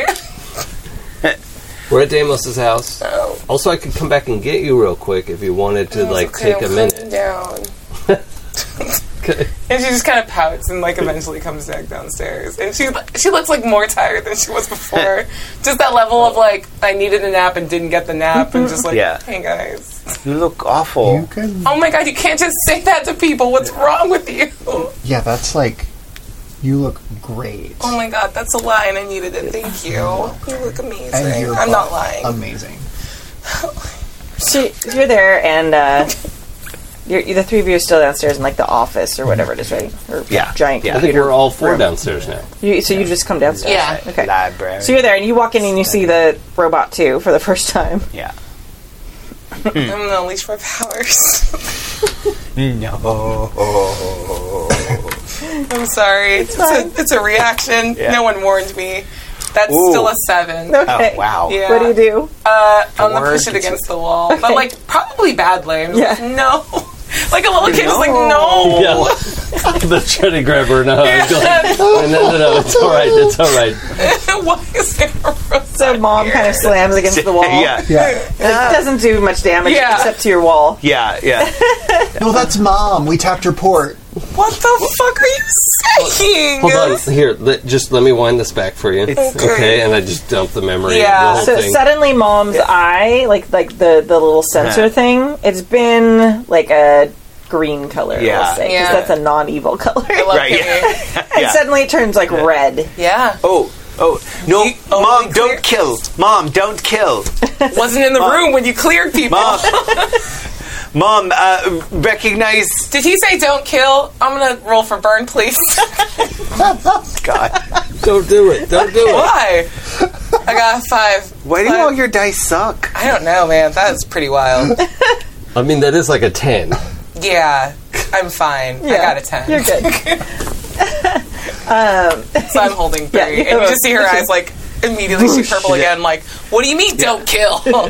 S3: we're at Damos's house.
S4: Oh,
S3: Also, I could come back and get you real quick if you wanted to,
S4: it's
S3: like,
S4: okay.
S3: take a
S4: I'm
S3: minute.
S4: coming down. And she just kind of pouts and like eventually comes back downstairs. And she she looks like more tired than she was before. just that level of like I needed a nap and didn't get the nap and just like
S6: Yeah.
S4: hey guys.
S6: You look awful.
S5: You can.
S4: Oh my god, you can't just say that to people. What's wrong with you? Oh
S5: Yeah, that's like. You look great.
S4: my god, that's a lie and I needed it. Thank you. You look
S5: and
S4: amazing.
S5: you're
S4: I'm not
S5: buff.
S4: lying.
S5: Amazing.
S2: So you're there, and uh, you're, the three of you are still downstairs in like the office or whatever it is, right? Or
S6: Yeah.
S2: giant
S6: Yeah.
S3: I think
S2: computer.
S3: we're all four downstairs now.
S2: You, so you just come downstairs.
S4: Yeah.
S2: Okay.
S6: Library.
S2: So you're there, and you walk in, and you see the robot too for the first time.
S6: yeah.
S4: I'm gonna unleash my powers.
S6: No.
S4: I'm sorry. It's, a, it's a reaction.
S6: Yeah.
S4: No one warned me. That's
S6: Ooh.
S4: still a seven.
S2: Okay.
S6: Oh, wow.
S4: Yeah.
S2: What do you do?
S4: Uh, I'm gonna
S6: Word
S4: push it
S6: gets
S4: against the wall, but like probably badly. I'm just
S2: Yeah.
S4: like, no, like a little kid was like,
S2: Oh.
S4: no.
S3: Yeah. the trying to grab her now.
S4: Yeah.
S3: No, no, no. It's all right. It's all right.
S4: Why is there a rose
S2: So mom kind of slams against the wall.
S6: yeah,
S5: Yeah.
S2: It doesn't do much damage
S4: Yeah.
S2: except to your wall.
S6: yeah, yeah.
S5: No, that's mom. We tapped her port.
S4: What the fuck are you saying?
S3: Hold on. Here, let, just let me wind this back for you. okay, and I just dump the memory.
S4: Yeah.
S3: Of the
S2: So
S3: whole thing.
S2: suddenly, mom's eye, like like the the little sensor thing, it's been like a green color.
S6: Yeah.
S2: Let's say, 'cause
S4: Yeah.
S2: that's a non-evil color.
S4: I love
S6: Right,
S4: right, yeah.
S2: and suddenly it turns like red.
S4: yeah.
S6: Oh, oh, no,
S4: You- oh,
S6: mom,
S4: we clear-
S6: don't kill. Mom, don't kill.
S4: Wasn't in the room when you cleared people.
S6: Mom, mom, uh, recognize.
S4: Did he say don't kill? I'm gonna roll for burn, please.
S6: God,
S3: Don't do it. Don't do it.
S4: Why? I got a five.
S6: why do all your dice suck?
S4: I don't know, man. That's pretty wild.
S3: I mean, that is like a ten.
S4: Yeah, I'm fine. I got a 10
S2: You're good.
S4: so I'm holding three.
S2: Yeah, you
S4: and you
S2: have
S4: just see her eyes like immediately shoot purple again. Like, what do you mean? Don't kill.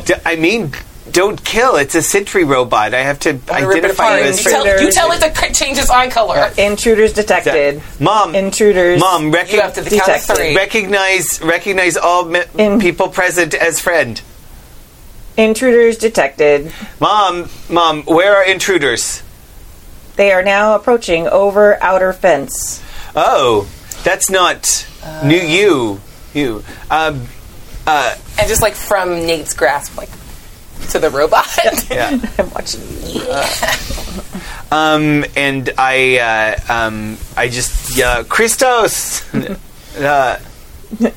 S6: D- I mean, don't kill. It's a sentry robot. I have to
S4: I rip it
S6: identify
S4: apart.
S6: you
S4: You
S6: as.
S2: Intruder.
S4: tell, you tell it to c- change its eye color.
S2: Intruders detected.
S6: Mom,
S2: Intruders.
S6: mom, rec-
S4: You have to the count of
S2: Detected.
S4: three.
S6: recognize recognize all me-
S2: In-
S6: people present as friend.
S2: Intruders detected.
S6: Mom, mom, where are intruders?
S2: They are now approaching over outer fence.
S6: Oh, that's not new. You, you. Um,
S4: And just like from Nate's grasp, like to the robot.
S6: yeah.
S2: I'm watching you.
S6: Um, and I, uh, um, I just, yeah, Christos. uh,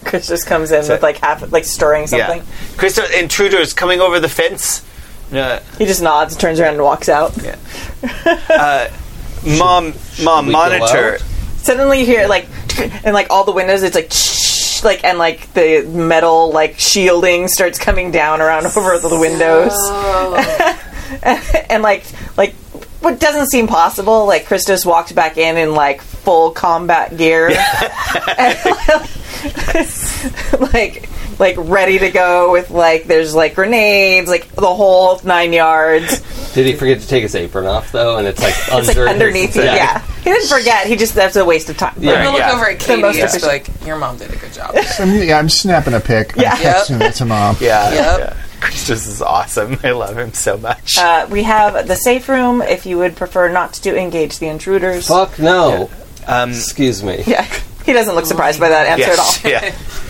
S2: Chris just comes in with like half, like stirring something.
S6: yeah, Christos. Intruders coming over the fence. Uh,
S2: He just nods, turns around, and walks out.
S6: yeah. Uh, mom, mom,
S3: we go
S6: monitor.
S3: out?
S2: Suddenly you hear like, and like all the windows, it's like, shh, like and like the metal like shielding starts coming down around over the windows, and like like what doesn't seem possible. Like Christos walks back in in like full combat gear, And, like like ready to go with like there's like grenades, like the whole nine yards.
S3: Did he forget to take his apron off though? And it's like
S2: It's like
S3: under his-
S2: underneath you, yeah. He didn't forget. He just that's a waste of time.
S3: Yeah.
S4: I'm gonna
S6: Yeah.
S4: look over at Katie
S2: most
S4: and just be
S2: efficient.
S4: like, "Your mom did a good job."
S5: I'm, yeah, I'm snapping a pic.
S2: Yeah.
S5: I'm texting it to mom.
S6: Yeah,
S4: Yep.
S6: yeah. Christos is awesome. I love him so much.
S2: Uh, we have the safe room if you would prefer not to engage the intruders.
S3: Fuck no.
S6: Um,
S3: Excuse me.
S2: Yeah. He doesn't look surprised by that answer
S6: yes,
S2: at
S6: yeah.
S2: all.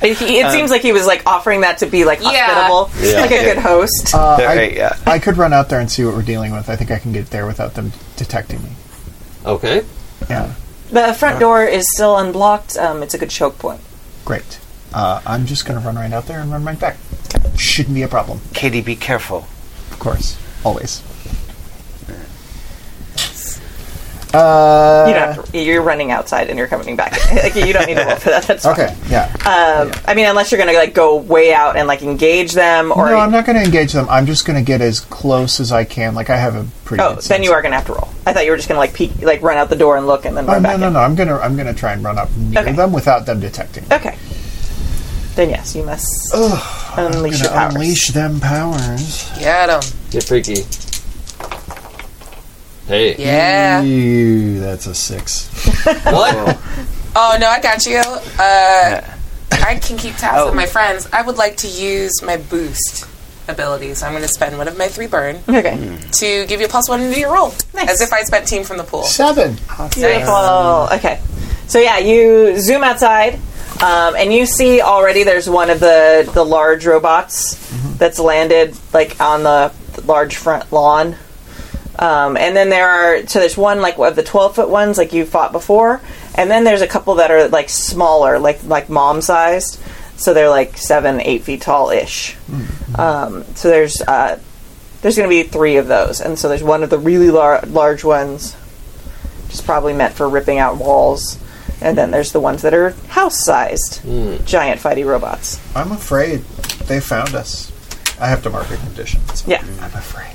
S2: He, it seems like he was like offering that to be like
S4: Yeah.
S2: hospitable,
S3: Yeah.
S2: like a good host.
S5: Uh, I,
S6: Right, yeah.
S5: I could run out there and see what we're dealing with. I think I can get there without them detecting me.
S3: Okay.
S5: Yeah.
S2: the
S5: uh.
S2: front door is still unblocked. Um, it's a good choke point.
S5: Great. Uh, I'm just going to run right out there and run right back. Shouldn't be a problem,
S6: Katie, be careful.
S5: of course. Always. Uh,
S2: you don't have to, you're running outside and you're coming back. like you don't need to roll for that. That's fine.
S5: Okay, yeah.
S2: Um, I mean, unless you're going to like go way out and like engage them, or
S5: no, I'm not going to engage them. I'm just going to get as close as I can. Like, I have a pretty.
S2: oh,
S5: good
S2: then
S5: sense.
S2: you are going to have to roll. I thought you were just going to like peek, like run out the door and look, and then
S5: Oh,
S2: run
S5: no,
S2: back
S5: no,
S2: in.
S5: no. I'm going to I'm gonna try and run up near
S2: Okay.
S5: them without them detecting. me.
S2: Okay. Then yes, you must unleash your
S5: Gonna
S2: powers.
S5: unleash them powers.
S4: Get
S6: Mm.
S4: him.
S3: Get freaky. Hey.
S4: Yeah.
S5: Ew, that's a six.
S3: What?
S4: Oh no, I got you. Uh, I can keep tabs with my friends. I would like to use my boost abilities. I'm going to spend one of my three burn
S2: Okay.
S4: to give you a plus one into your roll,
S2: Nice.
S4: as if I spent team from the pool.
S5: Seven.
S2: Beautiful. Okay. So yeah, you zoom outside, um, and you see already there's one of the the large robots that's landed like on the large front lawn. Um, and then there are so there's one like of the 12 foot ones like you fought before, and then there's a couple that are like smaller, like like mom sized. So they're like seven, eight feet tall ish. Um, so there's uh, there's going to be three of those, and so there's one of the really lar- large ones just probably meant for ripping out walls. And then there's the ones that are house sized giant fighty robots.
S5: I'm afraid they found us. I have to mark a condition. so
S2: Yeah.
S5: I'm afraid.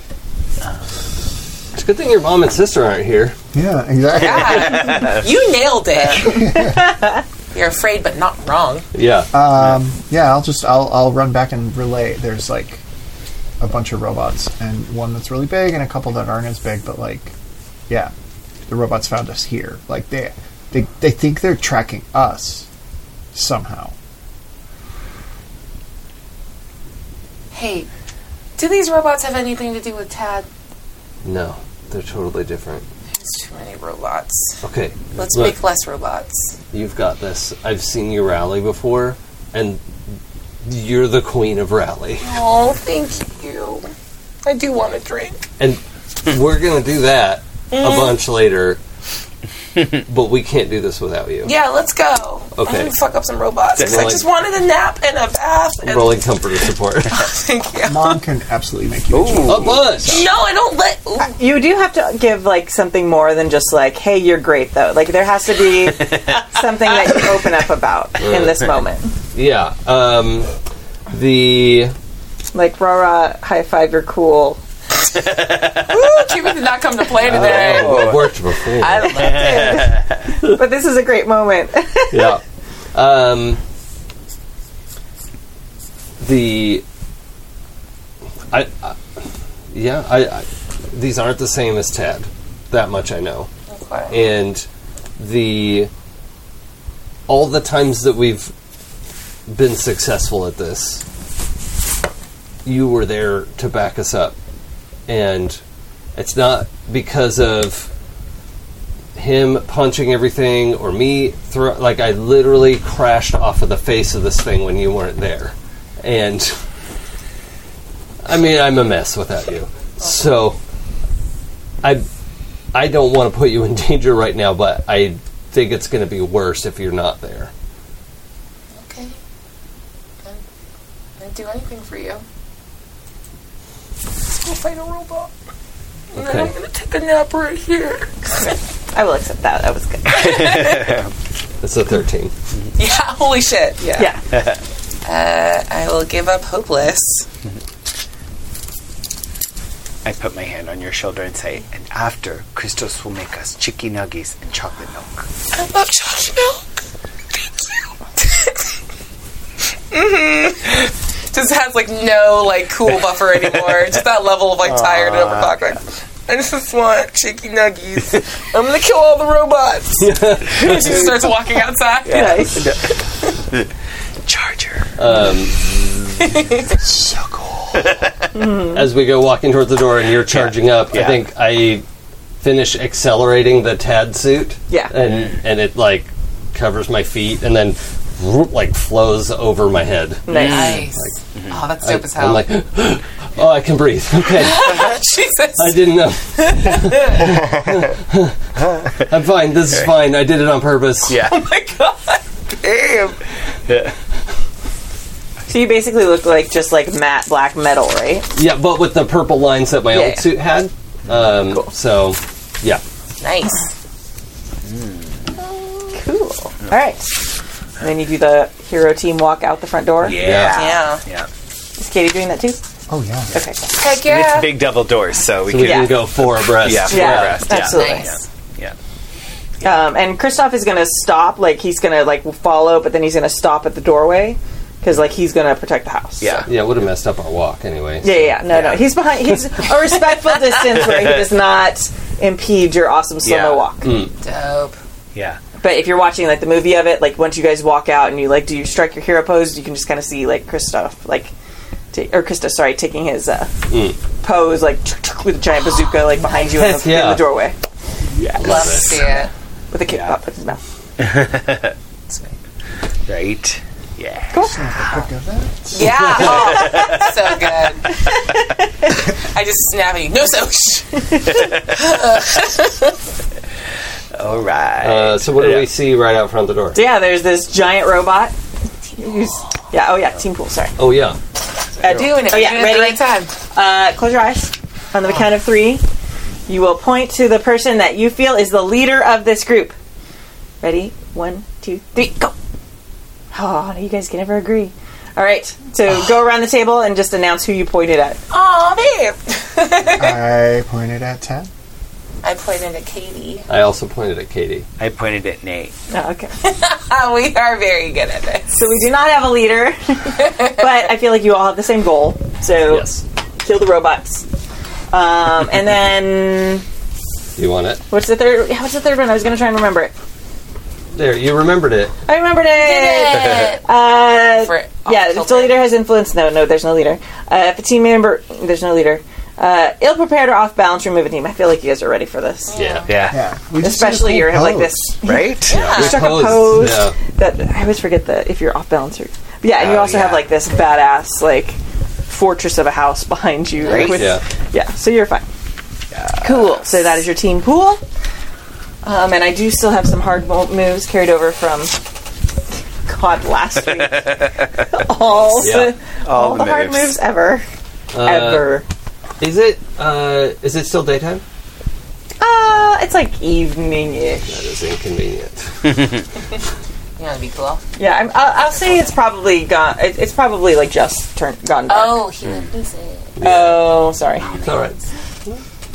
S3: it's a good thing your mom and sister aren't here.
S5: Yeah, exactly.
S4: You nailed it. You're afraid, but not wrong.
S3: Yeah.
S5: Um, yeah, I'll just I'll I'll run back and relay. There's like a bunch of robots and one that's really big and a couple that aren't as big, but like yeah, the robots found us here. Like they they they think they're tracking us somehow.
S4: Hey, do these robots have anything to do with Tad?
S3: no, they're totally different.
S4: There's too many robots.
S3: Okay.
S4: Let's
S3: look,
S4: make less robots.
S3: You've got this. I've seen you rally before, and you're the queen of rally.
S4: Oh, thank you. I do want a drink.
S3: And we're gonna do that a
S4: Mm.
S3: bunch later. but we can't do this without you.
S4: Yeah, let's go.
S3: Okay.
S4: I'm gonna fuck up some robots 'cause I
S3: Rolling.
S4: just wanted a nap and a bath. And
S3: Rolling comforter support.
S4: Thank you.
S5: Mom can absolutely make you. a drink.
S3: a bunch.
S4: No, I don't let. Ooh,
S2: You do have to give like something more than just like, "Hey, you're great," though. Like there has to be something that you open up about in this moment.
S3: Yeah. Um, the
S2: Like, rah rah, high five, you're cool.
S4: Cuban did not come to play today.
S3: oh, it worked before.
S4: I love it.
S2: But this is a great moment.
S3: yeah. Um, the I, I yeah I, I these aren't the same as Tad. That much I know.
S4: Okay.
S3: And the all the times that we've been successful at this, you were there to back us up, and it's not because of him punching everything or me throw like I literally crashed off of the face of this thing when you weren't there, and I mean I'm a mess without you. So I I don't want to put you in danger right now, but I think it's going to be worse if you're not there.
S4: Okay. I'd- I'd do anything for you. Let's go fight a robot. And then
S3: Okay.
S4: I'm gonna take a nap right here.
S2: I will accept that. That was good.
S3: It's a 13.
S4: Yeah, holy shit. Yeah.
S2: Yeah.
S4: Uh, I will give up hopeless.
S6: I put my hand on your shoulder and say, and after, Christos will make us chicken nuggies and chocolate milk.
S4: I love chocolate milk. Thank you. hmm Just has like no like cool buffer anymore. Just that level of like tired and overclocked. Like, I just want cheeky nuggies. I'm gonna kill all the robots. she starts walking outside.
S2: Nice.
S6: Charger. so cool.
S3: As we go walking towards the door and you're charging up, I
S6: Yeah.
S3: think I finish accelerating the tad suit.
S2: Yeah.
S3: And, and it like covers my feet and then whoop, like flows over my head.
S2: Nice.
S4: Nice. Oh, that's dope as hell.
S3: I'm like, oh, I can breathe. Okay.
S4: Jesus.
S3: I didn't know. I'm fine. This is fine. I did it on purpose.
S6: Yeah.
S4: Oh my god.
S6: Damn.
S2: So you basically look like just like matte black metal, right?
S3: Yeah, but with the purple lines that my
S2: Yeah,
S3: old
S2: yeah.
S3: suit had. Um, So, yeah.
S4: Nice.
S2: Cool. All right. And then you do the hero team walk out the front door.
S6: Yeah.
S4: Yeah.
S6: Yeah.
S2: Is Katie doing that too?
S5: Oh yeah.
S2: Okay.
S4: Heck
S6: And
S4: yeah.
S6: It's big double doors, so we
S3: So
S6: can.
S3: we can go four abreast.
S6: Yeah, four
S2: Yeah,
S6: abreast.
S2: absolutely.
S4: Nice.
S6: Yeah.
S2: Um, and Kristoff is gonna stop, like he's gonna like follow, but then he's gonna stop at the doorway because like he's gonna protect the house.
S6: Yeah.
S3: Yeah, would have messed up our walk anyway.
S2: Yeah, yeah, yeah. no, no. He's behind. He's a respectful distance where he does not impede your awesome slow
S6: Yeah.
S2: mo walk.
S4: Dope.
S6: Yeah.
S2: But if you're watching like the movie of it, like once you guys walk out and you like do you strike your hero pose, you can just kind of see like Kristoff like ta- or Krista, sorry, taking his uh, pose like with a giant bazooka like behind you in the, in
S3: Yeah.
S2: the doorway
S4: Love to see it.
S2: with a kick
S6: Yeah.
S2: up in his mouth.
S6: Right. Yeah.
S4: Yeah. Oh, so good. I just snap at you. No, so shh.
S6: All right.
S3: Uh, so what do
S6: Yeah.
S3: we see right out front the door?
S2: So yeah, there's this giant robot. Who's- yeah. Oh yeah. Team pool. Sorry.
S3: Oh yeah.
S2: Uh,
S4: Doing it.
S2: Oh yeah.
S4: Doing it at
S2: Ready.
S4: the right time.
S2: Uh, close your eyes. On the count of three, you will point to the person that you feel is the leader of this group. Ready? One, two, three, go. Oh, you guys can never agree. All right, so go around the table and just announce who you pointed at.
S4: Oh, babe.
S5: I pointed at ten.
S4: I pointed at Katie.
S3: I also pointed at Katie.
S6: I pointed at Nate.
S2: Oh, okay.
S4: Ah, we are very good at this.
S2: So we do not have a leader, but I feel like you all have the same goal. So
S3: Yes.
S2: kill the robots. Um, and then
S3: You want it?
S2: what's the third? yeah, What's the third one? I was gonna try and remember it.
S3: There, you remembered it.
S2: I remembered it. Uh,
S4: For all
S2: yeah, if the
S4: children.
S2: leader has influence, no, no, there's no leader. Uh, if a team member, there's no leader. Uh, ill-prepared or off-balance, remove a team. I feel like you guys are ready for this,
S3: Yeah.
S6: Yeah.
S5: Yeah, we just
S2: especially
S5: did
S2: you're
S5: a whole
S2: like this.
S5: pose, right?
S3: We
S2: Stuck a
S3: posed,
S2: pose.
S3: yeah.
S2: That I always forget that if you're off-balance or yeah, and you
S6: Oh,
S2: also have
S6: yeah.
S2: like this badass like fortress of a house behind you. Like, with,
S3: Yeah.
S2: yeah, so you're fine. Cool. So that is your team pool. Um, and I do still have some hard mo- moves carried over from God last week. all
S3: Yeah. Uh,
S2: the, all
S6: the
S2: the hard
S6: moves.
S2: moves ever, ever.
S3: Is it? Uh, is it still daytime?
S2: Uh, it's like evening ish.
S3: That is inconvenient.
S4: You want to be cool?
S2: Yeah, I'm, I'll, I'll say it's probably gone. It, it's probably like just turned gone dark.
S4: Oh, he
S6: Mm.
S4: wouldn't say it.
S2: Oh, sorry.
S3: It's all right.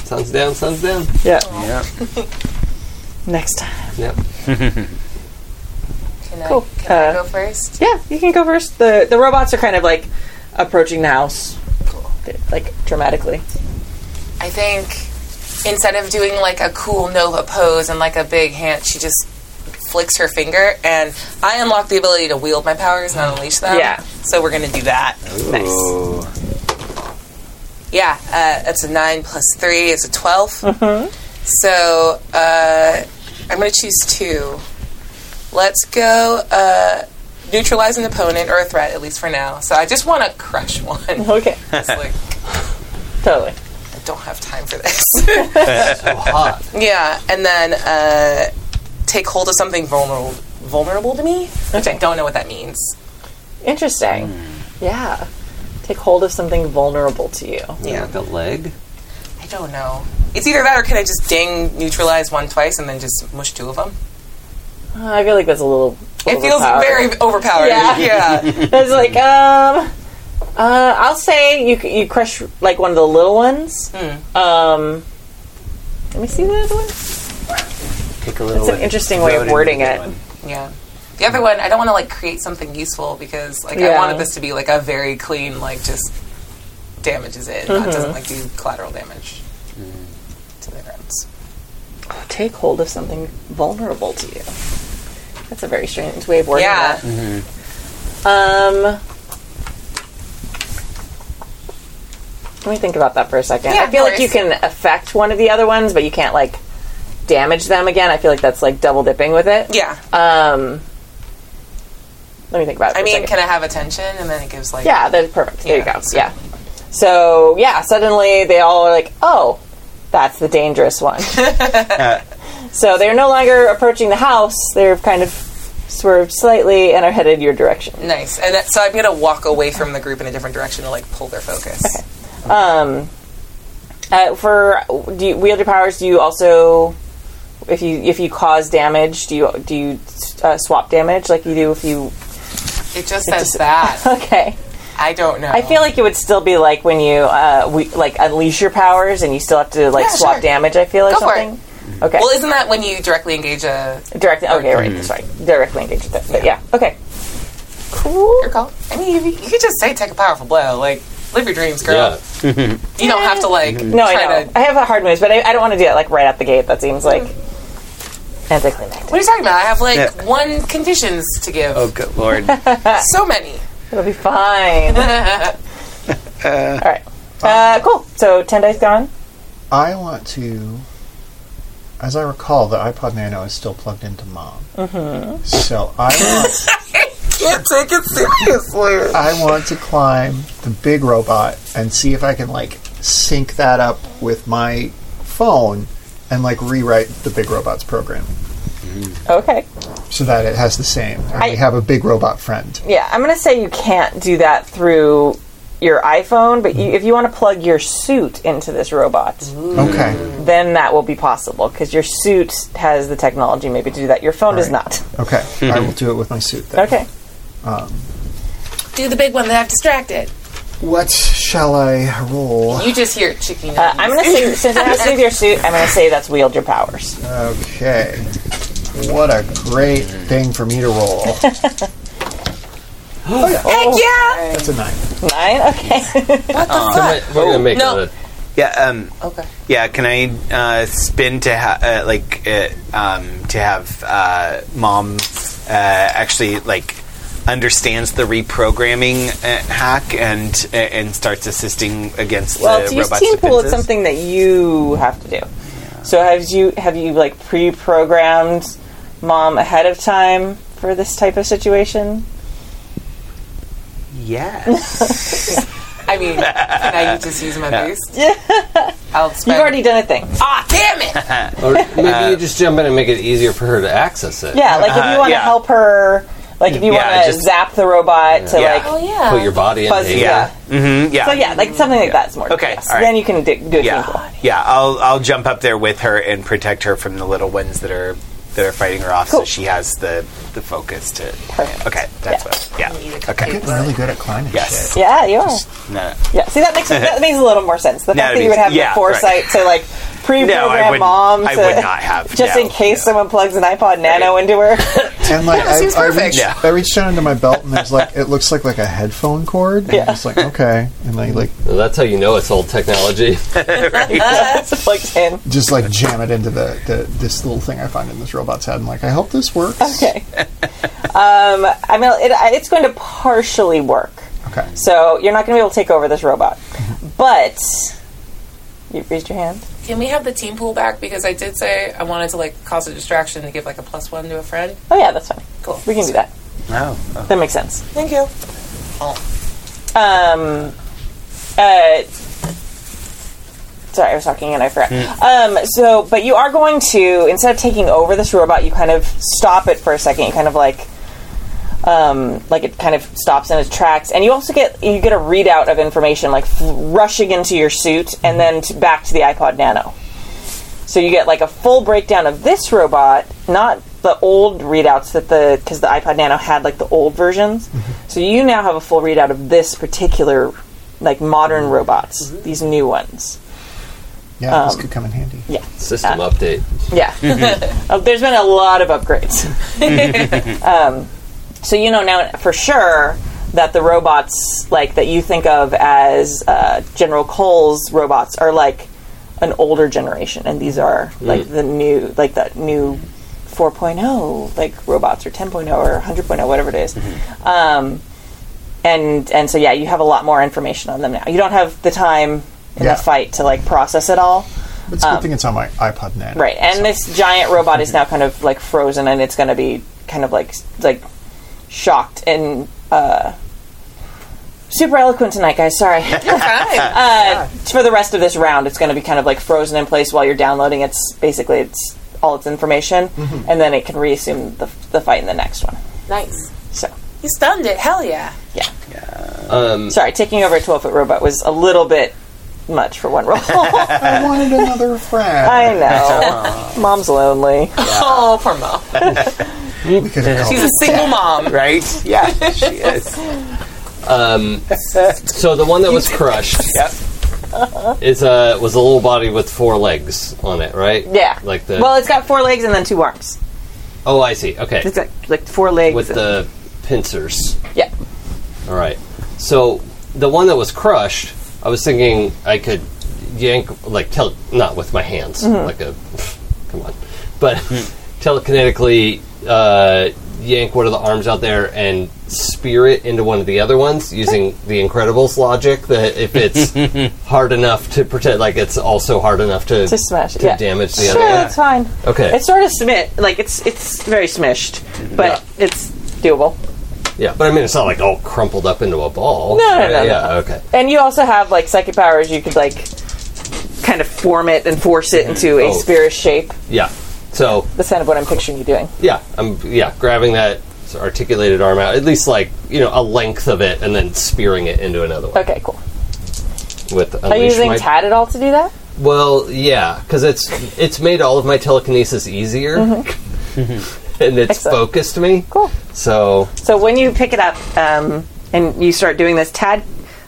S3: Sun's down. Sun's down.
S2: Yeah,
S6: Yeah.
S2: next time.
S3: Yep.
S4: Can,
S2: Cool.
S4: I, can
S2: Uh,
S4: I go first?
S2: Yeah, you can go first. The the robots are kind of like approaching the house, They're, like dramatically.
S4: I think instead of doing like a cool Nova pose and like a big hand, she just flicks her finger, and I unlock the ability to wield my powers and unleash them.
S2: Yeah.
S4: So we're gonna do that.
S2: Nice.
S4: Yeah, uh, that's a nine plus three is a 12
S2: Mm-hmm.
S4: So uh, I'm going to choose two. Let's go uh, neutralize an opponent or a threat, at least for now. So I just want to crush one.
S2: Okay,
S4: It's like,
S2: totally.
S4: I don't have time for this.
S3: So hot.
S4: yeah, and then uh, take hold of something vulnerable, vulnerable to me, which I don't know what that means.
S2: Interesting.
S6: Hmm.
S2: Yeah. Take hold of something vulnerable to you. Uh,
S4: Yeah.
S3: Like a leg.
S4: I don't know. It's either that or can I just ding neutralize one twice and then just mush two of them?
S2: Uh, I feel like that's a little.
S4: It feels
S2: overpowered.
S4: very Hmm. overpowered.
S2: Yeah.
S4: yeah.
S2: It's like um, uh, I'll say you you crush like one of the little ones.
S4: Hmm.
S2: Um, let me see the other one.
S6: Take a little.
S2: It's an interesting way of wording it.
S4: Yeah. The other one, I don't want to like create something useful because like I
S2: Yeah.
S4: wanted this to be like a very clean, like just damages it, not doesn't like do collateral damage to the grounds.
S2: Take hold of something vulnerable to you. That's a very strange way of wording
S4: Yeah.
S2: that. Um, let me think about that for a second.
S4: Yeah,
S2: I feel
S4: of
S2: like you
S4: course.
S2: can affect one of the other ones, but you can't like damage them again. I feel like that's like double dipping with it.
S4: Yeah.
S2: Um, let me think about it.
S4: I
S2: for a
S4: mean,
S2: second.
S4: can I have attention and then it gives like
S2: yeah, that's perfect. There
S4: Yeah,
S2: you go. Yeah. So yeah, suddenly they all are like, oh, that's the dangerous one. so they're no longer approaching the house. They're kind of swerved slightly and are headed your direction.
S4: nice. And that, so I'm gonna walk away from the group in a different direction to like pull their focus.
S2: Um, uh, for do you, wield your powers? Do you also, if you if you cause damage, do you do you uh, swap damage like you do if you?
S4: It just says that.
S2: Okay,
S4: I don't know.
S2: I feel like it would still be like when you uh, we, like unleash your powers and you still have to like
S4: Yeah,
S2: swap
S4: sure.
S2: damage. I feel or
S4: Go for it.
S2: something. Okay,
S4: well, isn't that when you directly engage a
S2: directly. Okay, right. Sorry, directly engaged. With that, but yeah. Okay. Cool.
S4: your call? I mean, you, you could just say take a powerful blow, like live your dreams, girl.
S3: Yeah.
S4: You don't have to like
S6: Mm-hmm.
S2: No, I
S4: try
S2: know.
S4: to
S2: I have a hard moves, but I, I don't want to do that like right out the gate. That seems like anticlimactic.
S4: What are you talking about? I have like
S6: Yeah.
S4: one conditions to give.
S6: Oh, good lord.
S4: So many.
S2: It'll be fine.
S4: All
S2: All right. Uh, cool. So ten dice gone.
S5: I want to. As I recall, the iPod Nano is still plugged into mom. So I want,
S4: Mm-hmm. Can't take it seriously.
S5: I want to climb the big robot and see if I can like sync that up with my phone and like rewrite the big robot's program
S2: Okay.
S5: so that it has the same. And
S2: I-
S5: we have a big robot friend.
S2: Yeah, I'm gonna say you can't do that through your iPhone, but you, if you want to plug your suit into this robot,
S4: Mm.
S5: Okay.
S2: then that will be possible because your suit has the technology maybe to do that. Your phone does
S5: Right.
S2: not.
S5: Okay. I will do it with my suit then. Um,
S2: Okay.
S4: Do the big one that I've distracted.
S5: What shall I roll?
S4: You just hear it chicken.
S2: Uh, I'm gonna say since it has to do with your suit, I'm gonna say that's wield your powers.
S5: Okay. What a great thing for me to roll.
S2: Oh.
S4: Heck
S5: That's a nine.
S2: Nine. Okay.
S6: Uh-huh.
S3: We're gonna make
S4: No.
S3: it
S6: Yeah. Um.
S4: yeah! Okay.
S6: Yeah. Can I uh, spin to ha- uh, like uh, um, to have uh, mom uh, actually like understands the reprogramming uh, hack and uh, and starts assisting against
S2: well,
S6: the
S2: to use
S6: robot's
S2: team pool, it's
S6: defenses?
S2: something that you have to do. So have you have you like pre-programmed mom ahead of time for this type of situation?
S6: Yes.
S4: I mean, can I just use my boost?
S2: Yeah.
S4: I'll spend.
S2: You've already done a thing.
S4: Ah, damn it!
S3: a. Or maybe you just jump in and make it easier for her to access it.
S2: Yeah, like if you want to
S6: Uh, yeah.
S2: help her, like if you
S6: Yeah,
S2: want to
S6: just-
S2: zap the robot to
S6: Yeah.
S2: like
S4: Oh yeah.
S3: Put your body in.
S2: fuzz.
S3: it.
S2: Yeah.
S6: hmm Yeah.
S2: So yeah, like something like that's more.
S6: Okay,
S2: yes.
S6: all right.
S2: Then you can do, do a team pool.
S6: Yeah, yeah. I'll I'll jump up there with her and protect her from the little ones that are that are fighting her off, so
S2: Cool.
S6: she has the the focus to.
S2: Perfect.
S6: Okay, that's what.
S4: Need
S6: Yeah.
S4: a
S6: Okay.
S5: Get really good at climbing.
S6: Yes.
S2: Yeah, you are.
S6: No.
S2: Yeah, see that makes that makes a little more sense. The
S6: Now
S2: fact
S6: it
S2: that you would
S6: makes-
S2: have
S6: yeah,
S2: the foresight to like
S6: No, I
S2: pre-program
S6: wouldn't-
S2: mom to
S6: I would not have,
S2: just
S6: no,
S2: in case
S6: no.
S2: someone plugs an iPod Nano into her.
S5: And like
S4: that seems
S5: I, I,
S4: perfect.
S5: reached,
S6: Yeah.
S5: I reached down into my belt and there's like it looks like like a headphone cord. And yeah. I'm just like okay, and I like
S3: Well, that's how you know it's old technology.
S2: It's plugged in.
S5: just like jam it into the, the this little thing I find in this robot's head. and like I hope this works.
S2: Okay. um, I mean, it, it's going to partially work,
S5: Okay.
S2: so you're not going to be able to take over this robot. But you raised your hand.
S4: Can we have the team pool back? Because I did say I wanted to like cause a distraction to give like a plus one to a friend.
S2: Oh yeah, that's fine.
S4: Cool.
S2: We can do that.
S6: Oh. oh.
S2: That makes sense. Oh.
S4: Thank you.
S2: Um, uh, sorry, I was talking and I forgot. Um, so, but you are going to instead of taking over this robot, you kind of stop it for a second. You kind of like, um, like it kind of stops in its tracks, and you also get you get a readout of information like f- rushing into your suit and then to, back to the iPod Nano. So you get like a full breakdown of this robot, not the old readouts that the because the iPod Nano had like the old versions. So you now have a full readout of this particular like modern robots, these new ones.
S5: Yeah, this could come in handy.
S3: System update.
S2: Yeah. Uh, There's been a lot of upgrades. um, so you know now for sure that the robots like that you think of as uh, General Cole's robots are like an older generation and these are like the new like the new 4.0 like robots or 10.0 or 100.0 whatever it is. Um, and and so yeah, you have a lot more information on them now. You don't have the time in
S5: Yeah.
S2: the fight to like process it all.
S5: But it's a good thing it's on my iPod Nano.
S2: Right, and this giant robot is now kind of like frozen, and it's going to be kind of like like shocked and uh, super eloquent tonight, guys. Sorry.
S4: Fine.
S2: Uh, For the rest of this round, it's going to be kind of like frozen in place while you're downloading. It's basically it's all its information,
S3: Mm-hmm.
S2: and then it can reassume the, the fight in the next one.
S4: nice.
S2: So.
S4: You stunned it. Hell yeah.
S3: Um,
S2: Sorry, taking over a 12 foot robot was a little bit much for one roll. I
S5: I wanted another friend.
S2: know. Mom's lonely.
S4: Oh, poor mom.
S5: we could have
S4: She's a single mom.
S6: Right. Yeah. she is.
S3: um, so the one that was crushed
S6: Yep.
S3: is uh, was a little body with four legs on it, right?
S2: Yeah.
S3: Like the.
S2: Well, it's got four legs and then two arms.
S3: oh, I see. Okay.
S2: It's got like four legs.
S3: With the pincers.
S2: yeah.
S3: All right. So the one that was crushed, I was thinking I could yank, like, tel- not with my hands,
S2: Mm-hmm.
S3: like a, come on, but telekinetically uh, yank one of the arms out there and spear it into one of the other ones using the Incredibles logic that if it's hard enough to pretend, like, it's also hard enough to,
S2: to smash it.
S3: to
S2: yeah.
S3: damage the
S2: sure,
S3: other one.
S2: that's fine.
S3: Okay.
S2: It's sort of smit, like it's it's very smished, but it's doable.
S3: yeah, but I mean, it's not like all crumpled up into a ball.
S2: No, no,
S3: right?
S2: no, no,
S3: Yeah,
S2: no.
S3: okay.
S2: And you also have like psychic powers. You could like kind of form it and force it into a
S3: Oh.
S2: sphere shape.
S3: Yeah. So
S2: That's kind of what I'm picturing you doing.
S3: yeah, I'm yeah grabbing that articulated arm out, at least like you know a length of it, and then spearing it into another one
S2: Okay, cool.
S3: with.
S2: Are you
S3: unleash
S2: using
S3: my-
S2: Tad at all to do that?
S3: Well, yeah, because it's it's made all of my telekinesis easier, and it's
S2: Mm-hmm. Excellent.
S3: focused me.
S2: Cool.
S3: So
S2: So when you pick it up um, and you start doing this, Tad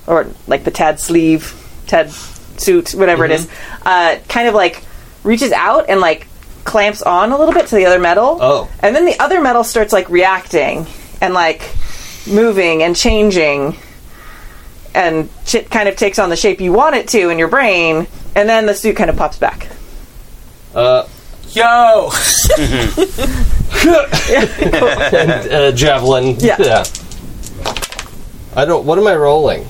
S2: or like the Tad sleeve, Tad suit, whatever it is,
S3: Mm-hmm.
S2: uh, kind of like reaches out and like clamps on a little bit to the other metal.
S3: Oh.
S2: And then the other metal starts like reacting and like moving and changing and shit kind of takes on the shape you want it to in your brain and then the suit kind of pops back.
S4: Yo!
S3: uh, javelin.
S2: Yeah.
S3: I don't. What am I rolling?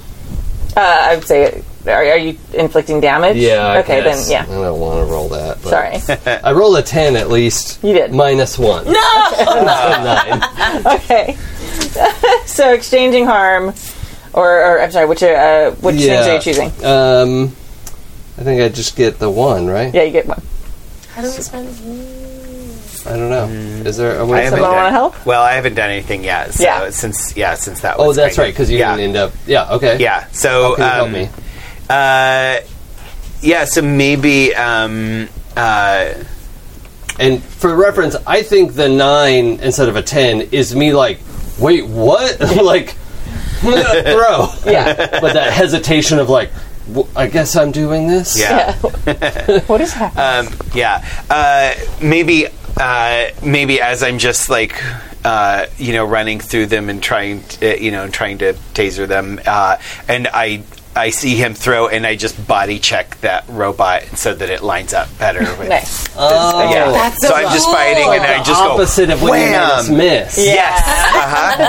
S2: Uh, I would say, are, are you inflicting damage?
S3: Yeah. I
S2: okay,
S3: guess.
S2: then,
S3: I
S2: yeah.
S3: don't want to roll that. but-
S2: Sorry.
S3: I rolled a ten at least.
S2: You did.
S3: minus one. No. nine.
S2: okay. so exchanging harm, or, or I'm sorry, which uh, which things are you choosing?
S3: Um, I think I just get the one, right?
S2: Yeah, you get one.
S4: How do we spend?
S3: I don't know. Is there? A
S6: Mm. I
S3: way
S6: haven't
S2: Someone
S6: done-
S2: wanna help?
S6: Well, I haven't done anything yet. So
S2: Yeah.
S6: since yeah, since that.
S3: oh,
S6: was
S3: that's
S6: kind
S3: right.
S6: of-
S3: Because you
S6: yeah,
S3: didn't end up. Yeah. Okay.
S6: yeah. So
S3: Can you help
S6: um,
S3: me?
S6: Uh, yeah. So maybe. Um, uh,
S3: And for reference, I think the nine instead of a ten is me like, wait, what? like, bro.
S2: Yeah.
S3: but that hesitation of like, w- I guess I'm doing this.
S6: yeah.
S2: what is happening?
S6: Um, yeah. Uh, maybe. Uh, maybe as I'm just like. Uh, you know, running through them and trying, to, you know, and trying to taser them, uh, and I, I see him throw, and I just body check that robot so that it lines up better. With,
S2: nice.
S3: Oh,
S6: Yeah.
S4: That's
S6: so
S4: so
S6: I'm just
S4: cool.
S6: fighting, and I
S3: the
S6: just go
S3: opposite of when you made
S6: wham!
S3: us miss.
S2: Yeah.
S6: Yes. Uh-huh.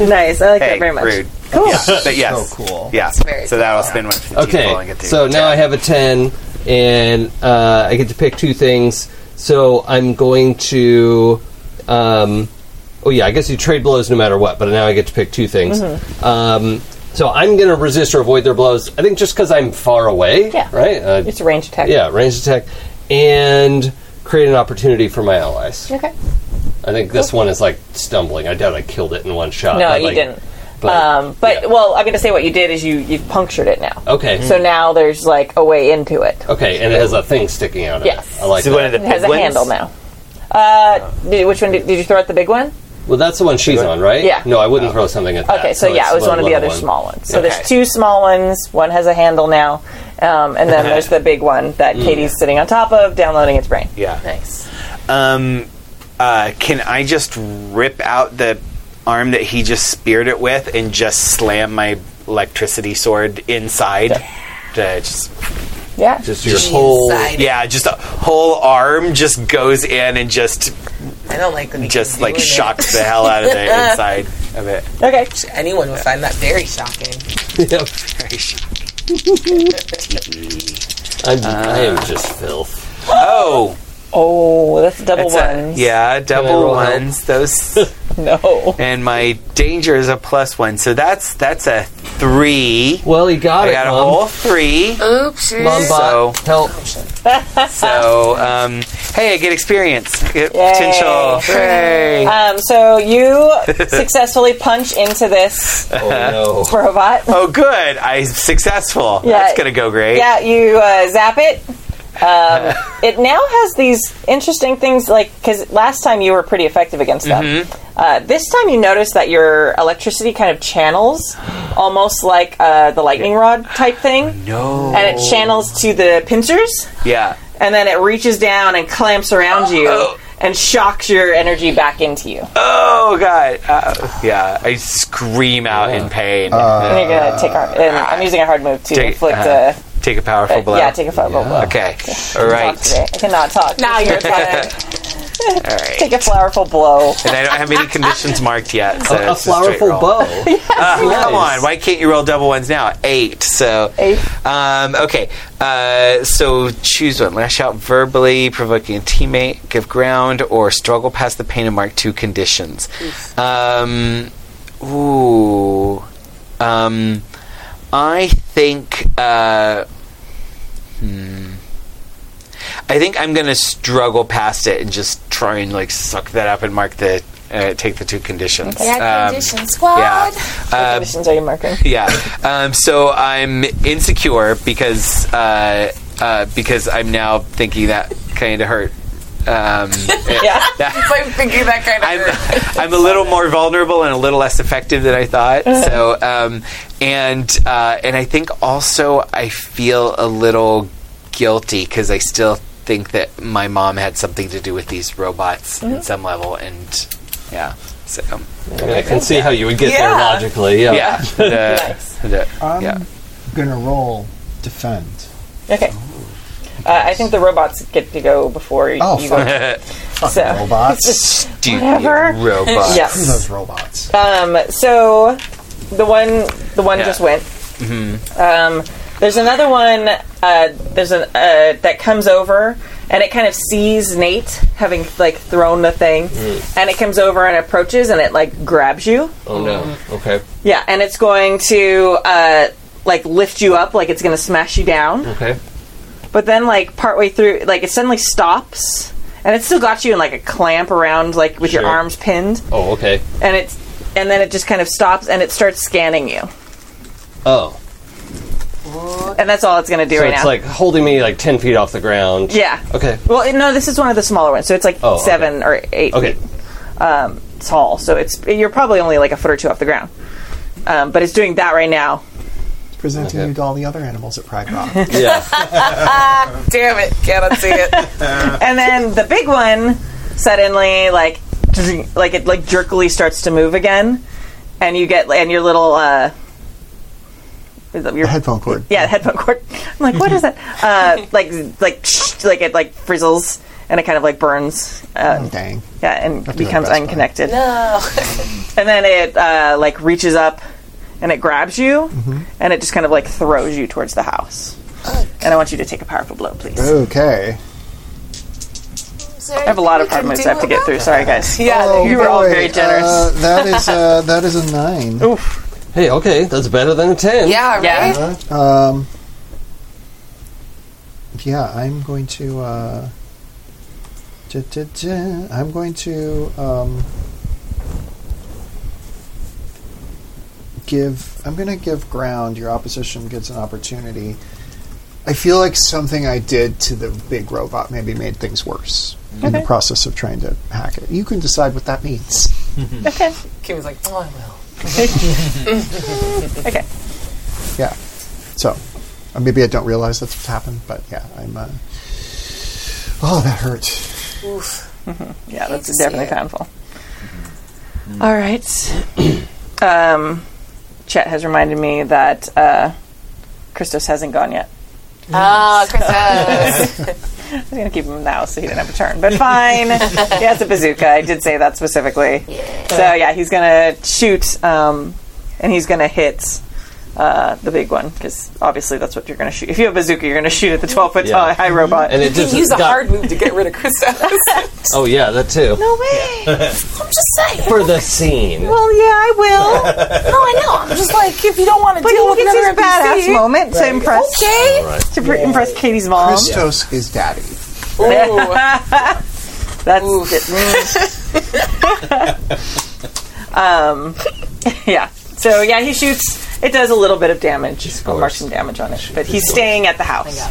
S2: Nice. I like
S6: Hey,
S2: that very much.
S6: rude.
S2: Cool.
S6: Yeah. But yes.
S5: So cool.
S6: Yeah.
S4: very
S6: So that'll spin one fifteen. roll and
S3: Okay,
S6: get to-
S3: so now I have a 10, and uh, I get to pick two things. So I'm going to. Um, oh, yeah, I guess you trade blows no matter what, but now I get to pick two things.
S2: Mm-hmm.
S3: Um, so I'm going to resist or avoid their blows, I think just because I'm far away.
S2: Yeah.
S3: Right? Uh,
S2: It's a range attack.
S3: yeah, range attack. And create an opportunity for my allies.
S2: Okay.
S3: I think this one is like stumbling. I doubt I killed it in one shot.
S2: No,
S3: but,
S2: you
S3: like-
S2: didn't.
S3: But,
S2: um, but
S3: yeah.
S2: well, I'm going to say what you did is you you punctured it now.
S3: Okay.
S2: So now there's like a way into it.
S3: okay, and it has a thing sticking out of
S2: Yes.
S3: it. I like
S6: This is
S3: that.
S6: one of the
S2: It has a
S6: big ones?
S2: handle now. Uh, did, which one did, did you throw at the big one?
S3: Well, that's the one she's on, right?
S2: Yeah.
S3: No, I wouldn't throw something at that.
S2: Okay, so, yeah,
S3: it's
S2: it was one of the
S3: level
S2: other small ones. So
S6: Okay.
S2: there's two small ones. One has a handle now, um, and then there's the big one that Katie's sitting on top of, downloading its brain.
S6: Yeah.
S4: Nice.
S6: Um, uh, can I just rip out the arm that he just speared it with and just slam my electricity sword inside? To just-
S2: Yeah,
S3: Just your whole.
S4: Inside.
S6: yeah, just a whole arm just goes in and just
S4: I don't like when you
S6: just
S4: keep
S6: like
S4: doing
S6: shocked the hell out of the inside of it.
S2: okay.
S4: it. Anyone would find that very shocking.
S3: Yep.
S6: Very shocked.
S3: I'm,
S2: Uh,
S3: I am just filth.
S6: Oh,
S2: Oh, that's double
S6: It's a-
S2: ones.
S6: yeah, double
S3: roll help?
S6: ones. Those
S2: No.
S6: and my danger is a plus one, so that's that's a three.
S3: Well, he got
S6: I
S3: it.
S6: got a
S3: Mom.
S6: whole three.
S4: Oops.
S3: Mom bot,
S6: So-
S3: help.
S6: So um, hey, I get experience, I get
S2: Yay.
S6: potential. Hooray.
S2: Um, so you successfully punch into this
S3: Oh no.
S2: robot.
S6: Oh, good! I'm successful.
S2: Yeah.
S6: That's gonna go great.
S2: Yeah, you uh, zap it. Um, it now has these interesting things, like because last time you were pretty effective against them.
S6: Mm-hmm.
S2: Uh, this time you notice that your electricity kind of channels, almost like uh, the lightning rod type thing.
S6: No.
S2: And it channels to the pincers,
S6: Yeah.
S2: and then it reaches down and clamps around you and shocks your energy back into you.
S6: Oh God. Uh, yeah. I scream out in
S2: and
S6: pain.
S2: you're gonna take. Our, and I'm using a hard move to
S6: Take-
S2: inflict
S6: uh,
S2: a.
S6: take a powerful blow.
S2: Uh, Yeah, take a fireball blow.
S6: Okay. All
S2: Talk
S6: right.
S2: today. I cannot talk.
S4: Now you're
S2: gonna
S6: All right.
S2: take a flowerful blow.
S6: and I don't have any conditions marked yet. So
S3: A
S6: it's just straight
S3: flowerful
S6: roll.
S3: bow.
S6: Uh, Come
S3: Nice.
S6: on, why can't you roll double ones now? Eight. So
S2: Eight.
S6: Um, okay. Uh, so choose one: lash out verbally, provoking a teammate, give ground, or struggle past the pain and mark two conditions. Um, ooh. Um, I think. Uh, hmm. I think I'm gonna struggle past it and just try and like suck that up and mark the uh, take the two conditions.
S4: Yeah,
S6: Um,
S4: condition squad.
S6: yeah.
S2: What
S6: Um,
S2: conditions are you marking?
S6: yeah. Um, so I'm insecure because uh, uh, because I'm now thinking that kind of hurt Um, it-
S9: Yeah.
S6: that-
S7: It's like thinking that kind
S6: I'm,
S7: of. hurt.
S6: I'm a little more vulnerable and a little less effective than I thought. So, um, and uh, and I think also I feel a little guilty because I still think that my mom had something to do with these robots at some level, and yeah, so
S3: I can see how you would get there
S9: Yeah.
S3: logically. Yeah.
S6: yeah, the- the-
S5: I'm
S6: yeah.
S5: gonna roll defend.
S2: Okay. Uh, I think the robots get to go before you.
S5: Oh,
S2: you
S5: fuck.
S2: go.
S5: Fuck
S2: So-
S5: robots.
S6: Stupid
S2: Whatever.
S6: robots.
S5: Screw
S2: Yes.
S5: those robots.
S2: Um, so the one, the one
S6: Yeah.
S2: just went. Mm-hmm. Um, there's another one. Uh, there's an uh, that comes over and it kind of sees Nate having like thrown the thing,
S6: Mm.
S2: and it comes over and approaches and it like grabs you.
S3: Oh no. Okay.
S2: Yeah, and it's going to uh, like lift you up, like it's going to smash you down.
S3: Okay.
S2: But then, like partway through, like it suddenly stops, and it still got you in like a clamp around, like with your
S3: Sure.
S2: arms pinned,
S3: Oh okay.
S2: and it's and then it just kind of stops and it starts scanning you,
S3: Oh.
S2: and that's all it's going to do
S3: So
S2: right
S3: it's
S2: now.
S3: like holding me like ten feet off the ground.
S2: yeah.
S3: Okay.
S2: Well, it- no, this is one of the smaller ones, so it's like
S3: Oh,
S2: seven
S3: okay.
S2: or eight
S3: Okay.
S2: feet tall. So it's you're probably only like a foot or two off the ground, um, but it's doing that right now.
S5: Presenting
S3: Okay.
S5: you to all the other animals at Pride Rock.
S3: Yeah.
S7: Damn it! Cannot see it.
S2: and then the big one suddenly like like it like jerkily starts to move again and you get and your little uh your
S5: Headphone cord.
S2: yeah headphone cord i'm like what is that uh like like like it like frizzles and it kind of like burns uh,
S5: Dang.
S2: yeah and
S5: do
S2: becomes
S5: that, Best Buy.
S2: unconnected
S7: No.
S2: and then it uh like reaches up and it grabs you and it just kind of like throws you towards the house and i want you to take a powerful blow please
S5: Oh. Okay.
S2: i have a lot of hard moves i have to get through sorry guys
S7: Yeah,
S5: Oh,
S2: you were all
S5: boy.
S2: very generous
S5: Uh, that is uh, that is a nine.
S3: hey. Okay. That's better than a ten.
S7: yeah, right.
S2: Yeah.
S5: Um, yeah, I'm going to. Uh, da, da, da, I'm going to um, give. I'm going to give ground. Your opposition gets an opportunity. I feel like something I did to the big robot maybe made things worse in the process of trying to hack it. You can decide what that means.
S7: Kim was like, "Oh, I will."
S2: Okay.
S5: Yeah. So, uh, maybe I don't realize that's what's happened, but yeah, I'm. Uh, oh, that hurt.
S2: Yeah, that's
S7: to see
S2: definitely
S7: it.
S2: painful. All right. um, Chet has reminded me that uh, Christos hasn't gone yet.
S7: Oh, Krista.
S2: I was going to keep him now so he didn't have a turn, but fine. he has a bazooka. I did say that specifically. So, yeah, he's going to shoot um, and he's going to hit uh, the big one because obviously that's what you're going to shoot. If you have a bazooka, you're going to shoot at the 12 foot tall
S3: Yeah.
S2: high robot.
S3: And it just
S7: Use a
S3: got-
S7: hard move to get rid of Krista.
S3: Oh yeah, that
S2: no
S3: too.
S2: way.
S7: I'm just saying.
S3: For the scene.
S2: Well, yeah, I will.
S7: No, I know. I'm just like, if you don't want to
S2: But
S7: deal
S2: he
S7: with
S2: gets his
S7: another
S2: badass
S7: NPC,
S2: moment to impress
S7: okay.
S2: to pr- impress Katie's mom.
S5: Christos is daddy.
S7: Ooh.
S2: That's it. Mm. um, yeah. So yeah, he shoots. It does a little bit of damage. I'll mark some damage on it, but he's staying at the house.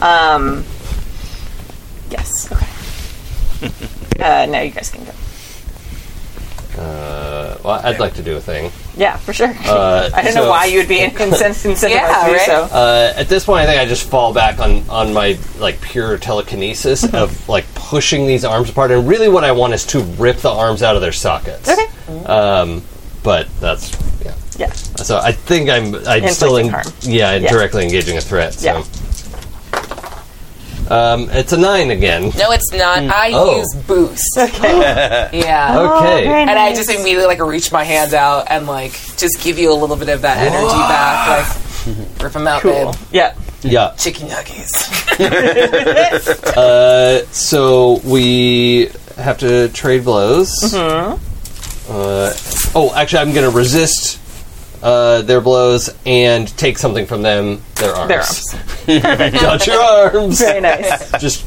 S2: Um, yes. Okay. uh, now you guys can go.
S3: Uh, well, I'd like to do a thing.
S2: Yeah, for sure.
S3: Uh,
S2: I don't
S3: so-
S2: know why you would be incentivized
S7: Yeah,
S2: to do
S7: right?
S2: so.
S3: Uh, at this point, I think I just fall back on, on my like pure telekinesis of like pushing these arms apart, and really what I want is to rip the arms out of their sockets.
S2: Okay.
S3: Um, but that's yeah.
S2: Yeah.
S3: So I think I'm I'm still
S2: Inflicting
S3: in
S2: harm.
S3: yeah,
S2: Yeah.
S3: directly engaging a threat. So.
S2: Yeah.
S3: Um, it's a nine again.
S7: No, it's not.
S6: Hmm.
S7: I
S3: Oh.
S7: use boost. yeah.
S3: Okay.
S7: And I just immediately like reach my hand out and like just give you a little bit of that energy back, like rip them out,
S2: Cool.
S7: babe.
S2: Yeah.
S3: Yeah.
S7: Chicken nuggets.
S3: Uh, so we have to trade blows.
S2: Mm-hmm.
S3: Uh, oh, actually, I'm going to resist uh, their blows and take something from them. Their arms.
S2: Their arms.
S3: Got your arms.
S2: Very nice.
S3: Just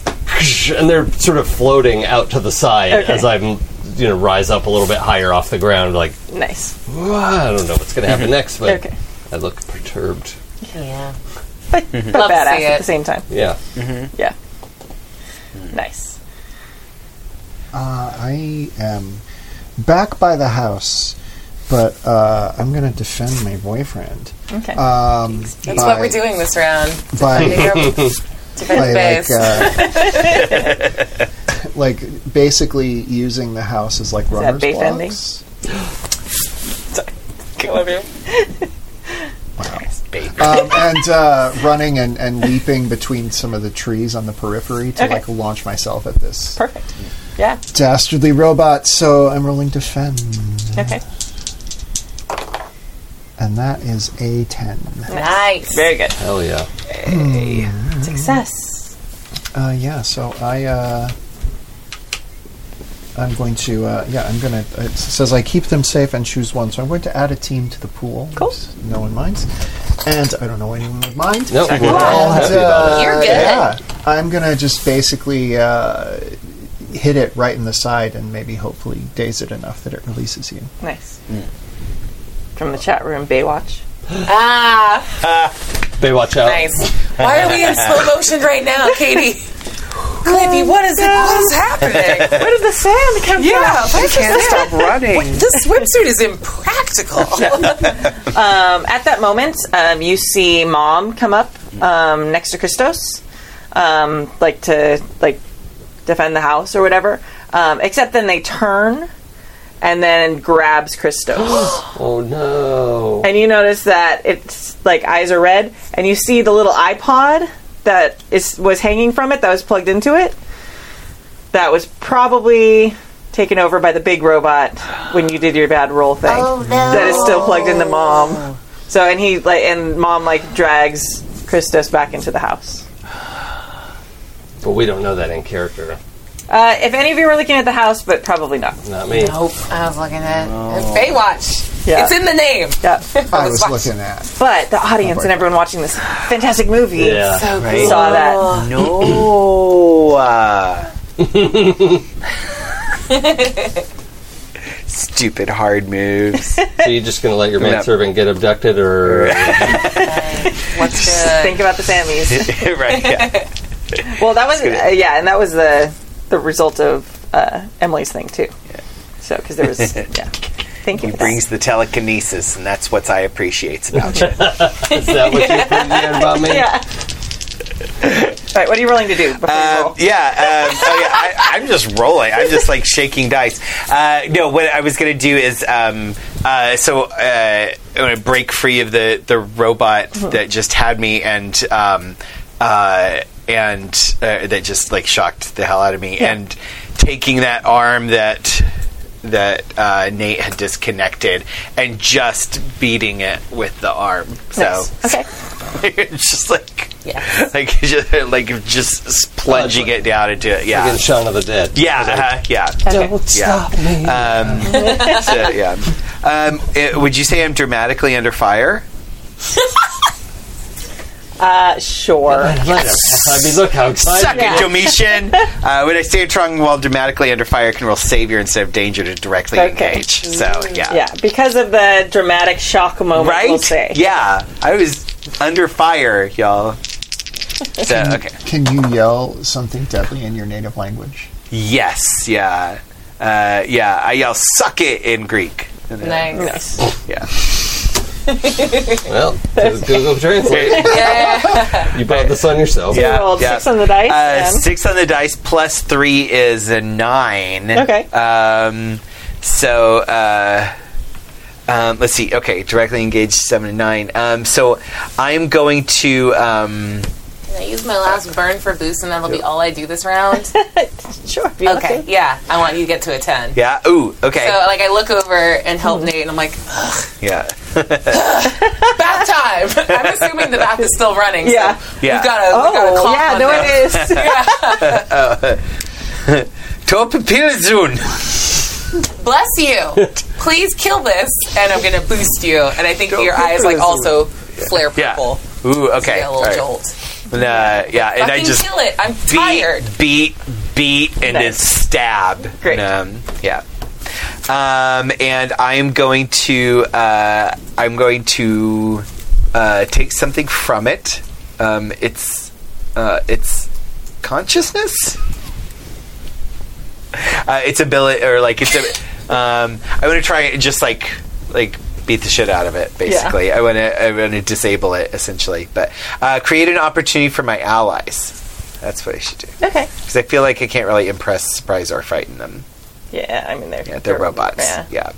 S3: and they're sort of floating out to the side
S2: Okay.
S3: as I'm you know rise up a little bit higher off the ground. Like
S2: nice.
S3: "Whoa, I don't know what's going to happen next, but
S2: Okay.
S3: I look perturbed.
S7: Yeah.
S2: But, but
S7: Love to
S2: badass
S7: see
S2: at
S7: it.
S2: the same time.
S3: Yeah.
S2: Yeah. Nice.
S5: Uh, I am back by the house, but uh, I'm going to defend my boyfriend.
S2: Okay.
S5: Um,
S7: That's what we're doing this round.
S5: By,
S7: Defend
S5: by like,
S7: base.
S5: uh, like basically using the house as like
S2: that
S5: rubber
S2: bait bending?
S5: blocks.
S6: Baby.
S5: um, and uh, running and, and leaping between some of the trees on the periphery to
S2: Okay.
S5: like launch myself at this
S2: Perfect. Yeah.
S5: dastardly robot. So I'm rolling defend,
S2: Okay.
S5: and that is a ten.
S7: Nice.
S2: Very good.
S3: Hell yeah.
S2: Success.
S5: Uh, yeah, so I uh, I'm going to uh, yeah I'm gonna. It says I keep them safe and choose one, so I'm going to add a team to the pool.
S2: Cool.
S5: No one minds, and I don't know anyone would mind.
S3: Nope, we're all
S5: And,
S3: happy about
S5: uh,
S7: You're good.
S5: Yeah, I'm gonna just basically uh, hit it right in the side and maybe hopefully daze it enough that it releases you.
S2: Nice. From the chat room, Baywatch.
S7: Ah,
S3: it. Baywatch out.
S7: nice. Why are we in slow motion right now, Katie? Clippy, what is it? What is happening?
S2: Where did the sand come
S7: Yeah, why is
S6: Can't
S7: this?
S6: stop running.
S7: This swimsuit is impractical.
S2: Um, at that moment, um, you see Mom come up um, next to Christos, um, like to like defend the house or whatever. Um, except then they turn and then grabs Christos,
S3: Oh no.
S2: and you notice that it's like eyes are red, and you see the little iPod that is was hanging from it that was plugged into it. That was probably taken over by the big robot when you did your bad roll thing
S10: Oh no.
S2: that is still plugged into mom. So and he like and mom like drags Christos back into the house.
S3: But we don't know that in character.
S2: Uh, if any of you were looking at the house, but probably not.
S3: Not me.
S7: I was looking at Baywatch.
S2: Yeah.
S7: It's in the name.
S2: Yeah.
S7: Oh,
S5: I was
S7: watching.
S5: looking at.
S2: But the audience and everyone watching this fantastic movie
S3: Yeah.
S7: So
S6: Right.
S7: cool.
S2: saw that.
S10: Oh.
S6: No. uh. Stupid hard moves.
S3: So you're just gonna let your manservant get abducted, or
S7: What's
S2: Just
S7: good?
S2: Think about the families.
S6: right. Yeah.
S2: well, that was uh, yeah, and that was the the result of uh, Emily's thing too. So because there was yeah. Thank you.
S6: He
S2: for that.
S6: brings the telekinesis, and that's what I appreciate about you.
S3: is that what you forget about me?
S2: Yeah. All right, what are you willing to do? Before you
S6: Um,
S2: roll?
S6: yeah, um, oh, yeah I, I'm just rolling. I'm just like shaking dice. Uh, no, what I was gonna do is um, uh, so uh, I'm gonna break free of the the robot that just had me and um, uh, and uh, that just like shocked the hell out of me and taking that arm that that uh, Nate had disconnected and just beating it with the arm. So
S2: Nice. Okay.
S6: it's just like
S7: Yeah.
S6: like just, like just s- plunging it down into it. Yeah,
S3: Against Shaun of the Dead.
S6: yeah, uh-huh, yeah.
S2: okay.
S6: Stop me. Um, so, yeah. Um, it- would you say I'm dramatically under fire?
S2: Uh, sure.
S3: I mean, look how
S6: Suck
S3: excited.
S6: it, Domitian. uh, when I stay strong while dramatically under fire, I can roll savior instead of danger to directly
S2: Okay. Mm,
S6: engage. So yeah,
S2: Yeah, because of the dramatic shock moment,
S6: right?
S2: we'll say.
S6: Yeah, I was under fire, y'all. So okay.
S5: Can you yell something deadly in your native language?
S6: Yes, yeah, uh, yeah. I yell "suck it" in Greek. And then-
S7: Nice.
S2: Nice.
S6: Yeah.
S3: Well, to Google Translate. You brought this on yourself.
S6: Yeah,
S2: rolled
S6: yeah.
S2: six on the dice.
S6: Uh,
S2: and-
S6: six on the dice plus three is a nine.
S2: Okay.
S6: Um, so uh, um, let's see. Okay, directly engaged seven and nine. Um, so I'm going to. Um,
S7: Can I use my last burn for boost, and that'll be all I do this round?
S2: sure. if you want
S7: Okay.
S2: to.
S7: Yeah, I want you to get to a ten.
S6: yeah. Ooh. Okay.
S7: So like I look over and
S2: Mm-hmm.
S7: help Nate, and I'm like,
S6: yeah.
S7: bath time. I'm assuming the bath is still running. so
S2: Yeah.
S6: Yeah.
S7: We've got to. we've got to
S2: Oh, yeah, no, it is.
S6: Topapilizun.
S7: Bless you. Please kill this, and I'm gonna boost you. And I think your eyes like also flare
S6: Yeah.
S7: purple.
S6: Ooh. Okay.
S7: Get a little
S6: All right.
S7: jolt.
S6: And, uh, yeah. And I
S7: Fucking
S6: just
S7: kill it. I'm tired.
S6: beat, beat, beat, and then
S2: Nice.
S6: stab.
S2: Great.
S6: And, um, yeah. Um, and I am going to uh, I'm going to uh, take something from it. Um, it's uh, it's consciousness. Uh, it's ability or like it's. A, um, I want to try and just like like beat the shit out of it. Basically, I want to I want to disable it essentially, but uh, create an opportunity for my allies. That's what I should do
S2: Okay.
S6: because I feel like I can't really impress, surprise, or frighten them.
S2: Yeah, I mean they're
S6: Yeah, they're robots.
S2: Yeah.
S6: Yeah.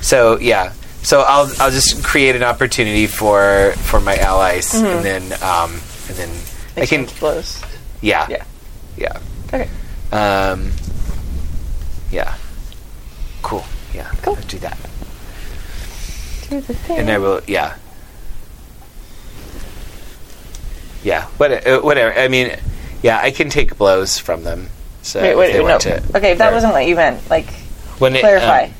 S6: So yeah. So I'll I'll just create an opportunity for for my allies, and then um and then I can
S2: Exchange blows.
S6: yeah
S2: Yeah.
S6: yeah
S2: Okay.
S6: um yeah cool yeah
S2: Cool.
S6: I'll do that
S2: Do the thing.
S6: and I will yeah yeah what uh, whatever I mean yeah I can take blows from them so
S2: Wait,
S6: if
S2: wait,
S6: they
S2: no.
S6: want to
S2: Okay, if that
S6: Right.
S2: wasn't what you meant, like
S6: When it,
S2: clarify.
S6: um,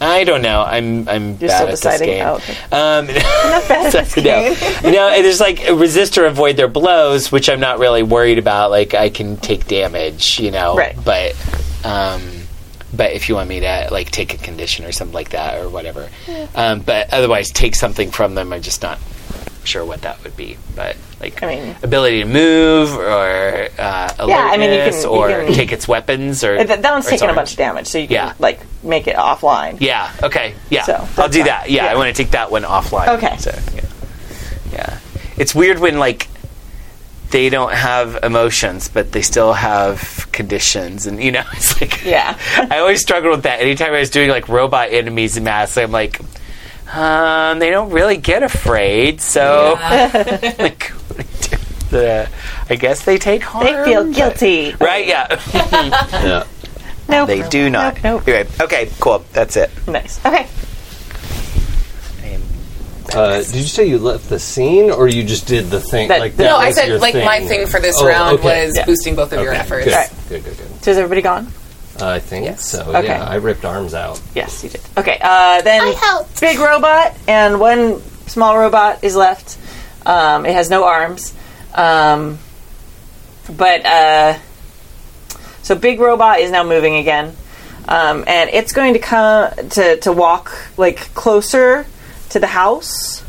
S6: I don't know. I'm I'm
S2: You're
S6: bad
S2: still
S6: at
S2: deciding?
S6: this game.
S2: Oh, okay.
S6: Um,
S2: not bad at this
S6: so, no. no, it is like resist or avoid their blows, which I'm not really worried about. Like I can take damage, you know.
S2: Right.
S6: Oh, But um, but if you want me to like take a condition or something like that or whatever, um, but otherwise take something from them. I'm just not sure what that would be. But like
S2: I mean-
S6: ability to move or uh, alertness
S2: Yeah, I mean, you can- you
S6: or
S2: can-
S6: take its weapons or
S2: Uh, That, that one's
S6: or
S2: taking a
S6: sorry.
S2: bunch of damage, so you can
S6: Yeah.
S2: like make it offline.
S6: Yeah. Okay. Yeah.
S2: So,
S6: I'll
S2: that's
S6: do
S2: fine.
S6: that. Yeah,
S2: Yeah.
S6: I want to take that one offline.
S2: Okay.
S6: So, yeah. yeah. It's weird when like they don't have emotions, but they still have conditions, and you know, it's like
S2: Yeah.
S6: I always struggled with that. Anytime I was doing like robot enemies and masks, I'm like, um, they don't really get afraid, so like, what do I do? Uh, I guess they take harm.
S2: They feel guilty.
S6: right. Yeah.
S3: Yeah.
S2: Nope.
S6: they do not.
S2: Nope.
S6: Anyway, okay. Cool. That's it.
S2: Nice. Okay.
S6: I am
S3: Uh, did you say you left the scene, or you just did the thing?
S2: That-
S3: like that
S4: No, I
S3: was
S4: said
S3: your
S4: like my thing for this
S3: Oh,
S4: round
S3: okay.
S4: was
S2: Yeah.
S4: boosting both of your
S3: Okay,
S4: efforts.
S3: Good.
S2: Right.
S3: good, good, good.
S2: So is everybody gone?
S3: I think
S4: Yes.
S3: so.
S2: Okay.
S3: Yeah, I ripped arms out.
S2: Yes, you did. Okay. Uh, then big robot and one small robot is left. Um, it has no arms, um, but uh, so big robot is now moving again, um, and it's going to come to to walk like closer to the house.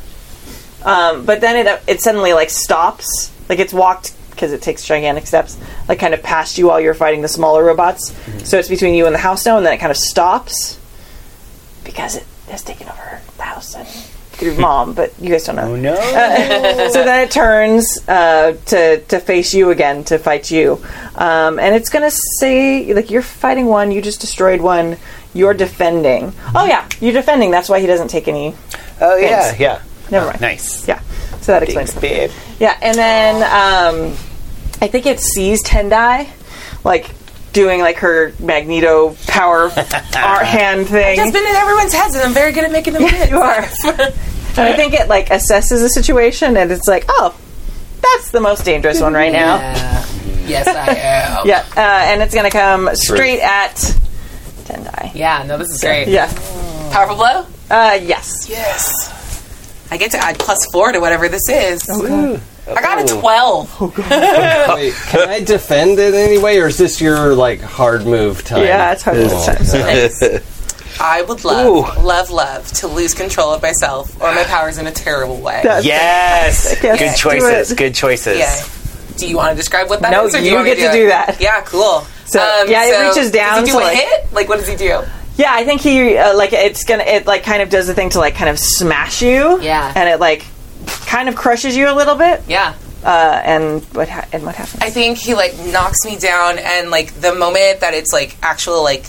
S2: Um, but then it it suddenly like stops, like it's walked because it takes gigantic steps, like kind of past you while you're fighting the smaller robots. So it's between you and the house now, and then it kind of stops because it has taken over the house and through mom. But you guys don't know.
S6: Oh, no.
S2: So then it turns uh, to to face you again to fight you, um, and it's gonna say like you're fighting one, you just destroyed one, you're defending. Oh yeah, you're defending. That's why he doesn't take any.
S6: Oh
S2: Thanks.
S6: yeah, yeah.
S2: Never mind.
S6: Nice.
S2: Yeah, so that explains.
S6: Thanks, babe.
S2: Yeah, and then um, I think it sees Tendai, like doing like her Magneto power art hand thing.
S4: It's been in everyone's heads, and I'm very good at making them hit.
S2: you are. and I think it like assesses the situation, and it's like, oh, that's the most dangerous one right now.
S4: Yeah. yes, I am.
S2: Yeah, uh, and it's gonna come straight at Tendai.
S4: Yeah, no, this is great.
S2: Yeah.
S4: Powerful blow?
S2: Uh, yes.
S4: Yes. I get to add plus four to whatever this is.
S6: Oh,
S4: I got a
S3: Ooh.
S4: 12.
S3: Wait, can I defend in any way, or is this your like hard move time?
S2: Yeah, it's hard move time.
S4: I would love, love, love to lose control of myself or my powers in a terrible way.
S6: Yes.
S2: Yes,
S6: Good
S2: do
S6: choices.
S2: it.
S6: Good choiices.
S4: Yeah. Do you want to describe what that
S2: No,
S4: is, or do
S2: you
S4: you want me
S2: get to
S4: to
S2: do
S4: it?
S2: that.
S4: Yeah, cool.
S2: So,
S7: Um,
S2: yeah, it reaches down
S4: Does
S2: to,
S4: he do a
S2: like-
S4: hit? Like, what does he do?
S2: Yeah, I think he uh, like it's gonna it like kind of does the thing to like kind of smash you.
S4: Yeah.
S2: and it like kind of crushes you a little bit.
S4: Yeah.
S2: Uh, and what ha- and what happens?
S4: I think he like knocks me down, and like the moment that it's like actual like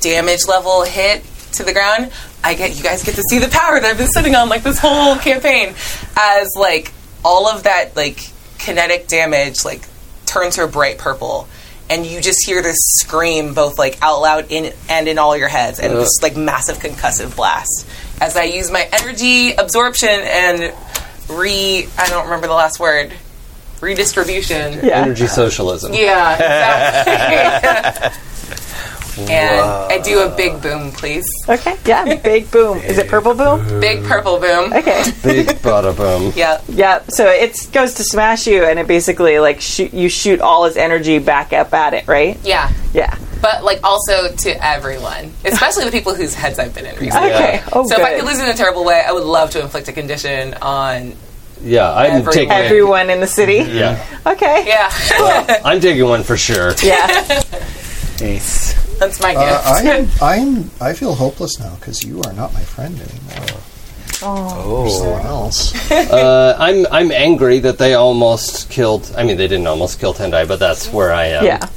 S4: damage level hit to the ground, I get you guys get to see the power that I've been sitting on like this whole campaign, as like all of that like kinetic damage like turns her bright purple, and you just hear this scream both like out loud in and in all your heads, and this like massive concussive blast as I use my energy absorption and re I don't remember the last word redistribution.
S3: Energy socialism.
S4: Yeah, exactly. and I do a big boom, please.
S2: Okay, yeah, big boom. Is it purple boom?
S4: Big purple boom.
S2: Okay,
S3: Big bada boom.
S4: Yeah.
S2: yeah. So it goes to smash you, and it basically like shoot, you shoot all his energy back up at it, right?
S4: Yeah.
S2: Yeah.
S4: But Uh, like also to everyone, especially the people whose heads I've been in recently.
S2: Okay. Oh,
S4: So if I
S2: good.
S4: could lose in a terrible way, I would love to inflict a condition on
S3: Yeah, I'm
S4: Every-
S3: taking it.
S2: Everyone in the city.
S3: Yeah,
S2: Okay.
S4: yeah.
S3: I'm taking one for sure.
S2: Yeah.
S6: Nice.
S7: That's my
S5: Uh,
S7: guess.
S5: I'm, I'm, I feel hopeless now because you are not my friend anymore. Oh, someone else.
S3: Uh, I'm I'm angry that they almost killed. I mean, they didn't almost kill Tendai, but that's where I am.
S2: yeah.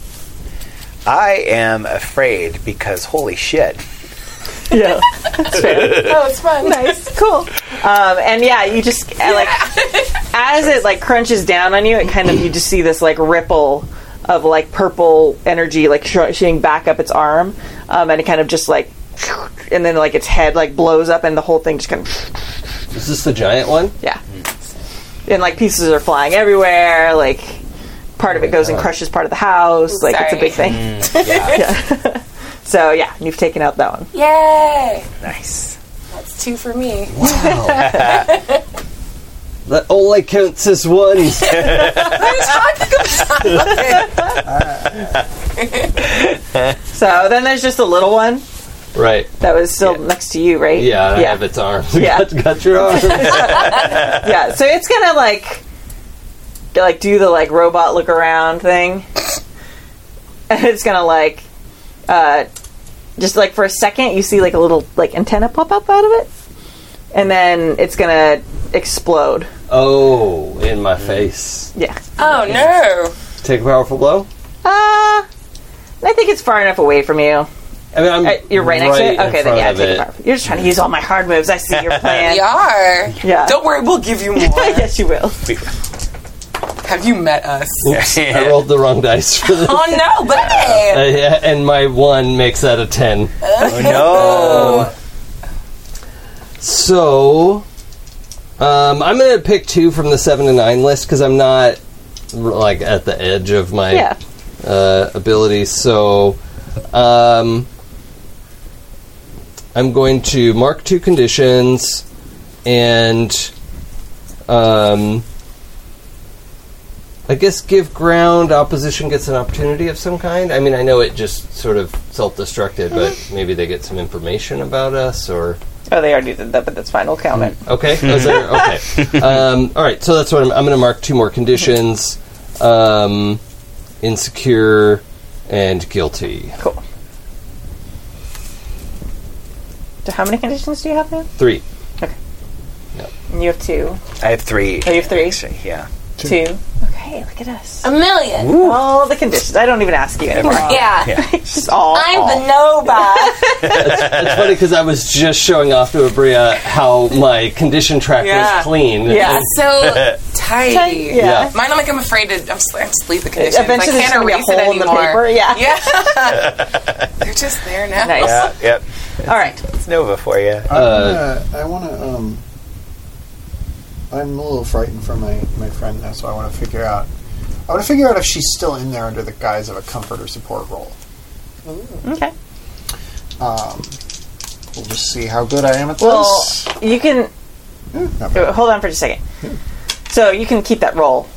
S8: I am afraid because holy shit.
S2: Yeah.
S7: oh, it's fun.
S2: nice. Cool. Um, and yeah, you just uh, like as it like crunches down on you, it kind of you just see this like ripple of like purple energy like sh- shooting back up its arm, um, and it kind of just like and then like its head like blows up and the whole thing just kind of
S3: Is this the giant one?
S2: yeah, and like pieces are flying everywhere. Like part of it goes and crushes part of the house. Like it's a
S7: Sorry.
S2: big thing.
S3: Mm,
S2: Yeah. so yeah, and you've taken out that one.
S7: Yay!
S8: Nice.
S7: That's two for me.
S3: That only counts as one.
S2: So then there's just a little one
S3: right.
S2: that was still next to you, right?
S3: Yeah, I
S2: yeah.
S3: have its arm.
S2: Yeah.
S3: got, got your arm.
S2: yeah, so it's gonna like go, like do the like robot look around thing, and it's gonna like uh, just like for a second you see like a little like antenna pop up out of it, and then it's gonna explode.
S3: oh, in my face.
S2: Yeah,
S7: Oh no!
S3: Take a powerful blow.
S2: uh, I think it's far enough away from you.
S3: I mean, I'm
S2: Uh, You're right next to it.
S3: in
S2: Okay, then
S3: front
S2: yeah,
S3: of
S2: take
S3: it.
S2: it. Far. You're just trying to use all my hard moves. I see your plan.
S7: We are.
S2: Yeah.
S7: Don't worry, we'll give you more.
S2: yes, you will.
S7: Have you met us?
S3: Oops, I rolled the wrong dice for this.
S7: Oh no, buddy!
S3: Uh, yeah, and my one makes that a ten.
S8: Oh no.
S3: So, um, I'm gonna pick two from the seven to nine list because I'm not r- like at the edge of my
S2: Yeah.
S3: uh, abilities. So, um, I'm going to mark two conditions and, um, I guess give ground. Opposition gets an opportunity of some kind. I mean, I know it just sort of self-destructed, but maybe they get some information about us or.
S2: Oh, they already did that, but that's fine. We'll
S3: Mm.
S2: count it.
S3: Okay. Is there- okay. Um, all right. So that's what I'm, I'm going to mark two more conditions: um, insecure and guilty.
S2: Cool. So how many conditions do you have now?
S3: Three.
S2: You have two.
S8: I have three.
S2: Oh, you have three?
S8: Actually, yeah.
S2: Two. Okay, look at us.
S7: A million.
S2: All the conditions. I don't even ask you anymore.
S7: Yeah.
S2: It's just all.
S7: I'm the Nova.
S3: It's funny because I was just showing off to Abria how my condition track
S7: Yeah.
S3: was clean.
S2: Yeah.
S7: so tidy.
S2: Tight, yeah.
S3: Yeah.
S7: Mine, I'm like, I'm afraid to. I'm just, I just leave the conditions.
S2: Eventually,
S7: I
S2: there's gonna
S7: can't
S2: be a
S7: erase it
S2: hole in the
S7: anymore.
S2: paper. Yeah.
S7: Yeah. They're just there now.
S2: Nice.
S8: Yeah, yep.
S2: All right.
S8: It's Nova for you.
S3: Uh,
S5: I want to. Um, I'm a little frightened for my my friend now, so I want to figure out. I want to figure out if she's still in there under the guise of a comfort or support role.
S2: Okay.
S5: Um, we'll just see how good I am at
S2: Well,
S5: this.
S2: you can
S5: Not bad.
S2: uh, hold on for just a second. So you can keep that roll,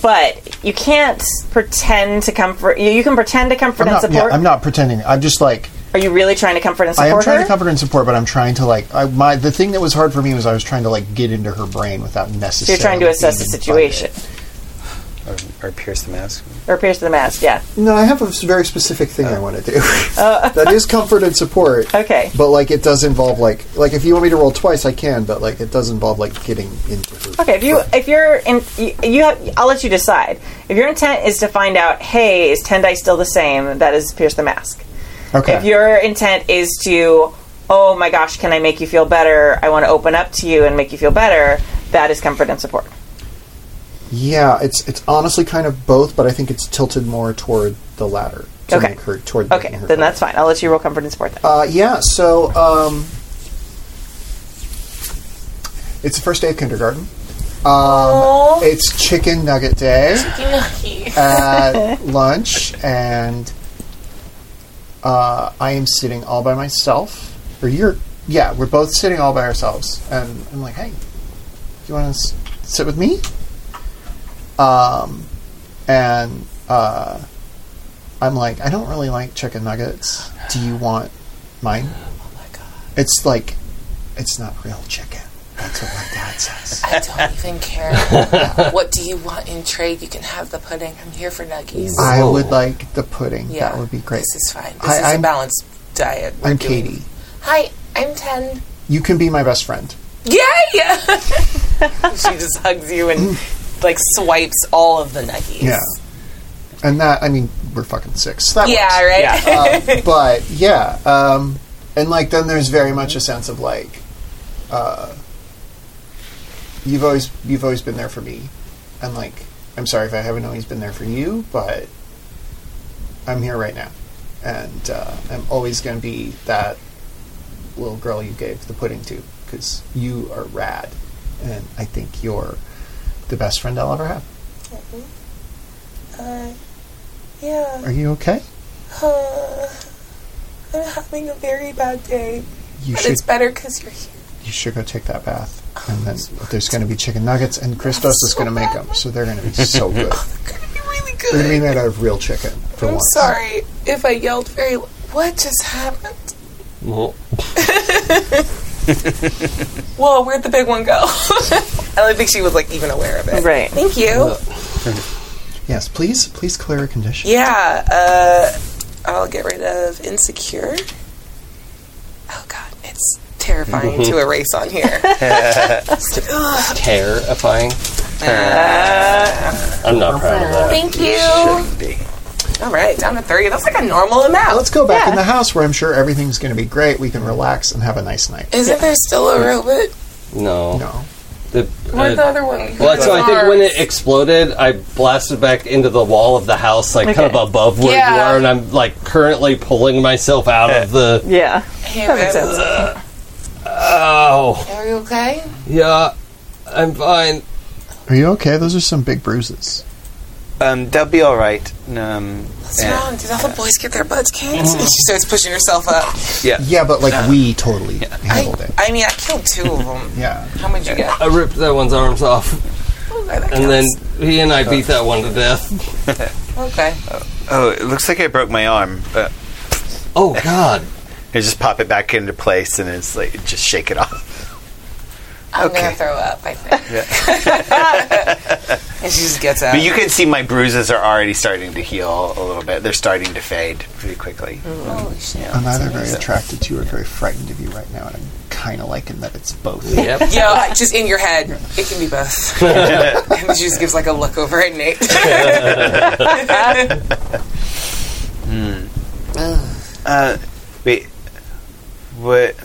S2: but you can't pretend to comfort. You, you can pretend to comfort
S5: I'm
S2: and
S5: not, yeah,
S2: support.
S5: I'm not pretending. I'm just like
S2: Are you really trying to comfort and
S5: I
S2: support
S5: am trying
S2: her?
S5: to comfort and support, but I'm trying to like I, my the thing that was hard for me was I was trying to like get into her brain without necessarily.
S2: You're trying to assess the
S5: being
S2: situation
S8: Or, or Pierce the Mask.
S2: or pierce the mask. Yeah.
S5: invited. No, I have a s- very specific thing
S2: Oh.
S5: I want to do.
S2: Uh.
S5: that is comfort and support.
S2: Okay.
S5: But like it does involve like like if you want me to roll twice, I can. But like it does involve like getting into her.
S2: Okay, if you if you're in you, you have I'll let you decide. If your intent is to find out, hey, is Tendai still the same? That is Pierce the Mask.
S5: Okay.
S2: If your intent is to, oh my gosh, can I make you feel better? I want to open up to you and make you feel better. That is comfort and support.
S5: yeah, it's it's honestly kind of both, but I think it's tilted more toward the latter. To
S2: Okay.
S5: Make her toward
S2: Okay,
S5: making her
S2: then that's fine. I'll let you roll comfort and support then.
S5: Uh, yeah, so um, it's the first day of kindergarten. Um, it's chicken nugget day at lunch, and uh, I am sitting all by myself. Or you're, yeah, we're both sitting all by ourselves. And I'm like, hey, you want to s- sit with me? Um, and uh, I'm like, I don't really like chicken nuggets. Do you want mine? Oh my god! It's like, it's not real chicken. That's what my dad says.
S4: I don't even care. what do you want in trade? You can have the pudding. I'm here for nuggies.
S5: I would like the pudding.
S4: yeah,
S5: That would be great.
S4: This is fine. This
S5: Hi,
S4: is a
S5: I'm-
S4: balanced diet. we're
S5: I'm
S4: doing.
S5: Katie.
S4: Hi, I'm ten.
S5: You can be my best friend.
S4: Yay! she just hugs you and like swipes all of the nuggies.
S5: Yeah. And that, I mean, we're fucking six. That
S4: Yeah,
S5: works.
S4: right.
S5: um, but yeah, um, and like then there's very much a sense of like, uh, you've always you've always been there for me, and like I'm sorry if I haven't always been there for you, but I'm here right now, and uh, I'm always going to be that little girl you gave the pudding to because you are rad, and I think you're the best friend I'll ever have.
S4: Uh, yeah.
S5: Are you okay?
S4: Uh, I'm having a very bad day,
S5: You
S4: but
S5: should
S4: it's better because you're here.
S5: you should go take that bath. And then there's going to be chicken nuggets, and Christos is going to make them, so they're going to be so good.
S4: It's gonna be really
S5: They're going to be
S4: good.
S5: made out of real chicken for
S4: I'm
S5: once.
S4: sorry if I yelled very. l- What just happened?
S3: Well,
S4: Whoa, where'd the big one go? I don't think she was like even aware
S5: Uh,
S4: of it.
S2: Right.
S4: Thank you.
S5: Yes, please, please clear a condition.
S4: Yeah, uh, I'll get rid of insecure. Oh god, it's terrifying to erase on here.
S3: terrifying.
S2: Uh,
S3: I'm not proud of that.
S4: Thank you.
S8: Be.
S4: All right, down to three. That's like a normal
S5: Now
S4: amount.
S5: let's go back in the house where I'm sure everything's going to be great. We can relax and have a nice night.
S4: Isn't there still a robot?
S3: No.
S5: No.
S3: The,
S4: Where's
S3: uh,
S4: the other one?
S3: well, so I think when it exploded, I blasted back into the wall of the house, like kind
S2: Okay.
S3: of above where you
S4: Yeah.
S3: are, and I'm like currently pulling myself out of the.
S2: Yeah.
S4: Hey,
S2: makes
S4: Rose,
S3: Oh,
S4: Are you okay?
S3: yeah, I'm fine.
S5: Are you okay? Those are some big bruises.
S8: Um, they'll be all right. Um,
S4: What's
S8: yeah.
S4: wrong? Did all the boys get their butts kicked? And she starts pushing herself up.
S5: Yeah, but like we totally
S4: I,
S5: handled it.
S4: I mean, I killed two of them.
S5: Yeah.
S4: How much you get?
S3: I ripped that one's arms off,
S4: Okay, that
S3: and then
S4: counts.
S3: he and I beat that one to death.
S4: okay.
S8: Oh, it looks like I broke my arm. But
S3: Oh God,
S8: I just pop it back into place, and it's like just shake it off.
S4: I'm
S8: Okay.
S4: gonna throw up. I think. and she just gets up.
S8: But you can see my bruises are already starting to heal a little bit. They're starting to fade pretty quickly.
S4: Holy shit.
S5: I'm either very attracted to you or very frightened of you right now, and I'm kind of liking that it's both.
S3: yep.
S4: Yeah, like, just in your head. It can be both. and she just gives like a look over at Nate.
S8: Uh, wait, what?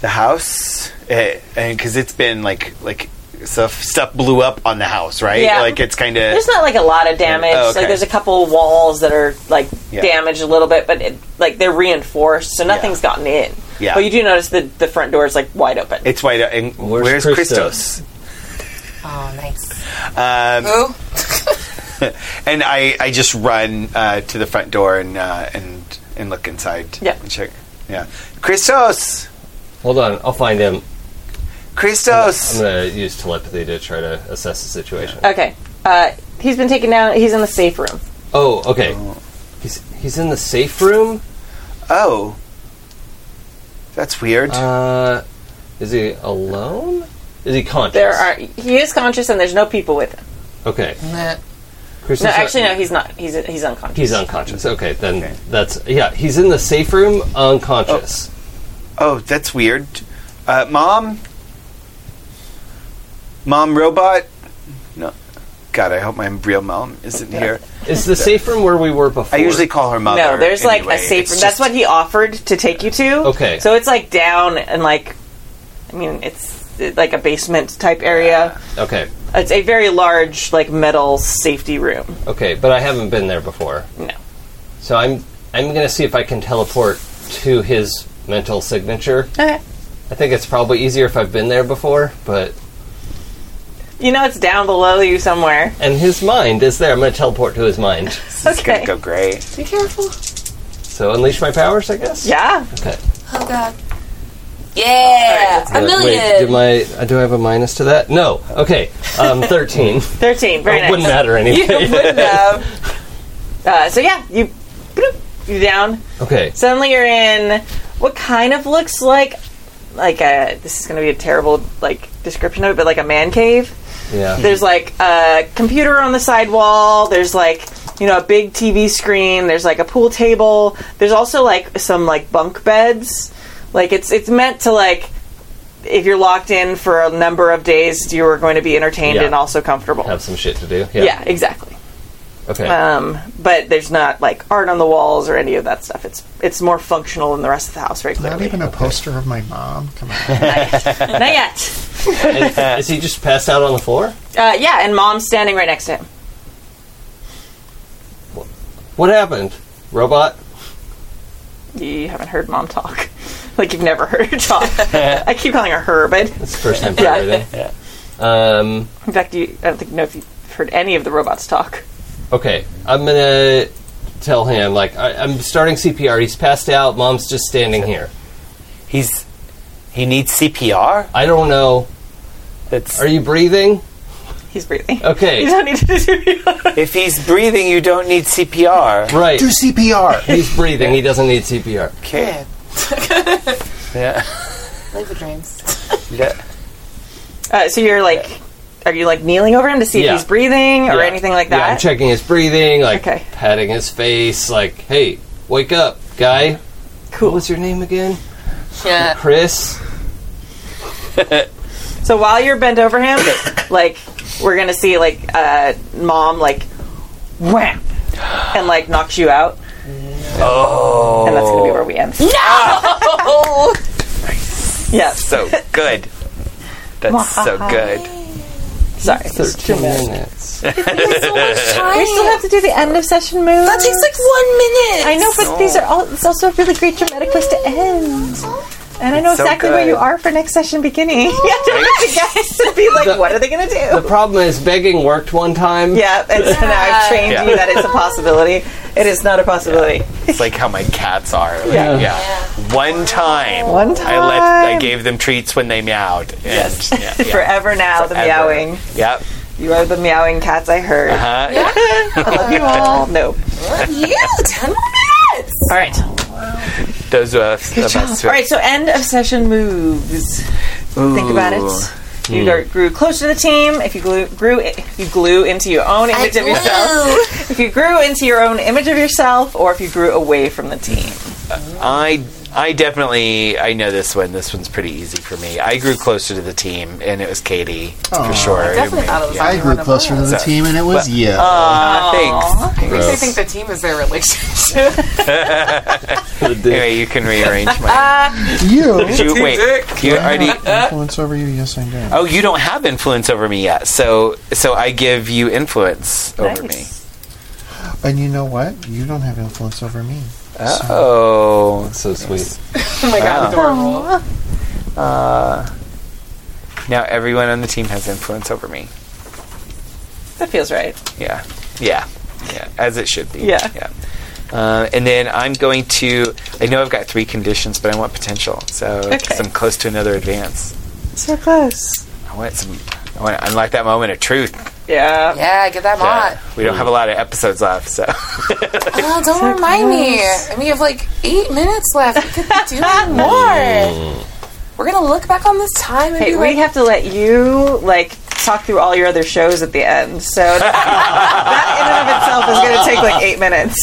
S8: The house? Eh, and because it's been like like stuff stuff blew up on the house, right?
S2: Yeah.
S8: Like it's kind of
S2: There's not like a lot of damage.
S8: Oh, okay.
S2: Like there's a couple walls that are like
S8: Yeah.
S2: damaged a little bit, but it, like they're reinforced, so nothing's gotten in.
S8: Yeah.
S2: But you do notice the the front door is like wide open.
S8: it's white. And
S3: Where's
S8: where's,
S3: Christos?
S8: Christos?
S4: oh, nice.
S8: Um,
S4: Who?
S8: and I, I just run uh, to the front door and uh, and and look inside.
S2: Yeah.
S8: And check. Yeah. Christos.
S3: Hold on, I'll find him. I'm
S8: Christos.
S3: gonna use telepathy to try to assess the situation.
S2: Okay. Uh, he's been taken down. He's in the safe room.
S3: Oh, okay. He's he's in the safe room.
S8: Oh. That's weird.
S3: Uh, is he alone? Is he conscious?
S2: There are. He is conscious, and there's no people with him.
S3: Okay.
S4: Nah.
S3: Chris
S2: No,
S3: is-
S2: actually, no. He's not. He's he's unconscious.
S3: He's unconscious. Okay, then that's yeah. He's in the safe room, unconscious.
S8: oh, that's weird. Uh, Mom. Mom robot. No. God, I hope my real mom isn't here.
S3: Is the safe room where we were before?
S8: Oh. I usually call her mother.
S2: No, there's like
S8: anyway.
S2: a safe
S8: It's
S2: room.
S8: just-
S2: That's what he offered to take you to.
S3: Okay.
S2: So it's like down and like, I mean, it's uh, like a basement type area.
S3: Okay,
S2: It's a very large like metal safety room.
S3: okay, but I haven't been there before.
S2: No.
S3: So I'm I'm gonna see if I can teleport to his mental signature.
S2: Okay.
S3: I think it's probably easier if I've been there before, but
S2: You know, it's down below you somewhere.
S3: and his mind is there. I'm gonna teleport to his mind.
S8: This is
S2: okay.
S8: gonna go great.
S4: Be careful.
S3: So unleash my powers, I guess.
S2: Yeah.
S4: Oh god. Yeah, a
S3: But
S4: million.
S3: Wait, do my uh, do I have a minus to that? No. Okay. Um, thirteen.
S2: Thirteen.
S8: Oh,
S2: Very
S3: it
S2: nice.
S3: wouldn't matter anyway.
S2: No. Uh, so yeah, you bloop, you down.
S3: okay.
S2: Suddenly you're in what kind of looks like like a this is going to be a terrible like description of it, but like a man cave.
S3: Yeah.
S2: There's like a computer on the side wall. There's like you know a big TV screen. There's like a pool table. There's also like some like bunk beds. Like it's it's meant to like if you're locked in for a number of days, you are going to be entertained
S3: Yeah.
S2: and also comfortable.
S3: Have some shit to do. Yeah.
S2: Yeah, exactly.
S3: Okay.
S2: Um, but there's not like art on the walls or any of that stuff. It's it's more functional than the rest of the house, very
S5: Not
S2: clearly.
S5: even a poster of my mom. Come on.
S2: Not yet.
S3: is, is he just passed out on the floor?
S2: Uh, yeah, and mom's standing right next to him.
S3: What happened? Robot?
S2: You haven't heard mom talk. Like you've never heard her talk. I keep calling her her, but
S3: It's the first time for
S2: Yeah.
S3: everything. Um,
S2: in fact, you, I don't think know if you've heard any of the robots talk.
S3: okay, I'm gonna tell him like I, I'm starting CPR. He's passed out. Mom's just standing here.
S6: He's he needs CPR.
S3: I don't know.
S6: That's
S3: Are you breathing?
S2: He's breathing. You
S3: Okay,
S2: don't need to do
S6: if he's breathing, you don't need CPR.
S3: right.
S5: Do CPR.
S3: He's breathing. He doesn't need CPR.
S6: Okay. yeah.
S7: Live the dreams.
S6: Yeah.
S2: uh, So you're like, are you like kneeling over him to see
S3: Yeah.
S2: if he's breathing or
S3: Yeah.
S2: anything like
S3: Yeah, I'm
S2: that?
S3: checking his breathing. Like
S2: Okay.
S3: patting his face. Like, hey, wake up, guy. What
S2: cool.
S3: was your name again?
S7: Yeah.
S3: Chris.
S2: So while you're bent over him, like we're gonna see like uh, mom like wham and like knocks you out. Oh. And that's gonna be where we end. No. yes.
S6: So good. That's so good.
S2: Sorry.
S3: Thirteen minutes.
S11: We still have to do the end of session move. That takes like one minute. I know, but these are all. It's also a really great dramatic place to end. And I know
S6: so
S11: exactly where
S6: good.
S11: you are for next session beginning. yeah,
S2: The guys to be like, what are they gonna
S3: The
S2: do?
S3: problem is begging worked one time.
S2: Yeah, and so now I've trained you that it's a possibility. It is not a possibility.
S6: It's like how my cats are. Like,
S2: Yeah.
S6: yeah. One time.
S2: One
S6: I let I
S2: time.
S6: gave them treats when they meowed. And yes. Yeah. yeah.
S2: Forever now, the
S6: Forever.
S2: meowing.
S6: Yep.
S2: You are the meowing cats I heard.
S6: Uh,
S2: I love you all. No.
S7: you ten more minutes.
S2: All right.
S6: Those were the best.
S2: All right, so end of session moves. Think about it. You
S6: Hmm.
S2: gr- grew close to the team. If you glue, grew, if you glue into your own image of yourself, if you grew into your own image of yourself, or if you grew away from the team.
S6: I I definitely I know this one. This one's pretty easy for me. I grew closer to the team, and it was Katie for sure.
S7: Definitely thought it was.
S5: I grew closer to the team, and it was you.
S6: uh, Aw, thanks.
S7: It makes me think the team is their relationship.
S6: Anyway, you can rearrange my.
S5: you
S6: you, wait, you already.
S5: influence over you? Yes, I do.
S6: Oh, you don't have influence over me yet. So so I give you influence over me.
S5: And you know what? You don't have influence over me.
S6: Oh,
S3: So sweet.
S7: oh my god, adorable.
S6: now everyone on the team has influence over me.
S2: That feels right.
S6: Yeah, yeah, yeah. As it should be.
S2: Yeah.
S6: yeah. Uh, and then I'm going to. I know I've got three conditions, but I want potential. So 'cause I'm close to another advance.
S2: So close.
S6: I want some. I want to unlock that moment of truth.
S2: Yeah.
S7: Yeah, get that mod.
S6: Yeah. We don't have a lot of episodes left, so
S7: Oh, don't remind me. And we have like eight minutes left. We could be doing more. We're gonna look back on this time and
S2: Hey,
S7: be
S2: we
S7: like,
S2: have to let you like talk through all your other shows at the end. So that, in and of itself is going to take like eight minutes.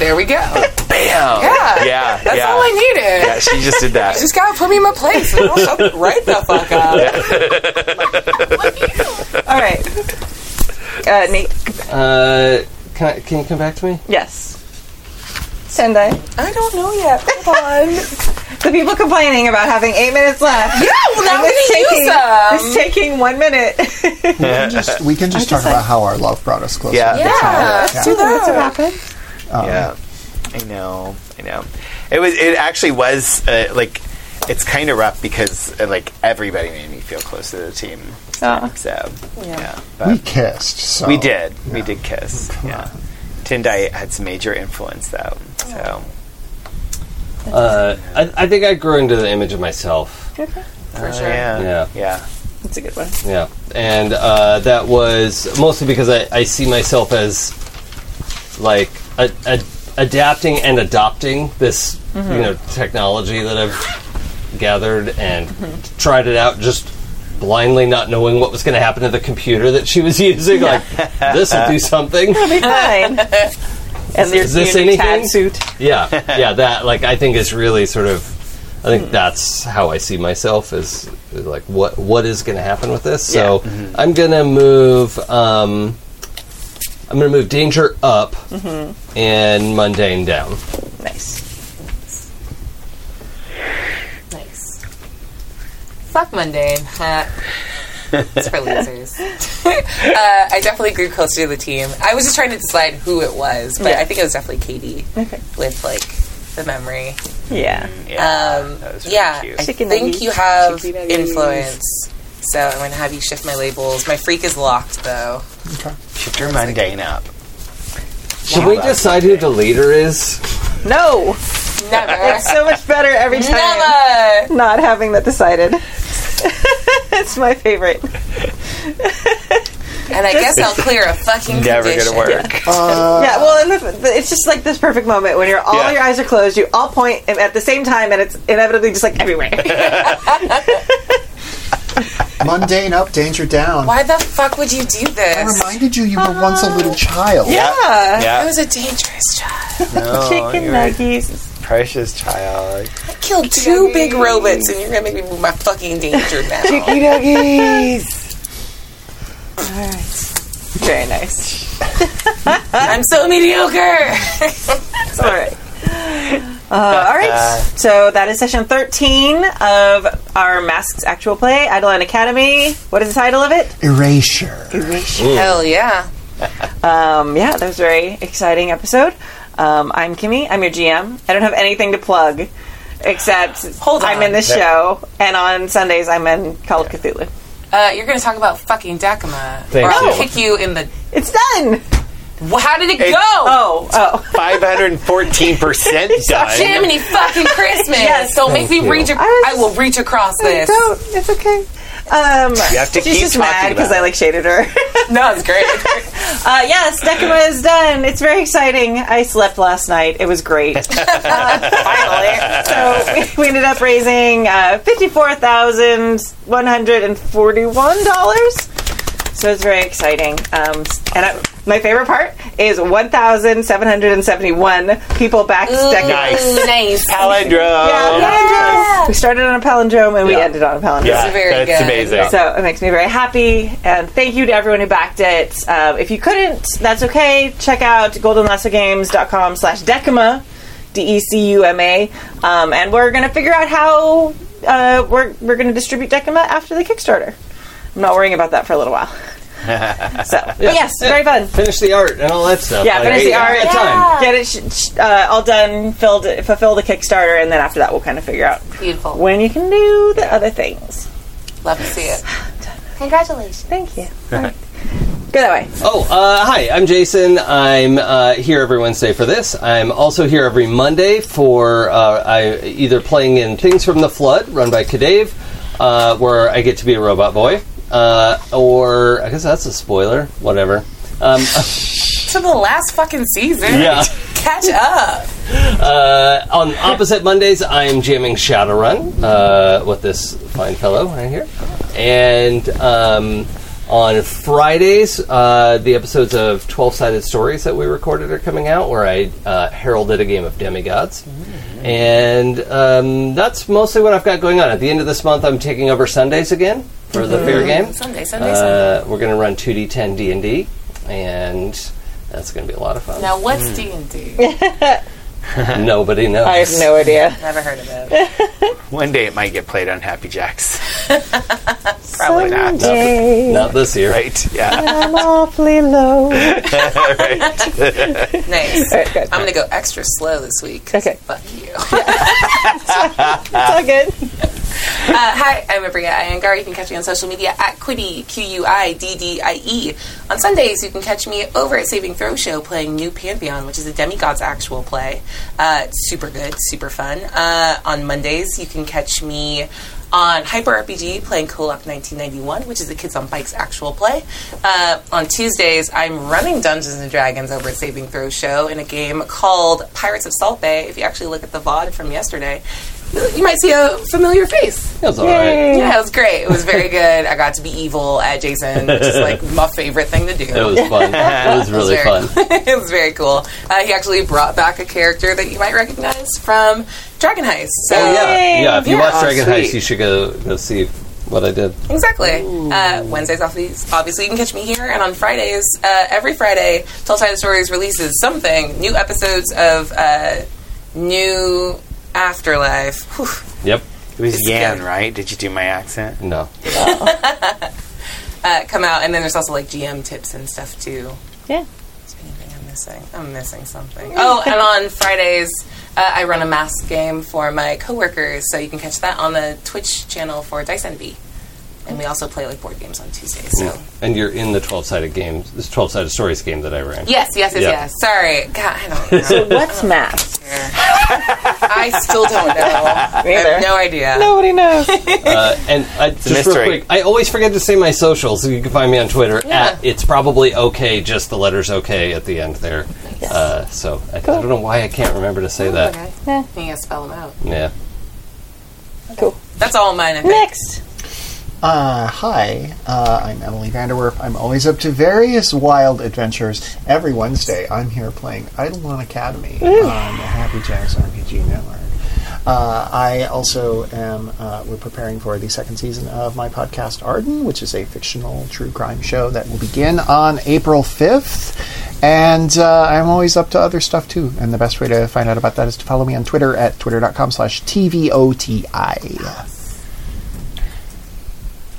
S7: there we go. That's
S6: bam.
S7: Yeah.
S6: yeah, that's
S7: all I needed.
S6: Yeah, she just did that.
S7: Just gotta put me in my place. We don't shut right the fuck up.
S2: All right. Uh, Nate.
S3: Uh, can, I, can you come back to me?
S2: Yes. Sendai.
S7: I don't know yet. Hold on.
S2: The people complaining about having eight minutes left. Yeah,
S7: well, now we can use them.
S2: It's taking one minute.
S5: We can just, we can just talk about how our love brought us closer.
S6: Yeah.
S5: to the
S6: Yeah,
S5: town.
S7: let's do that.
S5: Um,
S6: Yeah, I know, I know. It was. It actually was uh, like. It's kind of rough because uh, like everybody made me feel close to the team.
S2: Aw.
S6: So yeah, but
S5: Um, We kissed. So.
S6: we did. We did kiss. yeah. Tendai had some major influence though. So
S3: Uh, I, I think I grew into the image of myself.
S6: for sure. Yeah.
S3: Yeah.
S6: yeah.
S2: That's a good one.
S3: Yeah, and uh, that was mostly because I, I see myself as like a, a, adapting and adopting this you know technology that I've gathered and tried it out just blindly, not knowing what was going to happen to the computer that she was using. Like, this will do
S2: Be
S3: something.
S2: fine. and your,
S3: is this
S2: your new
S3: anything?
S2: Tad suit.
S3: yeah, yeah, that like I think is really sort of. I
S2: Hmm.
S3: think that's how I see myself is, is like what what is going to happen with this. So
S2: Mm-hmm.
S3: I'm gonna move. Um, I'm gonna move danger up
S2: Mm-hmm.
S3: and mundane down.
S2: Nice.
S4: Nice. Fuck mundane. Huh. It's for losers. uh, I definitely grew closer to the team. I was just trying to decide who it was, but I think it was definitely Katie with like the memory.
S2: Yeah.
S8: Yeah,
S4: Um,
S8: that was really
S4: yeah,
S8: cute.
S4: I
S2: Chicken
S4: think
S2: nuggets.
S4: you have
S2: Chicken nuggets.
S4: influence. So I'm going to have you shift my labels. My freak is locked though.
S8: Shift your mundane up.
S3: Should we decide who the leader is?
S2: No.
S4: Never.
S2: So much better every time.
S4: Never.
S2: Not having that decided. it's my favorite.
S4: And I guess I'll clear a fucking
S8: Never
S4: condition.
S8: gonna work.
S2: yeah. Well, and the, the, it's just like this perfect moment when you're all
S8: Yeah.
S2: your eyes are closed. You all point and at the same time, and it's inevitably just like everywhere.
S5: Mundane up, danger down.
S4: Why the fuck would you do
S5: I
S4: this?
S5: reminded you you were once a little child.
S8: Yeah,
S4: I
S8: yeah.
S4: was a dangerous child.
S8: No,
S2: Chicken
S8: you were a
S2: nuggies.
S8: precious child.
S4: killed two big robots and you're gonna make me move my fucking danger now.
S8: Chicken nuggies.
S2: Very nice.
S4: I'm so mediocre.
S2: All right. Uh, all right. So that is session 13 of our Masks Actual Play, Eidolon Academy. What is the title of it?
S5: Erasure.
S4: Hell yeah.
S2: Um, yeah, that was a very exciting episode. Um, I'm Kimmy. I'm your GM. I don't have anything to plug except
S4: Hold
S2: I'm
S4: on.
S2: in this show, and on Sundays I'm in Call of Cthulhu.
S4: Uh, you're gonna talk about fucking Dakima,
S3: Thank
S4: or I'll
S3: you.
S4: kick you in the.
S2: It's done.
S4: Wh- How did it go?
S2: Oh, oh.
S8: Five hundred and fourteen percent done.
S4: Jiminy fucking Christmas!
S2: Yes.
S4: Don't make me
S3: you.
S4: reach. Ac-
S2: I was-
S4: I will reach across this.
S2: Don't. It's okay. Um,
S8: You have to
S2: she's
S8: keep
S2: just
S8: talking
S2: mad
S8: about
S2: because I
S8: it.
S2: like shaded her.
S4: No, it's great.
S2: Uh, yes, Decima is done. It's very exciting. I slept last night. It was great. Uh, finally. So we, we ended up raising uh, $54,141. So it's very exciting. Um, and I, my favorite part is 1,771 people backed Decima.
S8: Nice.
S4: nice.
S8: Palindrome.
S2: Palindrome. We started on a palindrome and we ended on a palindrome.
S8: Yeah,
S4: It's very
S8: that's
S4: good.
S8: amazing.
S2: So it makes me very happy, and thank you to everyone who backed it. Um, if you couldn't, that's okay. Check out goldenlassogames.com slash decima, E D-E-C-U-M-A, um, and we're going to figure out how uh, we're, we're going to distribute decima after the Kickstarter. I'm not worrying about that for a little while. so, but yes, very fun.
S3: Finish the art and all that stuff.
S2: Oh, Yeah,
S3: Like,
S2: finish the
S3: we
S2: art.
S3: got Time.
S2: Get it sh- sh- uh, all done, filled, fulfill the Kickstarter, and then after that, we'll kind of figure out
S4: Beautiful.
S2: when you can do the other things.
S4: Love to see it.
S2: Thank you. All right. Go that way.
S3: Oh, uh, hi, I'm Jason. I'm uh, here every Wednesday for this. I'm also here every Monday for uh, I either playing in Things from the Flood, run by Kadave, uh, where I get to be a robot boy, uh, or I guess that's a spoiler, whatever. Um,
S4: To the last fucking season.
S3: yeah.
S4: Catch up.
S3: Uh, on opposite Mondays, I'm jamming Shadowrun uh, with this fine fellow right here, and um, on Fridays, uh, the episodes of Twelve Sided Stories that we recorded are coming out, where I uh, heralded a game of demigods, and um, that's mostly what I've got going on. At the end of this month, I'm taking over Sundays again for the fair game.
S4: Sunday, Sunday, Sunday.
S3: Uh, we're going to run two D ten D and D, and that's going to be a lot of fun.
S4: Now, what's D and D?
S3: Nobody knows.
S2: I have no idea.
S4: Never heard of it.
S8: One day it might get played on Happy Jacks. Probably not.
S3: Not this year.
S8: Right? Yeah.
S2: I'm awfully low.
S4: Nice.
S2: good.
S4: I'm gonna go extra slow this week. 'cause
S2: Okay.
S4: Fuck you.
S2: It's all good.
S4: Uh, hi, I'm Abria Iyengar. You can catch me on social media at Quiddy, Q U I D D I E. On Sundays, you can catch me over at Saving Throw Show playing New Pantheon, which is a demigod's actual play. Uh, it's super good, super fun. Uh, on Mondays, you can catch me on Hyper RPG playing Kolok 1991, which is a Kids on Bikes actual play. Uh, on Tuesdays, I'm running Dungeons and Dragons over at Saving Throw Show in a game called Pirates of Salt Bay. If you actually look at the VOD from yesterday, you might see a familiar face.
S3: That's all right.
S4: Yeah, it was great. It was very good. I got to be evil at Jason, which is like my favorite thing to do.
S3: It was fun. It was really fun.
S4: very, it was very cool. Uh, he actually brought back a character that you might recognize from Dragon Heist. So
S3: Oh, yeah, yeah. If you
S4: Yeah.
S3: watch Dragon
S4: Sweet.
S3: Heist, you should go go see what I did.
S4: Exactly. Uh, Wednesdays, obviously, obviously, you can catch me here, and on Fridays, uh, every Friday, Tell Time Stories releases something new episodes of uh, New Afterlife. Whew.
S3: Yep.
S8: It was Yan,
S4: good.
S8: right? Did you do my accent?
S3: No.
S4: uh, come out, and then there's also like GM tips and stuff too.
S2: Yeah.
S4: Is there anything I'm missing? I'm missing something. Oh, and on Fridays, uh, I run a mask game for my coworkers, so you can catch that on the Twitch channel for Dice NB. And we also play like board games on Tuesdays. So
S8: Mm.
S3: And you're in the twelve sided games, this twelve sided stories game that I ran.
S4: yes, yes, yes,
S3: Yeah.
S4: yes. Sorry, God, I don't. Know.
S7: So what's math?
S4: I still don't know. I have no idea.
S7: Nobody knows.
S3: Uh, and I, just real
S8: mystery.
S3: quick, I always forget to say my socials. So you can find me on Twitter
S4: Yeah.
S3: at it's probably okay, just the letters okay at the end there. Uh, so I, I don't know why I can't remember to say that.
S4: Okay.
S7: Yeah.
S4: You gotta spell them out.
S3: Yeah.
S4: That's all mine. I think.
S7: Next.
S5: Uh, hi, uh, I'm Emily Vanderwerf. I'm always up to various wild adventures. Every Wednesday, I'm here playing Eidolon Academy on the Happy Jacks RPG Network. Uh, I also am, uh, we're preparing for the second season of my podcast Arden, which is a fictional true crime show that will begin on April 5th. And uh, I'm always up to other stuff too. And the best way to find out about that is to follow me on Twitter at twitter.com slash TVOTI.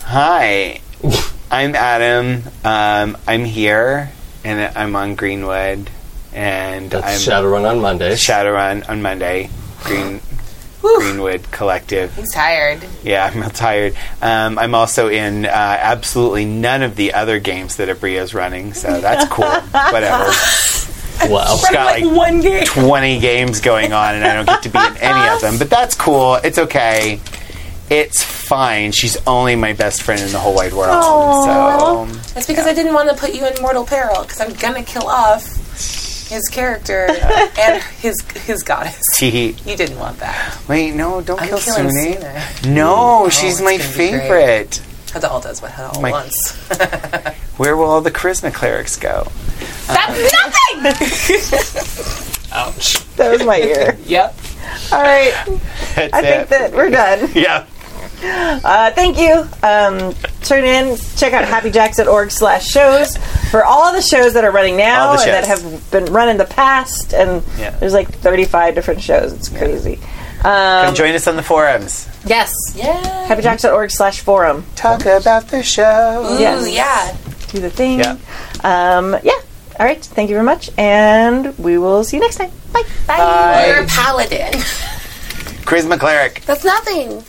S8: Hi, I'm Adam. Um, I'm here, and I'm on Greenwood, and
S3: That's
S8: I'm
S3: Shadowrun on Monday.
S8: Shadowrun on Monday. Green Greenwood Collective.
S4: He's tired.
S8: Yeah, I'm real tired. Um, I'm also in uh, absolutely none of the other games that Abria's running, so that's cool. Whatever.
S3: wow.
S8: She's got like one game. 20 games going on, and I don't get to be in any of them. But that's cool. It's okay. It's fine. She's only my best friend in the whole wide world. So
S4: That's because I didn't want to put you in mortal peril because I'm gonna kill off his character and his his goddess.
S8: she.
S4: You didn't want that.
S8: Wait, no, don't
S4: I'm
S8: kill
S4: killing
S8: Sune.
S4: Suna.
S8: No,
S4: it's
S8: she's my
S4: gonna be great.
S8: favorite.
S4: Hadal does what Hadal
S8: My-
S4: wants.
S8: Where will all the charisma clerics go?
S4: That's nothing.
S7: That was my ear.
S4: yep.
S7: All right.
S8: That's
S7: I think that we're done.
S8: yeah.
S7: Uh, thank you. Um, tune in. Check out happyjacks.org slash shows for all the shows that are running now
S8: All the
S7: and that
S8: shows.
S7: have been run in the past. And
S8: Yeah.
S7: there's like 35 different shows. It's crazy. Um,
S8: And join us on the forums.
S7: yes.
S4: Yeah.
S7: Happyjacks.org slash forum.
S8: Talk about the show.
S4: Ooh,
S7: Yes.
S4: yeah.
S7: Do the thing.
S8: Yeah.
S7: Um, yeah. All right. Thank you very much. And we will see you next time. Bye.
S4: You're a paladin.
S8: Charisma cleric.
S4: That's nothing.